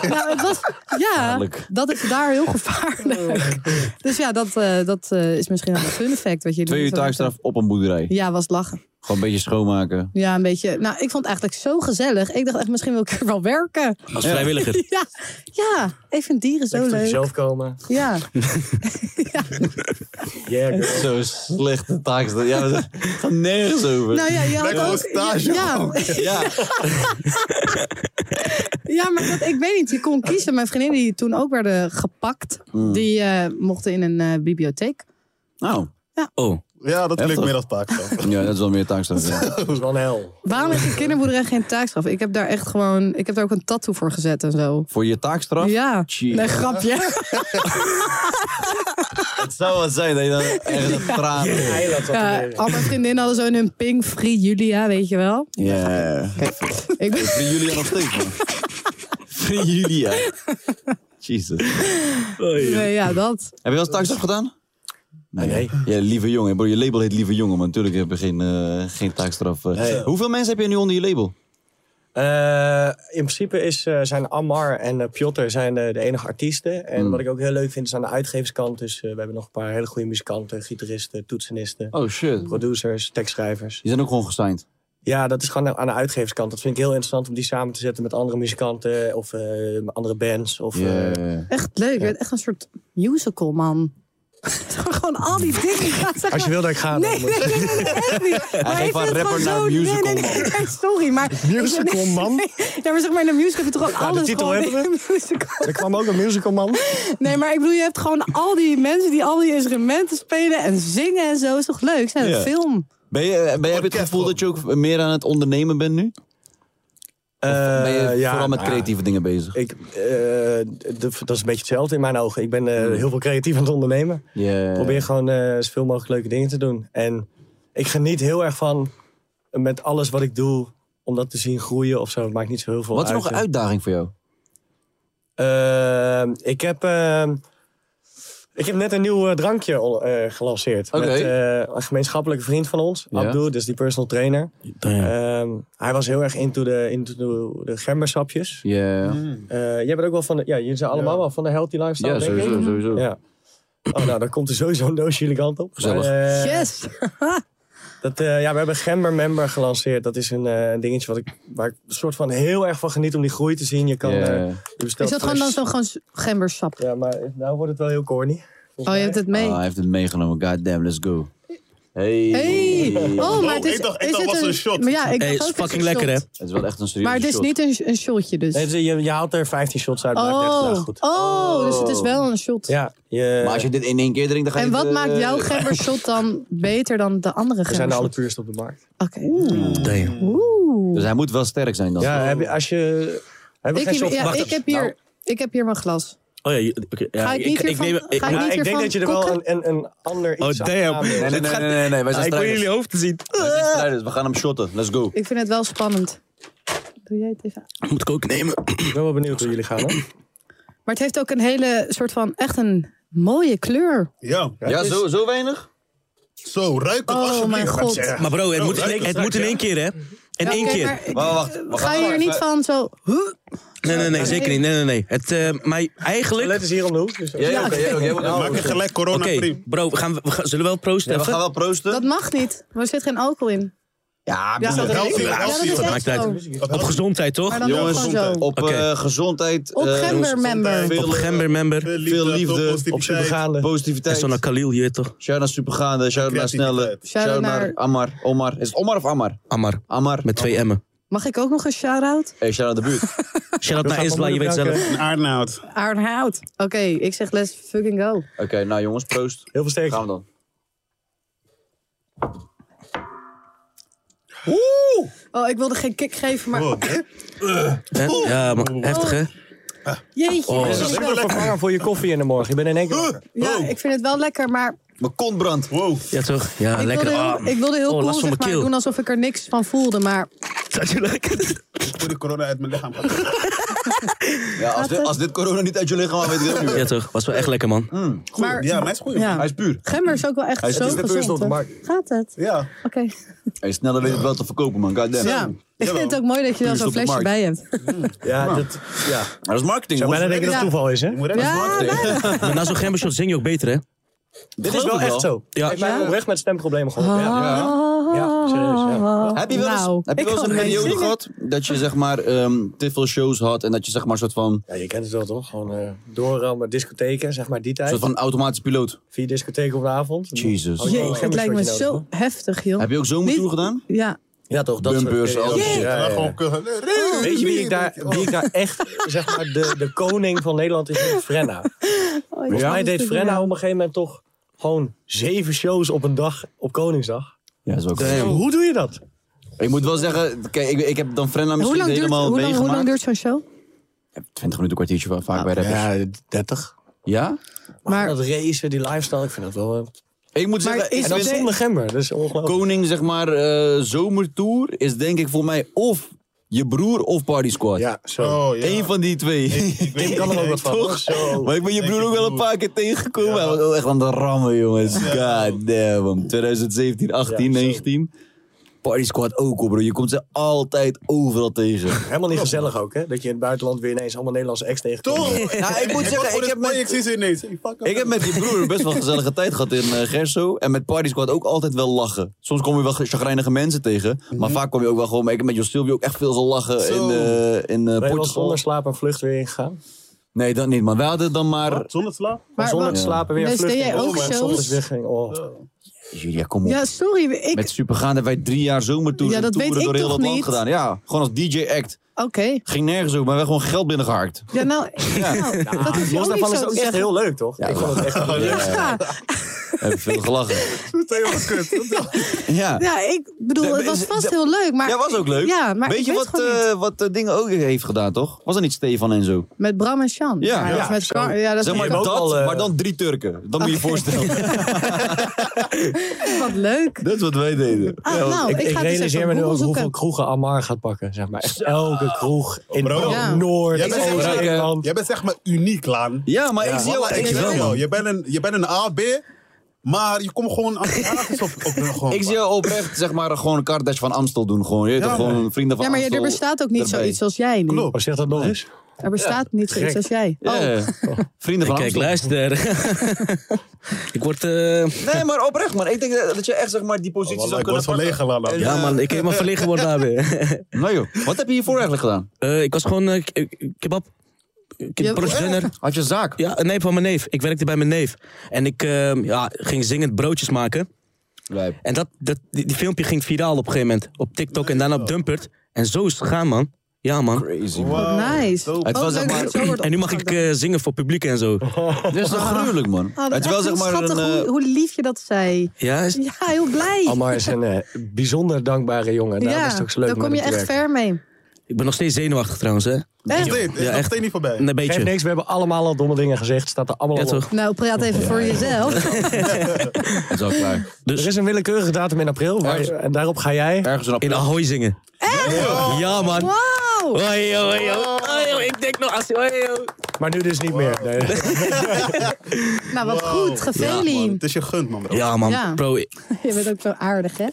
[SPEAKER 3] Nou, het was, ja,
[SPEAKER 2] Gevaarlijk.
[SPEAKER 3] dat is daar heel gevaarlijk. Dus ja, dat, eh, dat eh, is misschien wel een fun fact. Wat jullie
[SPEAKER 2] Twee uur
[SPEAKER 3] niet zouden
[SPEAKER 2] taakstraf op een boerderij.
[SPEAKER 3] weten. Ja, was lachen.
[SPEAKER 2] Gewoon een beetje schoonmaken.
[SPEAKER 3] Ja, een beetje. Nou, ik vond het eigenlijk zo gezellig. Ik dacht echt, misschien wil ik er wel werken.
[SPEAKER 8] Als vrijwilliger.
[SPEAKER 3] Ja, ja ik vind dieren zo
[SPEAKER 5] Lekker tot
[SPEAKER 3] leuk.
[SPEAKER 5] jezelf komen.
[SPEAKER 3] Ja.
[SPEAKER 5] Yeah, girl.
[SPEAKER 2] Zo'n slechte taakstraf. Ja, dat gaat nergens over.
[SPEAKER 3] Nou ja, je had
[SPEAKER 4] Lekker
[SPEAKER 3] ook...
[SPEAKER 4] stage
[SPEAKER 3] ja,
[SPEAKER 2] ja.
[SPEAKER 3] Ja, maar dat, ik weet niet. Je kon kiezen. Mijn vriendinnen die toen ook werden gepakt,
[SPEAKER 2] Mm.
[SPEAKER 3] die eh, mochten in een eh, bibliotheek.
[SPEAKER 2] Nou,
[SPEAKER 8] Oh,
[SPEAKER 4] Ja, dat
[SPEAKER 2] Heftig.
[SPEAKER 4] klinkt meer als taakstraf.
[SPEAKER 2] ja, dat is wel meer taakstraf. Ja.
[SPEAKER 5] Dat is wel een hel.
[SPEAKER 3] Waarom is
[SPEAKER 2] Oh.
[SPEAKER 3] een kinderboerderij geen taakstraf? Ik heb daar echt gewoon, ik heb daar ook een tattoo voor gezet en zo.
[SPEAKER 2] Voor je taakstraf?
[SPEAKER 3] Ja,
[SPEAKER 2] Tjie.
[SPEAKER 3] nee, grapje.
[SPEAKER 2] Het zou wat zijn dat je dan echt een traan...
[SPEAKER 5] Eiland wat
[SPEAKER 3] Ja,
[SPEAKER 5] er weer-
[SPEAKER 3] al mijn vriendinnen hadden zo in hun ping Free Julia, weet je wel.
[SPEAKER 2] Ja.
[SPEAKER 3] Ik ben-
[SPEAKER 2] Vrij Julia nog steeds, man. Vrij Julia. Jesus.
[SPEAKER 3] nee, ja, dat.
[SPEAKER 2] Heb je wel eens taakstraf gedaan?
[SPEAKER 5] Nee.
[SPEAKER 2] Ja, lieve jongen. Bro, je label heet lieve jongen, maar natuurlijk heb je geen, eh, geen taakstraf. eh.
[SPEAKER 5] Nee.
[SPEAKER 2] Hoeveel mensen heb je nu onder je label?
[SPEAKER 5] Eh, in principe is, eh, zijn Ammar en eh, Piotr zijn eh, de enige artiesten.
[SPEAKER 2] Hmm.
[SPEAKER 5] En wat ik ook heel leuk vind is aan de uitgeverskant. Dus eh, we hebben nog een paar hele goede muzikanten, gitaristen, toetsenisten,
[SPEAKER 2] Oh shit.
[SPEAKER 5] producers, tekstschrijvers.
[SPEAKER 2] Die zijn ook gewoon gesigned.
[SPEAKER 5] Ja, dat is gewoon aan de uitgeverskant. Dat vind ik heel interessant om die samen te zetten met andere muzikanten of eh, andere bands. Of, eh,
[SPEAKER 3] Echt leuk. Het werd Echt een soort musical, man. Gewoon al die dingen. Ja, zeg
[SPEAKER 5] Als
[SPEAKER 3] maar-
[SPEAKER 5] je wil dat ik ga,
[SPEAKER 3] Nee,
[SPEAKER 5] dan moet-
[SPEAKER 3] nee, nee, nee, echt niet. Maar
[SPEAKER 2] ging
[SPEAKER 3] ik
[SPEAKER 2] van
[SPEAKER 3] vind het
[SPEAKER 2] rapper
[SPEAKER 3] gewoon
[SPEAKER 2] naar
[SPEAKER 3] zo- nee, nee,
[SPEAKER 2] musical,
[SPEAKER 3] nee, nee, sorry, maar...
[SPEAKER 5] Musical, man?
[SPEAKER 3] Nee, maar zeg maar, in de musical heb je toch ook
[SPEAKER 5] de
[SPEAKER 3] alles
[SPEAKER 5] titel
[SPEAKER 3] gewoon
[SPEAKER 5] hebben we.
[SPEAKER 3] in een musical.
[SPEAKER 5] Er kwam ook een musicalman.
[SPEAKER 3] Nee, maar ik bedoel, je hebt gewoon al die mensen die al die instrumenten spelen en zingen en zo. Is toch leuk? Zijn
[SPEAKER 2] Ja.
[SPEAKER 3] een film?
[SPEAKER 2] Ben je, eh, ben je, heb je het gevoel dat je ook meer aan het ondernemen bent nu? Ben je
[SPEAKER 5] Eh, ja,
[SPEAKER 2] vooral met
[SPEAKER 5] nou,
[SPEAKER 2] creatieve dingen bezig?
[SPEAKER 5] Ik, eh, d- dat is een beetje hetzelfde in mijn ogen. Ik ben
[SPEAKER 2] Hmm.
[SPEAKER 5] eh, heel veel creatief aan het ondernemen.
[SPEAKER 2] Yeah.
[SPEAKER 5] probeer gewoon eh, zoveel mogelijk leuke dingen te doen. En ik geniet heel erg van eh, met alles wat ik doe. Om dat te zien groeien of zo. Het maakt niet zo heel veel
[SPEAKER 2] Wat is
[SPEAKER 5] uit.
[SPEAKER 2] nog een uitdaging voor jou?
[SPEAKER 5] Ehm, ik heb... ehm, ik heb net een nieuw eh, drankje on- eh, gelanceerd.
[SPEAKER 2] Oké.
[SPEAKER 5] Met eh, een gemeenschappelijke vriend van ons,
[SPEAKER 2] Ja.
[SPEAKER 5] Abdul, dus die personal trainer.
[SPEAKER 8] damn.
[SPEAKER 5] Ehm, hij was heel erg into de, into de, de gembersapjes.
[SPEAKER 2] Yeah.
[SPEAKER 5] Eh, jij bent ook wel van de, ja, jullie zijn allemaal wel van de healthy lifestyle,
[SPEAKER 2] Ja,
[SPEAKER 5] denk ik.
[SPEAKER 2] sowieso, sowieso.
[SPEAKER 5] Ja. Oh, nou, dan komt er sowieso een doosje jullie kant op.
[SPEAKER 2] Gezellig.
[SPEAKER 5] Eh,
[SPEAKER 3] Yes!
[SPEAKER 5] Dat, eh, ja, we hebben Gember Member gelanceerd. Dat is een eh, dingetje wat ik, waar ik een soort van heel erg van geniet om die groei te zien. Je kan...
[SPEAKER 2] Ja.
[SPEAKER 5] eh, je bestelt
[SPEAKER 3] Is dat gewoon dan
[SPEAKER 5] fris-
[SPEAKER 3] zo'n gewoon s- gembersap?
[SPEAKER 5] Ja, maar nou wordt het wel heel corny.
[SPEAKER 3] Oh, je hebt het mee.
[SPEAKER 2] Ah, hij heeft het meegenomen. God damn, let's go. Hey.
[SPEAKER 3] Hey. Oh, maar het
[SPEAKER 4] ik
[SPEAKER 3] is,
[SPEAKER 4] dacht- ik
[SPEAKER 3] is
[SPEAKER 4] dacht
[SPEAKER 3] het
[SPEAKER 4] was een shot.
[SPEAKER 3] Maar ja, ik
[SPEAKER 8] Hey,
[SPEAKER 3] dacht
[SPEAKER 8] is
[SPEAKER 3] ook, het
[SPEAKER 8] fucking
[SPEAKER 3] een
[SPEAKER 8] lekker, hè?
[SPEAKER 3] shot.
[SPEAKER 2] Het is wel echt een serieuze
[SPEAKER 3] Maar het is
[SPEAKER 2] shot.
[SPEAKER 3] niet een, een shotje dus.
[SPEAKER 5] Nee, je, je haalt er 15 shots uit. maakt 30
[SPEAKER 3] oh.
[SPEAKER 5] dagen goed.
[SPEAKER 3] oh, dus het is wel een shot.
[SPEAKER 5] Ja, je,
[SPEAKER 2] Maar als je dit in één keer drinkt, dan ga je
[SPEAKER 3] En wat
[SPEAKER 2] het, eh,
[SPEAKER 3] maakt jouw gembershot dan beter dan de andere
[SPEAKER 5] we zijn nou de
[SPEAKER 3] gembershot?
[SPEAKER 5] allerpuurste op de markt.
[SPEAKER 3] Oké.
[SPEAKER 8] Damn.
[SPEAKER 3] Oeh.
[SPEAKER 2] Dus hij moet wel sterk zijn dan.
[SPEAKER 5] Ja, heb je, als je... Heb je
[SPEAKER 3] Ik,
[SPEAKER 5] geen
[SPEAKER 3] heb-
[SPEAKER 5] shot-
[SPEAKER 3] ja,
[SPEAKER 5] wacht,
[SPEAKER 3] ik, heb hier,
[SPEAKER 5] nou,
[SPEAKER 3] ik heb hier mijn glas.
[SPEAKER 8] Oh ja, je- oké. ja,
[SPEAKER 3] Ga ik niet hiervan-
[SPEAKER 8] ik-
[SPEAKER 3] ga ik
[SPEAKER 5] nou,
[SPEAKER 3] niet
[SPEAKER 5] ik denk
[SPEAKER 3] hiervan
[SPEAKER 5] dat je er wel
[SPEAKER 3] kokken?
[SPEAKER 5] een, een, een ander
[SPEAKER 8] Oh,
[SPEAKER 5] iets aan
[SPEAKER 8] damn.
[SPEAKER 5] aan wil.
[SPEAKER 2] Nee, nee, nee, nee, nee, nee, wij zijn
[SPEAKER 8] ik wil
[SPEAKER 2] strijders.
[SPEAKER 8] jullie hoofden zien.
[SPEAKER 2] Wij zijn strijders. We gaan hem shotten. Let's go.
[SPEAKER 3] Ik vind het wel spannend. Doe jij het even aan?
[SPEAKER 8] Moet ik ook nemen.
[SPEAKER 5] Ik ben wel benieuwd hoe jullie gaan. Hè?
[SPEAKER 3] Maar het heeft ook een hele soort van echt een mooie kleur.
[SPEAKER 4] Ja.
[SPEAKER 2] Ja, zo, zo weinig?
[SPEAKER 4] Zo, ruik het
[SPEAKER 3] Oh
[SPEAKER 4] alsjeblieft.
[SPEAKER 3] mijn god.
[SPEAKER 8] Maar bro, het moet, in
[SPEAKER 4] lekker
[SPEAKER 8] één- het
[SPEAKER 4] strak,
[SPEAKER 8] moet in
[SPEAKER 4] ja.
[SPEAKER 8] één keer, hè? In één
[SPEAKER 3] Oké,
[SPEAKER 8] keer.
[SPEAKER 3] maar ik-
[SPEAKER 2] Oh, Wacht, wacht, wacht.
[SPEAKER 3] ga je hier niet van zo... huh?
[SPEAKER 8] Nee, nee, nee, zeker niet. Nee, nee, nee. Het, eh, maar eigenlijk...
[SPEAKER 5] Let is hier om de hoek. Dus
[SPEAKER 2] Jij ook, jij ook, jij ook.
[SPEAKER 4] Maak het gelijk corona
[SPEAKER 8] Oké,
[SPEAKER 4] prima.
[SPEAKER 8] bro, we gaan, we gaan- zullen we wel proosten
[SPEAKER 2] Ja, we
[SPEAKER 8] even?
[SPEAKER 2] gaan wel proosten.
[SPEAKER 3] Dat mag niet. Maar er zit geen alcohol in.
[SPEAKER 2] Ja,
[SPEAKER 3] Ja, dat,
[SPEAKER 2] broer.
[SPEAKER 4] healthy,
[SPEAKER 3] ja, dat
[SPEAKER 4] healthy,
[SPEAKER 3] is
[SPEAKER 4] dat
[SPEAKER 3] echt
[SPEAKER 8] maakt uit.
[SPEAKER 3] zo.
[SPEAKER 8] Op gezondheid, toch?
[SPEAKER 3] Maar dan
[SPEAKER 2] Jongens,
[SPEAKER 3] gewoon zo.
[SPEAKER 2] op
[SPEAKER 8] Oké.
[SPEAKER 2] eh, gezondheid.
[SPEAKER 3] Op
[SPEAKER 2] eh,
[SPEAKER 3] gember member.
[SPEAKER 2] veel eh,
[SPEAKER 8] Op Gember member.
[SPEAKER 2] Veel liefde,
[SPEAKER 4] op
[SPEAKER 5] Op supergaande.
[SPEAKER 8] En
[SPEAKER 2] Positiviteit.
[SPEAKER 8] zo naar Khalil, je weet toch?
[SPEAKER 2] Shout naar Supergaande, shout naar Snelle,
[SPEAKER 4] Creativiteit.
[SPEAKER 2] shout naar
[SPEAKER 3] naar-
[SPEAKER 2] Ammar. Omar. Is het Omar of Ammar?
[SPEAKER 8] Ammar,
[SPEAKER 2] Ammar.
[SPEAKER 8] met twee M'en.
[SPEAKER 3] Mag ik ook nog een shout-out?
[SPEAKER 2] Hey, shout naar de buurt.
[SPEAKER 8] Shout-out naar Isla, je weet zelf.
[SPEAKER 4] Een aardnout.
[SPEAKER 3] Aardhout. Oké, ik zeg let's fucking go.
[SPEAKER 2] Oké, nou jongens, proost.
[SPEAKER 5] Heel veel sterk.
[SPEAKER 2] Gaan we dan.
[SPEAKER 3] Oh, ik wilde geen kick geven, maar...
[SPEAKER 4] Oh, hè?
[SPEAKER 8] Hè? Ja, man, heftig, hè?
[SPEAKER 3] Jeetje.
[SPEAKER 8] Oh,
[SPEAKER 3] dat
[SPEAKER 8] dat
[SPEAKER 3] vind
[SPEAKER 5] Dat
[SPEAKER 3] ik
[SPEAKER 5] is
[SPEAKER 3] wel-
[SPEAKER 5] een vervanger voor je koffie in de morgen. Je bent in één keer wakker.
[SPEAKER 3] ja, ik vind het wel lekker, maar...
[SPEAKER 2] Mijn kont brandt.
[SPEAKER 4] Wow.
[SPEAKER 8] Ja, toch? Ja,
[SPEAKER 3] Ik
[SPEAKER 8] lekker.
[SPEAKER 3] wilde heel,
[SPEAKER 8] Ah,
[SPEAKER 3] ik wilde heel
[SPEAKER 8] Oh,
[SPEAKER 3] cool
[SPEAKER 8] last
[SPEAKER 3] zeg
[SPEAKER 8] van mijn
[SPEAKER 3] maar,
[SPEAKER 8] keel.
[SPEAKER 3] doen alsof ik er niks van voelde, maar...
[SPEAKER 8] Dat je lekker.
[SPEAKER 4] Voor de corona uit mijn lichaam. gaat.
[SPEAKER 2] Ja, als, dit, als dit corona niet uit je lichaam gaat, weet ik het ook niet
[SPEAKER 8] Ja,
[SPEAKER 2] meer.
[SPEAKER 8] toch? Was wel echt lekker, man.
[SPEAKER 4] Goed,
[SPEAKER 3] Maar-
[SPEAKER 4] Ja, mij is goed.
[SPEAKER 3] Ja.
[SPEAKER 2] Hij is puur.
[SPEAKER 3] Gember is ook wel echt
[SPEAKER 2] Hij is-
[SPEAKER 3] zo
[SPEAKER 2] het is de
[SPEAKER 3] gezond. hè? Gaat het?
[SPEAKER 4] Ja.
[SPEAKER 3] Oké.
[SPEAKER 2] Hey, sneller weet het wel te verkopen, man. God damn.
[SPEAKER 3] Ja. Ik vind het ook mooi dat je wel
[SPEAKER 2] Puur
[SPEAKER 3] zo'n
[SPEAKER 2] is op de
[SPEAKER 3] flesje
[SPEAKER 2] markt.
[SPEAKER 3] bij hebt.
[SPEAKER 5] Ja, dat, ja.
[SPEAKER 2] Maar dat is marketing,
[SPEAKER 5] zou
[SPEAKER 2] jongens.
[SPEAKER 5] bijna denken dat het toeval is, hè?
[SPEAKER 4] Moet
[SPEAKER 3] Ja,
[SPEAKER 4] ja.
[SPEAKER 3] nou,
[SPEAKER 8] Maar na zo'n gembershot zing je ook beter, hè?
[SPEAKER 2] Dit
[SPEAKER 5] Het is wel echt zo.
[SPEAKER 8] Ja.
[SPEAKER 5] Ik ben
[SPEAKER 3] Ja.
[SPEAKER 5] oprecht met stemproblemen geholpen. Ja. Ja, serieus,
[SPEAKER 3] ja.
[SPEAKER 2] eh, Heb je wel eens,
[SPEAKER 3] Nou,
[SPEAKER 2] heb je
[SPEAKER 3] ik
[SPEAKER 2] wel eens
[SPEAKER 3] kan
[SPEAKER 2] een
[SPEAKER 3] niet
[SPEAKER 2] periode
[SPEAKER 3] zingen.
[SPEAKER 2] gehad dat je zeg maar ehm, te veel shows had en dat je zeg maar soort van,
[SPEAKER 5] Ja, je kent het wel toch? Gewoon eh doorrammen, discotheken, zeg maar die tijd.
[SPEAKER 2] soort van automatische piloot.
[SPEAKER 5] Vier discotheken op een avond.
[SPEAKER 2] Jesus.
[SPEAKER 5] Had ik wel
[SPEAKER 3] Jee,
[SPEAKER 5] een
[SPEAKER 3] het lijkt me
[SPEAKER 5] gembershotje nodig,
[SPEAKER 3] zo heftig, joh.
[SPEAKER 2] Heb je ook zo'n
[SPEAKER 3] Niet-
[SPEAKER 2] tour gedaan?
[SPEAKER 3] Ja.
[SPEAKER 5] hoor. Ja, toch? Dat soort
[SPEAKER 2] Bumpers,
[SPEAKER 5] periodes.
[SPEAKER 2] alles.
[SPEAKER 5] Ja, ja, ja. Weet je wie ik daar, wie ik daar echt, zeg maar, de, de koning van Nederland is? Frenna.
[SPEAKER 3] Volgens
[SPEAKER 5] Volgens mij deed Frenna op een gegeven moment toch gewoon zeven shows op een dag op Koningsdag.
[SPEAKER 2] Ja, dat is ook
[SPEAKER 5] Hoe doe je dat?
[SPEAKER 2] Ik moet wel zeggen, kijk, ik, ik heb dan Frenna
[SPEAKER 3] Hoe
[SPEAKER 2] misschien
[SPEAKER 3] lang duurt,
[SPEAKER 2] helemaal
[SPEAKER 3] hoe lang, hoe
[SPEAKER 2] meegemaakt.
[SPEAKER 3] lang duurt zo'n show?
[SPEAKER 2] 20 minuten, kwartiertje va- vaak bij rappers. Ja?
[SPEAKER 5] 30.
[SPEAKER 3] Maar,
[SPEAKER 5] Dat racen, die lifestyle, ik vind dat wel... eh,
[SPEAKER 2] Ik moet
[SPEAKER 3] maar
[SPEAKER 2] zeggen,
[SPEAKER 3] is
[SPEAKER 5] En dan
[SPEAKER 3] het-
[SPEAKER 5] zonder gember, dat is ongelooflijk.
[SPEAKER 2] koning zeg maar eh, zomertour is denk ik voor mij of je broer of Party Squad.
[SPEAKER 5] Ja, zo.
[SPEAKER 4] Oh, ja.
[SPEAKER 2] Eén van die twee.
[SPEAKER 5] Ik kan er ook wat van. hoor. Zo.
[SPEAKER 2] Maar ik ben je broer ook wel een paar keer tegengekomen. Hij was wel echt aan de rammen, jongens. God damn. 2017, 18,
[SPEAKER 5] Ja, zo.
[SPEAKER 2] 19. Party Squad ook, hoor, bro. Je komt ze altijd overal tegen.
[SPEAKER 5] Helemaal niet gezellig ook, hè? Dat je in het buitenland weer ineens allemaal Nederlandse ex tegenkomt.
[SPEAKER 4] Toch?
[SPEAKER 2] Ja, Nou, ik moet zeggen, ik heb met...
[SPEAKER 4] Ik zie ze ineens. Hey, fuck
[SPEAKER 2] Ik heb met je broer best wel een gezellige tijd gehad in eh, Gerso. En met Party Squad ook altijd wel lachen. Soms kom je wel chagrijnige mensen tegen. Maar vaak kom je ook wel gewoon... Ik heb met Josilvio ook echt veel gelachen
[SPEAKER 4] Mhm. Zo.
[SPEAKER 2] in, eh in eh,
[SPEAKER 5] Ben je wel
[SPEAKER 2] Portugal.
[SPEAKER 5] zonder slaap en vlucht weer ingegaan?
[SPEAKER 2] Nee, dat niet, man. Wij hadden dan maar...
[SPEAKER 4] Wat? Zonder slaap?
[SPEAKER 3] maar
[SPEAKER 5] zonder
[SPEAKER 3] wat-
[SPEAKER 5] te slapen weer
[SPEAKER 3] Dus
[SPEAKER 5] een vlucht.
[SPEAKER 3] deed jij
[SPEAKER 5] ingegaan.
[SPEAKER 3] ook
[SPEAKER 5] Oh, maar
[SPEAKER 3] shows?
[SPEAKER 5] ochtends weer ging- oh.
[SPEAKER 2] Julia, kom op.
[SPEAKER 3] ja, sorry. Ik,
[SPEAKER 2] Met Supergaan hebben wij drie jaar zomertours
[SPEAKER 3] Ja,
[SPEAKER 2] en
[SPEAKER 3] dat
[SPEAKER 2] toeren
[SPEAKER 3] weet ik
[SPEAKER 2] door heel
[SPEAKER 3] toch
[SPEAKER 2] dat land
[SPEAKER 3] niet?
[SPEAKER 2] gedaan. Ja, gewoon als DJ-act.
[SPEAKER 3] Oké.
[SPEAKER 2] Ging nergens over, maar we hebben gewoon geld binnengeharkt.
[SPEAKER 3] Ja, nou, nou, dat hoef je
[SPEAKER 5] Los
[SPEAKER 3] ook niet
[SPEAKER 5] daarvan is
[SPEAKER 3] zo
[SPEAKER 5] het
[SPEAKER 3] te
[SPEAKER 5] ook echt
[SPEAKER 3] zeggen.
[SPEAKER 5] heel leuk, toch? ik vond het echt heel leuk.
[SPEAKER 3] Ja,
[SPEAKER 2] We hebben veel gelachen. Ja.
[SPEAKER 3] ja, ik bedoel,
[SPEAKER 2] Nee,
[SPEAKER 3] het was
[SPEAKER 2] maar-
[SPEAKER 3] vast
[SPEAKER 2] dat-
[SPEAKER 3] heel leuk. Maar,
[SPEAKER 2] Ja, was ook leuk.
[SPEAKER 3] Ja, maar
[SPEAKER 2] Weet
[SPEAKER 3] ik
[SPEAKER 2] je
[SPEAKER 3] weet
[SPEAKER 2] wat,
[SPEAKER 3] gewoon
[SPEAKER 2] eh, wat eh, dingen ook heeft gedaan, toch? Was dat niet Stefan en zo?
[SPEAKER 3] niet. Met Bram en Sjan.
[SPEAKER 2] Ja.
[SPEAKER 3] dat
[SPEAKER 2] Ja,
[SPEAKER 3] is met Car- ja, dat is
[SPEAKER 2] Zeg maar
[SPEAKER 5] je
[SPEAKER 2] dat,
[SPEAKER 5] ook al, eh,
[SPEAKER 2] maar dan drie Turken. Dat moet je je voorstellen.
[SPEAKER 3] wat leuk.
[SPEAKER 2] dat is wat wij deden.
[SPEAKER 3] Ah, nou, ik,
[SPEAKER 5] Ik,
[SPEAKER 3] ga
[SPEAKER 5] ik
[SPEAKER 3] het eens
[SPEAKER 5] realiseer me
[SPEAKER 3] even
[SPEAKER 5] nu ook
[SPEAKER 3] Google
[SPEAKER 5] hoeveel
[SPEAKER 3] zoeken.
[SPEAKER 5] kroegen Amar gaat pakken. Zeg maar. Echt elke kroeg in
[SPEAKER 4] Bro.
[SPEAKER 3] Ja.
[SPEAKER 5] Noord,
[SPEAKER 4] Jij bent echt
[SPEAKER 5] Oost,
[SPEAKER 4] gelijk, hè?
[SPEAKER 5] Nederland.
[SPEAKER 4] Jij bent zeg maar uniek, Laan.
[SPEAKER 2] Ja, maar ik zie
[SPEAKER 4] Wallah,
[SPEAKER 2] jou...
[SPEAKER 4] ik
[SPEAKER 2] Ik,
[SPEAKER 4] zie
[SPEAKER 2] ik,
[SPEAKER 4] jou. Je bent een, je bent een AB, maar je komt gewoon aan de op, op gewoon.
[SPEAKER 2] zie jou oprecht, zeg maar, gewoon een Kardashian van Amstel doen. Gewoon, je weet toch, gewoon vrienden van
[SPEAKER 3] Ja, maar
[SPEAKER 2] Amstel.
[SPEAKER 3] er bestaat ook niet
[SPEAKER 2] erbij.
[SPEAKER 3] zoiets als jij nu.
[SPEAKER 4] Klopt.
[SPEAKER 5] Oh, zeg dat nog eens.
[SPEAKER 3] Er bestaat niet zoiets
[SPEAKER 5] gek.
[SPEAKER 3] als jij.
[SPEAKER 2] Ja, ja.
[SPEAKER 3] Oh.
[SPEAKER 2] Oh. Vrienden van
[SPEAKER 8] Kijk,
[SPEAKER 2] Amstel.
[SPEAKER 8] luister. ik word... eh,
[SPEAKER 2] Nee, maar oprecht, man. Ik denk dat dat je echt zeg maar, die positie
[SPEAKER 4] Wallah,
[SPEAKER 2] zou
[SPEAKER 4] ik word
[SPEAKER 2] kunnen
[SPEAKER 4] verlegen, Lala.
[SPEAKER 8] ja man, ik heb maar verlegen worden daar weer.
[SPEAKER 2] pakken. Nou joh, wat heb je hiervoor eigenlijk gedaan?
[SPEAKER 8] Eh, ik was gewoon eh, k- eh, kebab.
[SPEAKER 3] Ja,
[SPEAKER 8] Kebab, broodje dunner.
[SPEAKER 2] Had je een zaak?
[SPEAKER 8] Ja, nee, van mijn neef. Ik werkte bij mijn neef. En ik eh, ja, ging zingend broodjes maken.
[SPEAKER 2] Lijp.
[SPEAKER 8] En dat, dat, die, die filmpje ging viraal op een gegeven moment. Op TikTok en daarna op Dumpert. En zo is het gegaan, man. Ja, man.
[SPEAKER 2] Crazy, man.
[SPEAKER 4] Wow.
[SPEAKER 3] Nice.
[SPEAKER 4] dope.
[SPEAKER 2] Het
[SPEAKER 3] Oh,
[SPEAKER 2] was
[SPEAKER 3] leuk
[SPEAKER 2] zeg
[SPEAKER 3] dat
[SPEAKER 2] maar...
[SPEAKER 3] het zo wordt
[SPEAKER 8] En nu mag ik
[SPEAKER 3] opgepakt.
[SPEAKER 8] eh, zingen voor publiek en zo.
[SPEAKER 2] Dit is toch gruwelijk, man.
[SPEAKER 3] Oh, dat
[SPEAKER 2] het is wel
[SPEAKER 3] echt
[SPEAKER 2] zeg
[SPEAKER 3] heel
[SPEAKER 2] maar
[SPEAKER 3] schattig
[SPEAKER 2] een... eh,
[SPEAKER 3] hoe, hoe lief je dat zei.
[SPEAKER 8] Ja, is-
[SPEAKER 3] Ja, heel blij.
[SPEAKER 5] Amar is een eh, bijzonder dankbare jongen. Daarom
[SPEAKER 3] ja,
[SPEAKER 5] is het ook zo leuk
[SPEAKER 3] daar
[SPEAKER 5] om
[SPEAKER 3] kom
[SPEAKER 5] met
[SPEAKER 3] je
[SPEAKER 5] hem te
[SPEAKER 3] echt
[SPEAKER 5] werken.
[SPEAKER 3] ver mee.
[SPEAKER 8] ik ben nog steeds zenuwachtig trouwens, hè.
[SPEAKER 4] Nog
[SPEAKER 3] Echt?
[SPEAKER 4] steeds, is
[SPEAKER 8] Ja,
[SPEAKER 4] nog
[SPEAKER 8] echt.
[SPEAKER 4] steeds niet voorbij.
[SPEAKER 8] Een
[SPEAKER 5] Geef
[SPEAKER 8] beetje.
[SPEAKER 5] niks, we hebben allemaal al domme dingen gezegd. Staat er allemaal
[SPEAKER 8] Ja,
[SPEAKER 5] op.
[SPEAKER 8] toch?
[SPEAKER 3] Nou, praat even voor jezelf.
[SPEAKER 2] het is al klaar.
[SPEAKER 5] Er
[SPEAKER 8] Dus-
[SPEAKER 5] is een willekeurige datum in april. waar- en daarop ga jij.
[SPEAKER 2] Ergens een
[SPEAKER 8] In
[SPEAKER 2] appel.
[SPEAKER 8] Ahoy zingen. Ja, man.
[SPEAKER 3] Wauw!
[SPEAKER 8] Oi, oi, oi. Oi, oi, Ik denk nog als... oi, oi.
[SPEAKER 5] Maar nu dus niet meer. Nee.
[SPEAKER 3] Nou, wat goed.
[SPEAKER 4] Man,
[SPEAKER 3] Gefelien.
[SPEAKER 4] het is je gunt, man. Bro.
[SPEAKER 8] Ja, Ah, man.
[SPEAKER 3] Ja.
[SPEAKER 8] Bro,
[SPEAKER 3] je bent ook zo aardig, hè?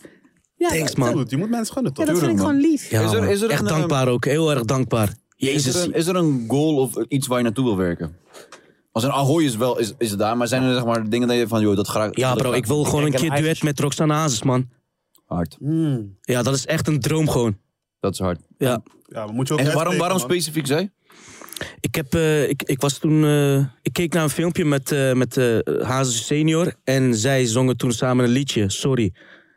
[SPEAKER 3] Ja,
[SPEAKER 8] thanks,
[SPEAKER 4] Goed,
[SPEAKER 8] man.
[SPEAKER 4] je moet mensen gunnen,
[SPEAKER 3] Ja,
[SPEAKER 4] toch?
[SPEAKER 3] dat vind ik gewoon lief.
[SPEAKER 8] Ja,
[SPEAKER 2] Is er-
[SPEAKER 8] man.
[SPEAKER 2] is er
[SPEAKER 8] Echt
[SPEAKER 2] een, ehm, eh,
[SPEAKER 8] dankbaar ook. Heel erg dankbaar.
[SPEAKER 2] Is er,
[SPEAKER 8] Jezus.
[SPEAKER 2] een, is er een goal of iets waar je naartoe wil werken? Als een Ahoy is wel, is, is het daar. Maar zijn er zeg maar dingen dat je van, joh, dat graag...
[SPEAKER 8] Ja,
[SPEAKER 2] dat
[SPEAKER 8] bro.
[SPEAKER 2] graag-
[SPEAKER 8] Ik wil gewoon een
[SPEAKER 5] denk een
[SPEAKER 8] keer duet
[SPEAKER 5] eigen-
[SPEAKER 8] met Roxanne Hazes, man.
[SPEAKER 2] Hard.
[SPEAKER 4] Hmm.
[SPEAKER 8] Ja, dat is echt een droom gewoon.
[SPEAKER 2] Dat is hard.
[SPEAKER 8] Ja.
[SPEAKER 4] Ja, maar moet je ook
[SPEAKER 2] En waarom,
[SPEAKER 4] uitspreken,
[SPEAKER 2] waarom
[SPEAKER 4] man.
[SPEAKER 2] specifiek zij?
[SPEAKER 8] Ik, heb, eh, ik, ik was toen. eh, ik keek naar een filmpje met, eh met eh, Hazes senior. En zij zongen toen samen een liedje. Sorry.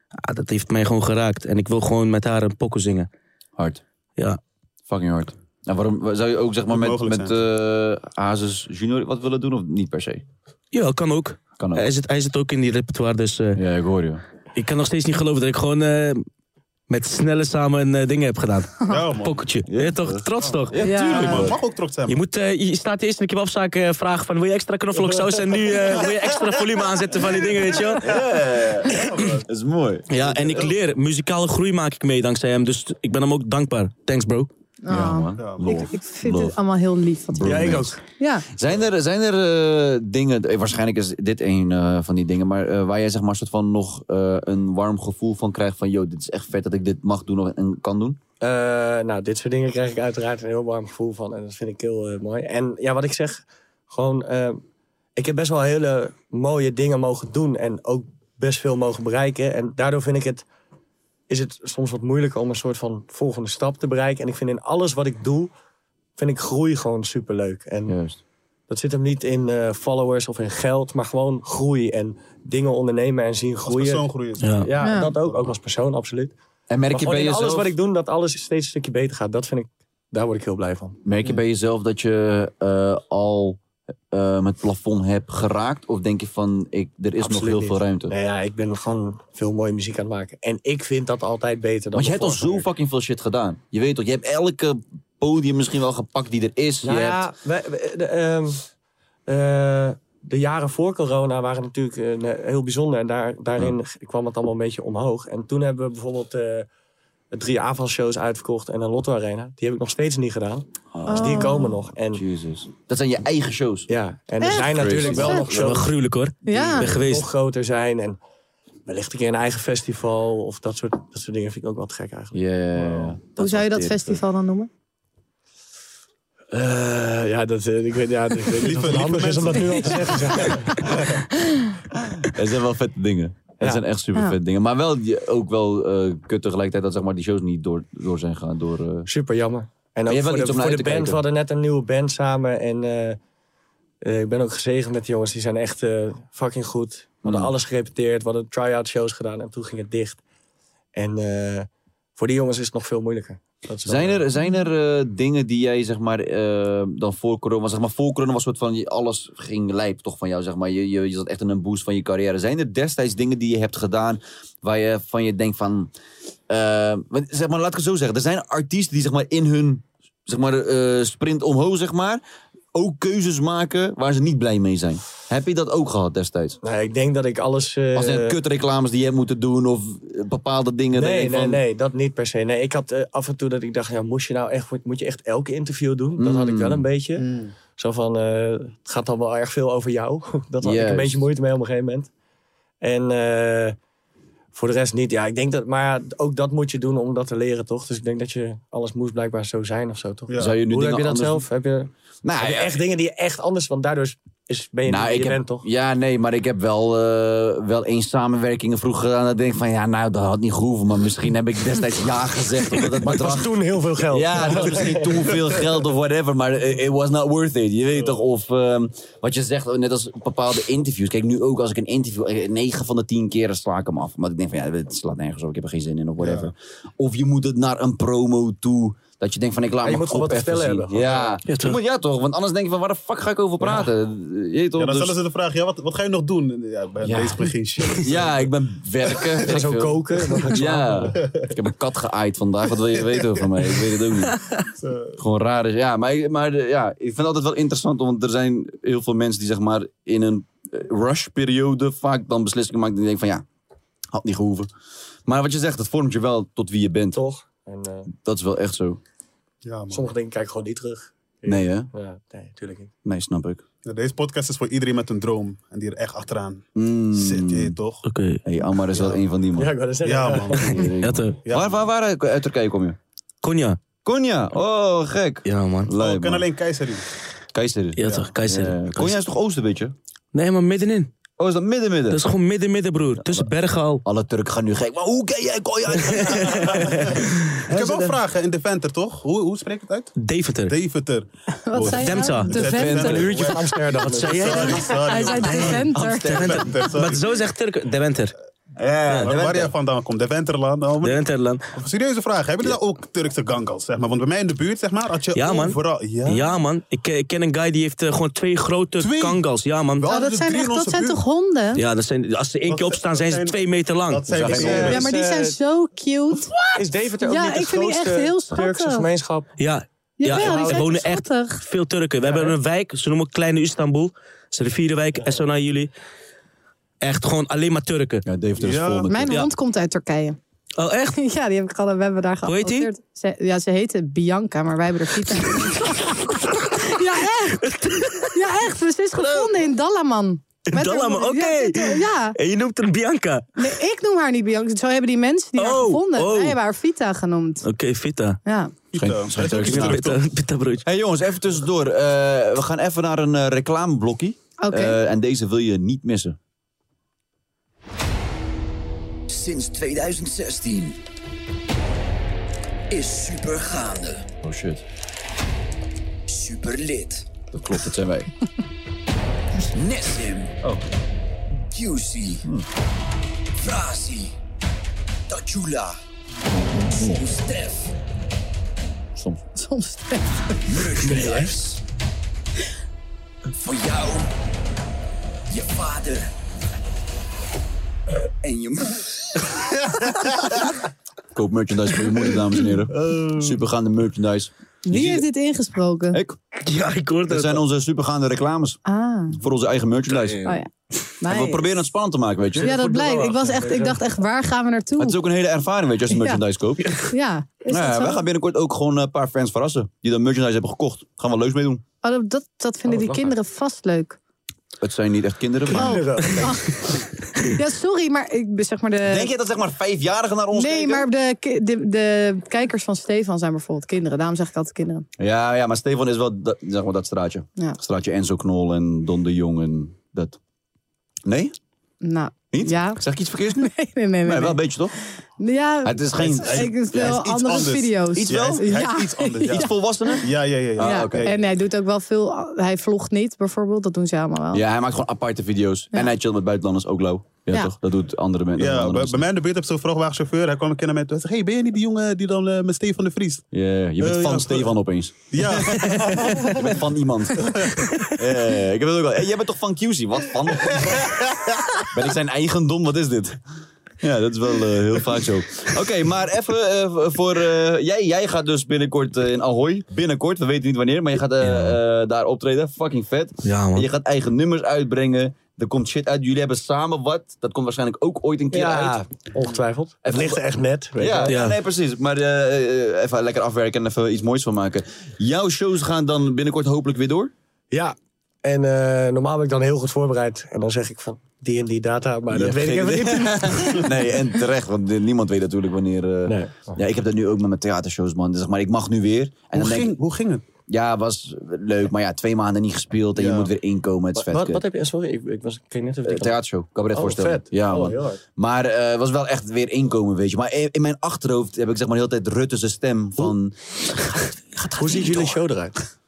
[SPEAKER 8] Ah, dat heeft mij gewoon geraakt. En ik wil gewoon met haar een pokoe zingen.
[SPEAKER 2] Hard.
[SPEAKER 8] Ja.
[SPEAKER 2] Fucking hard. En waarom zou je ook zeg maar
[SPEAKER 4] Moet
[SPEAKER 2] met,
[SPEAKER 4] mogelijk
[SPEAKER 2] met eh, Hazes junior wat willen doen of niet per se?
[SPEAKER 8] Ja, kan ook.
[SPEAKER 2] Kan ook.
[SPEAKER 8] Hij zit, hij zit ook in die repertoire. Dus eh,
[SPEAKER 2] Ja, ik hoor je.
[SPEAKER 8] ik kan nog steeds niet geloven dat ik gewoon. eh, met snelle samen een eh, ding heb gedaan.
[SPEAKER 4] Ja, man.
[SPEAKER 8] Pokketje. Ja, toch? Trots toch?
[SPEAKER 3] Ja.
[SPEAKER 4] Ja, man. Mag ook trots zijn.
[SPEAKER 8] Je,
[SPEAKER 4] man.
[SPEAKER 8] moet, eh, je staat eerst in de kebabzaak eh vragen van wil je extra knoflooksaus en nu eh, wil je extra volume aanzetten van die dingen, weet je wel?
[SPEAKER 2] Dat is mooi.
[SPEAKER 8] Ja, en ik leer. Muzikale groei maak ik mee dankzij hem. Dus t- ik ben hem ook dankbaar. Thanks, bro.
[SPEAKER 2] Ja,
[SPEAKER 3] Oh,
[SPEAKER 2] man.
[SPEAKER 4] Ja, man.
[SPEAKER 3] Ik,
[SPEAKER 2] Love.
[SPEAKER 3] ik vind
[SPEAKER 2] Love.
[SPEAKER 3] het allemaal heel lief. Wat hij
[SPEAKER 5] Ja,
[SPEAKER 3] doet.
[SPEAKER 5] ik ook.
[SPEAKER 3] ja.
[SPEAKER 2] Zijn er, zijn er eh, dingen, eh, waarschijnlijk is dit een eh, van die dingen, maar eh, waar jij zeg maar soort van nog eh, een warm gevoel van krijgt van, yo, dit is echt vet dat ik dit mag doen en kan doen?
[SPEAKER 5] Eh, nou, dit soort dingen krijg ik uiteraard een heel warm gevoel van. En dat vind ik heel eh, mooi. En ja, wat ik zeg, gewoon... eh, ik heb best wel hele mooie dingen mogen doen. En ook best veel mogen bereiken. En daardoor vind ik het... Is het soms wat moeilijker om een soort van volgende stap te bereiken. En ik vind in alles wat ik doe, vind ik groei gewoon superleuk. En
[SPEAKER 2] Juist.
[SPEAKER 5] dat zit hem niet in eh, followers of in geld. Maar gewoon groei en dingen ondernemen en zien
[SPEAKER 4] Als
[SPEAKER 5] groeien.
[SPEAKER 4] persoon groeien.
[SPEAKER 8] Ja.
[SPEAKER 5] Ja,
[SPEAKER 3] Ja.
[SPEAKER 5] dat ook. Ook als persoon, absoluut.
[SPEAKER 2] En merk
[SPEAKER 5] Maar
[SPEAKER 2] je,
[SPEAKER 5] gewoon
[SPEAKER 2] bij
[SPEAKER 5] in
[SPEAKER 2] jezelf,
[SPEAKER 5] alles wat ik doe, dat alles steeds een stukje beter gaat. Dat vind ik, daar word ik heel blij van.
[SPEAKER 2] merk je bij jezelf dat je eh, al eh het plafond hebt geraakt? Of denk je van, ik, er is nog
[SPEAKER 5] Absoluut
[SPEAKER 2] heel
[SPEAKER 5] niet.
[SPEAKER 2] veel ruimte?
[SPEAKER 5] Nou ja, ik ben gewoon veel mooie muziek aan het maken. En ik vind dat altijd beter dan
[SPEAKER 2] Want je hebt al
[SPEAKER 5] mijn
[SPEAKER 2] zo
[SPEAKER 5] vorige
[SPEAKER 2] fucking veel shit gedaan. Je weet toch, je hebt elke podium misschien wel gepakt die er is.
[SPEAKER 5] werk. Nou
[SPEAKER 2] je
[SPEAKER 5] ja,
[SPEAKER 2] hebt...
[SPEAKER 5] wij- wij- de, ehm, eh, de jaren voor corona waren natuurlijk eh, ne- heel bijzonder. En daar, daarin g- kwam het allemaal een beetje omhoog. En toen hebben we bijvoorbeeld eh, drie avondshows uitverkocht en een Lotto Arena. Die heb ik nog steeds niet gedaan. Dus die komen nog. En,
[SPEAKER 2] Jesus. Dat zijn je eigen shows.
[SPEAKER 5] ja, en er
[SPEAKER 3] Echt?
[SPEAKER 5] zijn natuurlijk wel
[SPEAKER 3] Crazy.
[SPEAKER 5] nog
[SPEAKER 8] Wel
[SPEAKER 5] shows
[SPEAKER 8] gruwelijk hoor.
[SPEAKER 3] Ja.
[SPEAKER 8] Ik ben geweest.
[SPEAKER 5] nog groter zijn. En wellicht een keer een eigen festival of dat soort, dat soort dingen vind ik ook wel te gek eigenlijk.
[SPEAKER 2] Yeah.
[SPEAKER 3] Hoe zou je dat
[SPEAKER 2] dit,
[SPEAKER 3] festival dan noemen?
[SPEAKER 5] Eh, ja, dat, eh, ik weet, ja, dat- ik weet niet of het
[SPEAKER 4] lieve
[SPEAKER 5] handig is om dat nu al te zeggen. zeg.
[SPEAKER 2] Het zijn wel vette dingen. Het
[SPEAKER 5] Ja.
[SPEAKER 2] zijn echt super vette
[SPEAKER 3] Ja.
[SPEAKER 2] dingen. Maar wel, je- ook wel eh kut tegelijkertijd dat zeg maar, die shows niet door, door zijn gegaan. Door, eh,
[SPEAKER 5] Super jammer. En
[SPEAKER 2] je
[SPEAKER 5] ook
[SPEAKER 2] hebt wel
[SPEAKER 5] voor
[SPEAKER 2] iets
[SPEAKER 5] de,
[SPEAKER 2] om naar
[SPEAKER 5] voor de
[SPEAKER 2] uit
[SPEAKER 5] band,
[SPEAKER 2] te kijken.
[SPEAKER 5] we hadden net een nieuwe band samen. En eh, eh, ik ben ook gezegend met die jongens, die zijn echt eh, fucking goed. We hadden
[SPEAKER 2] Mm.
[SPEAKER 5] alles gerepeteerd, we hadden try-out shows gedaan en toen ging het dicht. En eh, voor die jongens is het nog veel moeilijker. Dat is wel-
[SPEAKER 2] zijn er, zijn er eh, dingen die jij zeg maar, eh, dan voor corona... Zeg maar, voor corona was soort van, je- alles ging lijp toch van jou. Zeg maar. je, je, je zat echt in een boost van je carrière. Zijn er destijds dingen die je hebt gedaan waar je van je denkt van... eh, want, zeg maar, laat ik het zo zeggen. Er zijn artiesten die zeg maar, in hun zeg maar, eh, sprint omhoog zeg maar, ook keuzes maken waar ze niet blij mee zijn. Heb je dat ook gehad destijds?
[SPEAKER 5] Nou, ik denk dat ik alles... eh,
[SPEAKER 2] Als er kutreclames die je hebt moeten doen of eh, bepaalde dingen. dat
[SPEAKER 5] Nee,
[SPEAKER 2] je
[SPEAKER 5] nee,
[SPEAKER 2] van-
[SPEAKER 5] nee, dat niet per se. Nee, ik had eh, af en toe dat ik dacht, ja, moest je nou echt, moet je echt elke interview doen? Dat had ik
[SPEAKER 2] Mm.
[SPEAKER 5] wel een beetje. Zo van, eh, het gaat dan wel erg veel over jou. dat had ik
[SPEAKER 2] Juist.
[SPEAKER 5] een beetje moeite mee op een gegeven moment. En eh, Voor de rest niet. Ja, ik denk dat, maar ja, ook dat moet je doen om dat te leren, toch? Dus ik denk dat je alles moest blijkbaar zo zijn of zo, toch?
[SPEAKER 4] Ja.
[SPEAKER 2] Zou je nu
[SPEAKER 5] Hoe heb
[SPEAKER 2] dingen
[SPEAKER 5] je dat
[SPEAKER 2] anders...
[SPEAKER 5] zelf? Heb je,
[SPEAKER 2] Nou,
[SPEAKER 5] heb je
[SPEAKER 2] ja,
[SPEAKER 5] echt dingen die je echt anders... Want daardoor is- is, ben je
[SPEAKER 2] nou,
[SPEAKER 5] niet
[SPEAKER 2] ik
[SPEAKER 5] wie je
[SPEAKER 2] heb,
[SPEAKER 5] bent, toch?
[SPEAKER 2] Ja, nee, maar ik heb wel, eh wel eens samenwerkingen vroeger gedaan. Dat ik denk van, ja, nou, dat had niet gehoeven. Maar misschien heb ik destijds ja gezegd. Omdat het
[SPEAKER 5] Maar het was
[SPEAKER 2] bedrag...
[SPEAKER 5] toen heel veel geld.
[SPEAKER 2] Ja, het was misschien toen veel geld of whatever, maar eh, it was not worth it. Je weet toch, of ehm, wat je zegt, net als bepaalde interviews. Kijk, nu ook als ik een interview, eh, negen van de tien keren sla ik hem af. Maar ik denk van, ja, het slaat nergens op, ik heb er geen zin in of whatever. Of je moet het naar een promo toe, dat je denkt van, ik laat
[SPEAKER 5] je
[SPEAKER 2] mijn
[SPEAKER 5] moet gewoon
[SPEAKER 2] kop
[SPEAKER 5] wat te
[SPEAKER 2] even
[SPEAKER 5] vertellen
[SPEAKER 2] zien.
[SPEAKER 5] hebben, gewoon.
[SPEAKER 2] Ja.
[SPEAKER 8] Ja,
[SPEAKER 2] Je
[SPEAKER 8] toch.
[SPEAKER 2] moet, ja, toch, want anders denk je van, waar de fuck ga ik over praten? Je weet toch,
[SPEAKER 4] Ja, dan
[SPEAKER 2] dus-
[SPEAKER 4] stellen ze de vraag, ja, wat, wat ga je nog doen? Ja, bij
[SPEAKER 2] Ja.
[SPEAKER 4] deze begin shit.
[SPEAKER 2] ja, ik ben werken. weet
[SPEAKER 5] Ik
[SPEAKER 2] ik
[SPEAKER 5] zou
[SPEAKER 2] veel.
[SPEAKER 5] koken. dan ga ik slapen.
[SPEAKER 2] Ja, ik heb een kat geaaid vandaag. Wat wil je weten over mij? Ik weet het ook niet. Gewoon raar is. Ja, maar, maar eh, ja, ik vind het altijd wel interessant. Want er zijn heel veel mensen die zeg maar in een eh, rush-periode vaak dan beslissingen maken. Die denken van ja, had niet gehoeven. Maar wat je zegt, het vormt je wel tot wie je bent.
[SPEAKER 5] Toch? En eh,
[SPEAKER 2] Dat is wel echt zo.
[SPEAKER 4] Ja, man.
[SPEAKER 5] sommige dingen kijk ik gewoon niet terug.
[SPEAKER 2] Nee hè?
[SPEAKER 5] Ja, nee, natuurlijk niet.
[SPEAKER 2] Nee, snap ik.
[SPEAKER 4] Ja, deze podcast is voor iedereen met een droom. En die er echt achteraan
[SPEAKER 2] Mm.
[SPEAKER 4] zit, je weet toch?
[SPEAKER 8] Oké.
[SPEAKER 2] Hey, Ammar is wel een van die man.
[SPEAKER 5] Ja, ik wilde zeggen.
[SPEAKER 4] Ja, man.
[SPEAKER 8] Ja, toch.
[SPEAKER 4] Ja,
[SPEAKER 2] waar, waar, waar uit Turkije kom je?
[SPEAKER 8] Konya.
[SPEAKER 2] Konya. Oh, gek.
[SPEAKER 8] Ja, man.
[SPEAKER 4] Oh,
[SPEAKER 2] Leuk,
[SPEAKER 4] ik ken
[SPEAKER 2] man.
[SPEAKER 4] alleen Keizerin.
[SPEAKER 2] Kayseri.
[SPEAKER 8] Ja, toch. Keizer.
[SPEAKER 2] Ja, Konya is toch oost een beetje?
[SPEAKER 8] Nee, maar middenin.
[SPEAKER 2] Oh, is dat midden midden?
[SPEAKER 8] Dat is gewoon midden, midden, broer. Tussen bergen al.
[SPEAKER 2] Alle Turken gaan nu gek. Maar hoe ken jij Konya?
[SPEAKER 4] Ik heb wel vragen in Deventer, toch? Hoe, hoe spreek ik het uit?
[SPEAKER 8] Deventer.
[SPEAKER 4] Deventer.
[SPEAKER 3] Wat zei je?
[SPEAKER 8] Demta.
[SPEAKER 3] nou? De
[SPEAKER 4] Deventer.
[SPEAKER 3] Venter.
[SPEAKER 5] Een uurtje van Amsterdam.
[SPEAKER 8] Wat zei jij?
[SPEAKER 4] Sorry, sorry.
[SPEAKER 3] Hij zei de Venter.
[SPEAKER 4] Deventer, sorry.
[SPEAKER 8] Maar zo zegt Turk. Deventer.
[SPEAKER 4] Ja, waar- waar jij vandaan komt, Deventerland. Oh, maar-
[SPEAKER 8] Deventerland.
[SPEAKER 4] Serieuze vraag, hebben jullie daar ook Turkse gangals, zeg maar? Want bij mij in de buurt, zeg maar, had je
[SPEAKER 8] Ja, man.
[SPEAKER 4] overal... Ja,
[SPEAKER 8] Ja, man. Ik, ken- ik ken een guy die heeft eh, gewoon twee grote
[SPEAKER 4] Twee?
[SPEAKER 8] kangals. Ja, man.
[SPEAKER 4] Wel?
[SPEAKER 3] Oh,
[SPEAKER 4] hadden
[SPEAKER 3] dat
[SPEAKER 4] dus
[SPEAKER 3] zijn,
[SPEAKER 4] drie
[SPEAKER 3] echt,
[SPEAKER 4] in
[SPEAKER 3] dat
[SPEAKER 4] onze
[SPEAKER 3] zijn
[SPEAKER 4] buurt.
[SPEAKER 3] toch honden?
[SPEAKER 8] Ja, dat zijn, als ze één
[SPEAKER 4] Dat-
[SPEAKER 8] keer opstaan, zijn ze
[SPEAKER 4] dat zijn-
[SPEAKER 8] twee meter lang.
[SPEAKER 4] dat zijn
[SPEAKER 8] Ja,
[SPEAKER 4] dingen.
[SPEAKER 5] geen
[SPEAKER 3] Ja, maar die
[SPEAKER 5] Dus,
[SPEAKER 3] zijn
[SPEAKER 5] eh,
[SPEAKER 3] zo cute.
[SPEAKER 5] Is Deventer ook
[SPEAKER 3] Ja,
[SPEAKER 5] niet
[SPEAKER 3] ik
[SPEAKER 5] de
[SPEAKER 3] vind die echt
[SPEAKER 5] grootste
[SPEAKER 3] heel
[SPEAKER 5] Turkse
[SPEAKER 3] schattig.
[SPEAKER 5] gemeenschap?
[SPEAKER 8] Ja,
[SPEAKER 3] Jawel,
[SPEAKER 8] Ja,
[SPEAKER 3] die
[SPEAKER 8] er
[SPEAKER 3] zijn
[SPEAKER 8] wonen
[SPEAKER 3] toch
[SPEAKER 8] echt
[SPEAKER 3] schattig.
[SPEAKER 8] veel Turken. We hebben een wijk, ze noemen het Kleine Istanbul. Dat is een wijk, SO naar jullie. Echt gewoon alleen maar Turken.
[SPEAKER 2] Ja, David is
[SPEAKER 4] Ja.
[SPEAKER 2] vol met
[SPEAKER 3] Mijn
[SPEAKER 8] Ja.
[SPEAKER 3] hond komt uit Turkije.
[SPEAKER 8] Oh, echt?
[SPEAKER 3] Ja, die heb ik al, we hebben daar
[SPEAKER 8] Hoe heet die?
[SPEAKER 3] geadopteerd. Ze, ja, ze heette Bianca, maar wij hebben er Kita. ja, echt. Ja, echt. Ze is gevonden in Dallaman. Met haar
[SPEAKER 8] Dallaman,
[SPEAKER 3] moeder. Ja,
[SPEAKER 8] oké.
[SPEAKER 3] dit- Ja,
[SPEAKER 8] En je noemt hem Bianca. Oké,
[SPEAKER 3] Nee, ik noem haar niet Bianca. Zo hebben die mensen die haar
[SPEAKER 8] Oh,
[SPEAKER 3] gevonden.
[SPEAKER 8] oh.
[SPEAKER 3] Wij hebben haar Vita genoemd.
[SPEAKER 8] Vita.
[SPEAKER 3] Ja.
[SPEAKER 2] Geen- geen Turkse
[SPEAKER 4] Ja,
[SPEAKER 2] naam.
[SPEAKER 4] toch?
[SPEAKER 8] Pita, pita broodje.
[SPEAKER 2] Hey jongens, even tussendoor. Eh, we gaan even naar een eh, reclameblokkie.
[SPEAKER 3] Oké.
[SPEAKER 2] Eh, en deze wil je niet missen.
[SPEAKER 10] Sinds 2016 is supergaande,
[SPEAKER 2] Oh shit.
[SPEAKER 10] superlid,
[SPEAKER 2] Dat klopt, dat zijn wij.
[SPEAKER 10] Nessim, Juicy, Frazi, Tachula, Soms Stef,
[SPEAKER 2] Soms.
[SPEAKER 3] Soms.
[SPEAKER 10] Muggenars. Voor jou, je vader en je moeder.
[SPEAKER 2] Koop merchandise voor je moeder, dames en heren. Supergaande merchandise.
[SPEAKER 3] Wie heeft dit ingesproken?
[SPEAKER 2] Ik.
[SPEAKER 8] Ja, ik hoorde
[SPEAKER 2] Dat
[SPEAKER 8] het.
[SPEAKER 2] zijn onze supergaande reclames.
[SPEAKER 3] Ah,
[SPEAKER 2] Voor onze eigen merchandise.
[SPEAKER 3] oh ja.
[SPEAKER 2] En we
[SPEAKER 3] Nice.
[SPEAKER 2] proberen het spannend te maken, weet je.
[SPEAKER 3] Ja, dat
[SPEAKER 5] goed
[SPEAKER 3] blijkt. Ik, was
[SPEAKER 5] doorwachten,
[SPEAKER 3] echt,
[SPEAKER 5] weet
[SPEAKER 3] ik
[SPEAKER 5] je.
[SPEAKER 3] dacht echt, waar gaan we
[SPEAKER 2] Het is
[SPEAKER 3] naartoe?
[SPEAKER 2] ook een hele ervaring, weet je, als je
[SPEAKER 3] Ja.
[SPEAKER 2] merchandise koopt.
[SPEAKER 3] Ja, is
[SPEAKER 2] Nou ja,
[SPEAKER 3] dat zo?
[SPEAKER 2] wij gaan binnenkort ook gewoon een paar fans verrassen. Die dan merchandise hebben gekocht. Gaan we leuks mee doen.
[SPEAKER 3] Oh, dat- dat, dat vinden die kinderen vast leuk.
[SPEAKER 2] Het zijn niet echt kinderen, maar...
[SPEAKER 3] Ja, sorry, maar ik ben zeg maar de...
[SPEAKER 2] Denk je dat zeg maar vijfjarigen naar ons
[SPEAKER 3] Eh, nee,
[SPEAKER 2] kijken?
[SPEAKER 3] maar de, ki- de, de kijkers van Stefan zijn bijvoorbeeld kinderen. Daarom zeg ik altijd kinderen.
[SPEAKER 2] Ja, ja, maar Stefan is wel dat, zeg maar dat straatje.
[SPEAKER 3] Ja.
[SPEAKER 2] Straatje Enzo Knol en Don de Jong en dat. Nee?
[SPEAKER 3] Nou,
[SPEAKER 2] Niet?
[SPEAKER 3] ja.
[SPEAKER 2] Zeg ik iets verkeerds nu? Nee,
[SPEAKER 3] Nee, nee, nee. nee.
[SPEAKER 2] wel een beetje toch?
[SPEAKER 3] Ja,
[SPEAKER 2] Het is geen-
[SPEAKER 3] ik speel
[SPEAKER 4] hij is iets
[SPEAKER 3] andere
[SPEAKER 4] anders.
[SPEAKER 3] video's.
[SPEAKER 2] Iets
[SPEAKER 4] Ja,
[SPEAKER 2] wel?
[SPEAKER 4] hij is- hij is
[SPEAKER 3] Ja.
[SPEAKER 4] iets anders. Ja,
[SPEAKER 2] Iets volwassener?
[SPEAKER 4] ja, ja. ja, ja.
[SPEAKER 3] Ja,
[SPEAKER 2] oké.
[SPEAKER 3] En hij doet ook wel veel... Hij vlogt niet, bijvoorbeeld. Dat doen ze allemaal wel.
[SPEAKER 2] Ja, hij maakt gewoon aparte video's. En hij chillt met buitenlanders, ook lauw. Ja,
[SPEAKER 3] Ja.
[SPEAKER 2] toch? Dat doet andere men-
[SPEAKER 4] Ja,
[SPEAKER 2] andere
[SPEAKER 4] bij, bij
[SPEAKER 2] mensen.
[SPEAKER 4] mij in de buurt heb zo'n vrachtwagenchauffeur. Hij kwam een keer naar mij toe. Hij zegt, hey, ben je niet die jongen die dan eh, met Stefan de Vries?
[SPEAKER 2] Ja, ja, je bent
[SPEAKER 4] Eh,
[SPEAKER 2] van
[SPEAKER 4] ja.
[SPEAKER 2] Stefan opeens.
[SPEAKER 4] Ja,
[SPEAKER 2] Je bent van iemand. Ja, ja, ja, ik heb het ook wel. Hey, jij bent toch van QC? Wat van? ben ik zijn eigendom? Wat is dit? Ja, dat is wel eh, heel vaak zo. Oké, maar even eh, voor... eh, jij, jij gaat dus binnenkort eh, in Ahoy. Binnenkort, we weten niet wanneer, maar je gaat eh, eh, daar optreden. Fucking vet.
[SPEAKER 8] Ja, man.
[SPEAKER 2] En je gaat eigen nummers uitbrengen. Er komt shit uit. Jullie hebben samen wat. Dat komt waarschijnlijk ook ooit een keer uit.
[SPEAKER 5] Ja, ongetwijfeld. Het ligt er echt net. Weet
[SPEAKER 2] Ja,
[SPEAKER 5] je.
[SPEAKER 2] ja,
[SPEAKER 8] Ja.
[SPEAKER 2] nee, precies. Maar eh, eh, even lekker afwerken en even iets moois van maken. Jouw shows gaan dan binnenkort hopelijk weer door?
[SPEAKER 5] ja. En eh, normaal ben ik dan heel goed voorbereid. En dan zeg ik van, die en die data, maar
[SPEAKER 2] Je
[SPEAKER 5] dat weet ik
[SPEAKER 2] hebt
[SPEAKER 5] even
[SPEAKER 2] geen
[SPEAKER 5] niet.
[SPEAKER 2] idee. nee, en terecht, want eh, niemand weet natuurlijk wanneer... eh,
[SPEAKER 5] Nee.
[SPEAKER 2] Ja, ik heb dat nu ook met mijn theatershows, man. Dus zeg maar, ik mag nu weer. En
[SPEAKER 4] Hoe
[SPEAKER 2] dan denk
[SPEAKER 4] ging,
[SPEAKER 2] ik,
[SPEAKER 4] hoe ging het?
[SPEAKER 2] ja, was leuk, maar ja, twee maanden niet gespeeld en je
[SPEAKER 4] Ja.
[SPEAKER 2] moet weer inkomen. Het is vet.
[SPEAKER 5] Wat,
[SPEAKER 2] kut.
[SPEAKER 5] wat heb je? Sorry, ik, ik was, ik kreeg net even...
[SPEAKER 2] Eh,
[SPEAKER 5] die kant.
[SPEAKER 2] theatershow, cabaretvoorstelling.
[SPEAKER 5] Oh, vet.
[SPEAKER 2] Ja,
[SPEAKER 5] Oh,
[SPEAKER 2] man.
[SPEAKER 5] heel hard.
[SPEAKER 2] Maar eh, het was wel echt weer inkomen, weet je. Maar in, in mijn achterhoofd heb ik zeg maar de hele tijd Rutte's stem van...
[SPEAKER 5] Hoe ziet jullie show eruit?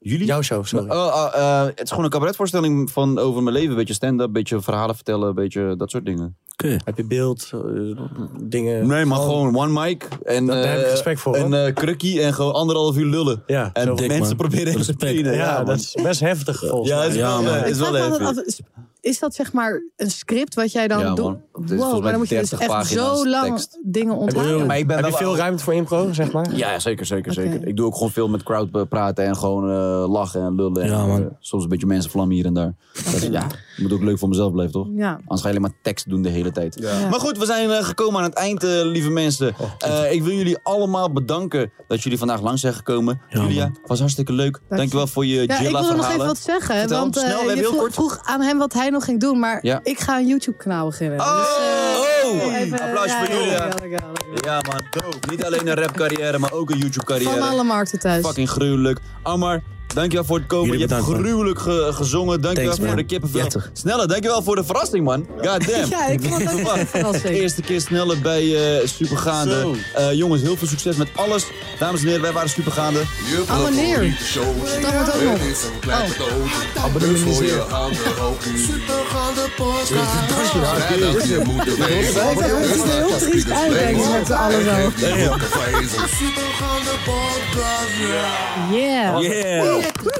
[SPEAKER 5] Jullie? Jouw show, sorry.
[SPEAKER 2] Oh, oh, eh, het is gewoon een cabaretvoorstelling van over mijn leven. Beetje stand-up, beetje verhalen vertellen, beetje dat soort dingen.
[SPEAKER 5] Heb je beeld, eh, dingen...
[SPEAKER 2] Nee, maar gewoon one mic. En,
[SPEAKER 5] Daar heb ik
[SPEAKER 2] eh,
[SPEAKER 5] respect voor, hoor.
[SPEAKER 2] Een eh, krukkie en gewoon anderhalf uur lullen.
[SPEAKER 5] Ja,
[SPEAKER 2] en
[SPEAKER 5] zo
[SPEAKER 2] de
[SPEAKER 5] dik,
[SPEAKER 2] mensen
[SPEAKER 8] man.
[SPEAKER 2] proberen echt te
[SPEAKER 8] Respect.
[SPEAKER 2] spelen.
[SPEAKER 5] Ja,
[SPEAKER 2] Ja,
[SPEAKER 5] dat
[SPEAKER 2] man.
[SPEAKER 5] is best heftig volgens
[SPEAKER 2] Ja,
[SPEAKER 5] mij.
[SPEAKER 2] is
[SPEAKER 8] Ja,
[SPEAKER 2] wel,
[SPEAKER 8] man.
[SPEAKER 2] eh,
[SPEAKER 8] Ik
[SPEAKER 3] Ik
[SPEAKER 2] is wel
[SPEAKER 3] vraag me
[SPEAKER 2] heftig.
[SPEAKER 3] altijd af, is- is dat zeg maar een script wat jij dan
[SPEAKER 2] Ja,
[SPEAKER 3] doet?
[SPEAKER 2] man. Het is volgens
[SPEAKER 3] Wow,
[SPEAKER 2] mij
[SPEAKER 3] maar dan moet je dus
[SPEAKER 2] 30
[SPEAKER 3] echt
[SPEAKER 2] pagina's
[SPEAKER 3] zo lang
[SPEAKER 2] tekst.
[SPEAKER 3] dingen
[SPEAKER 2] Ja,
[SPEAKER 3] onthouden.
[SPEAKER 2] maar ik ben
[SPEAKER 5] Heb je
[SPEAKER 2] wel-
[SPEAKER 5] veel ruimte voor impro, zeg maar?
[SPEAKER 2] Ja, zeker, zeker,
[SPEAKER 3] Oké.
[SPEAKER 2] zeker. Ik doe ook gewoon veel met crowd eh, praten en gewoon eh, lachen en lullen.
[SPEAKER 8] Ja,
[SPEAKER 2] en,
[SPEAKER 8] man.
[SPEAKER 2] eh, soms een beetje mensen vlammen hier en daar. Dat is- ja, moet ook leuk voor mezelf blijven, toch?
[SPEAKER 3] Ja.
[SPEAKER 2] Anders ga je alleen maar tekst doen de hele tijd.
[SPEAKER 3] Ja.
[SPEAKER 2] Maar goed, we zijn eh, gekomen aan het eind, eh, lieve mensen. Eh, ik wil jullie allemaal bedanken dat jullie vandaag langs zijn gekomen. Julia, was hartstikke leuk. Dankjewel voor je
[SPEAKER 3] Ja, ik wil
[SPEAKER 2] Jilla-verhalen.
[SPEAKER 3] nog even wat zeggen.
[SPEAKER 2] Vertel,
[SPEAKER 3] want eh,
[SPEAKER 2] snel en
[SPEAKER 3] je
[SPEAKER 2] heel
[SPEAKER 3] vro-
[SPEAKER 2] kort.
[SPEAKER 3] vroeg aan hem wat hij nog ging doen. Maar
[SPEAKER 2] Ja.
[SPEAKER 3] ik ga een YouTube-kanaal beginnen.
[SPEAKER 2] Oh!
[SPEAKER 3] Dus, eh, even-
[SPEAKER 2] Applaus
[SPEAKER 3] ja,
[SPEAKER 2] voor
[SPEAKER 3] ja,
[SPEAKER 2] Julia.
[SPEAKER 3] ja, ja, ja, ja.
[SPEAKER 2] Ja, man. Niet alleen een rapcarrière, maar ook een
[SPEAKER 3] Van alle
[SPEAKER 2] YouTube-carrière.
[SPEAKER 3] markten thuis.
[SPEAKER 2] eh, Fucking gruwelijk. Ammar, dankjewel voor het komen.
[SPEAKER 8] Jullie
[SPEAKER 2] je hebt
[SPEAKER 8] bedankt, man.
[SPEAKER 2] gruwelijk ge- gezongen. Dankjewel
[SPEAKER 8] Thanks,
[SPEAKER 2] voor de
[SPEAKER 8] man.
[SPEAKER 2] kippenvel.
[SPEAKER 8] Ja, toch.
[SPEAKER 2] Snelle, dankjewel voor de verrassing, man. Goddamn.
[SPEAKER 3] Ja, ik vond het ook echt een verrassing.
[SPEAKER 2] Eerste keer snelle bij eh Supergaande.
[SPEAKER 4] Zo.
[SPEAKER 2] Eh, jongens, heel veel succes met alles. Dames en heren, wij waren Supergaande.
[SPEAKER 10] Ah,
[SPEAKER 1] Je
[SPEAKER 3] Abonneer.
[SPEAKER 1] favoriete show.
[SPEAKER 3] Dat wordt ook nog.
[SPEAKER 1] Het is
[SPEAKER 10] Oh.
[SPEAKER 1] een klein cadeautje. Dus voor je aan de hoogte. Supergaande podcast. Vrijdag, je moet er wezen.
[SPEAKER 3] Ik heb het heel triest uitdenken met z'n allen zo.
[SPEAKER 1] Je moet er wezen. Supergaande podcast. Ja.
[SPEAKER 3] Yeah.
[SPEAKER 8] Yeah.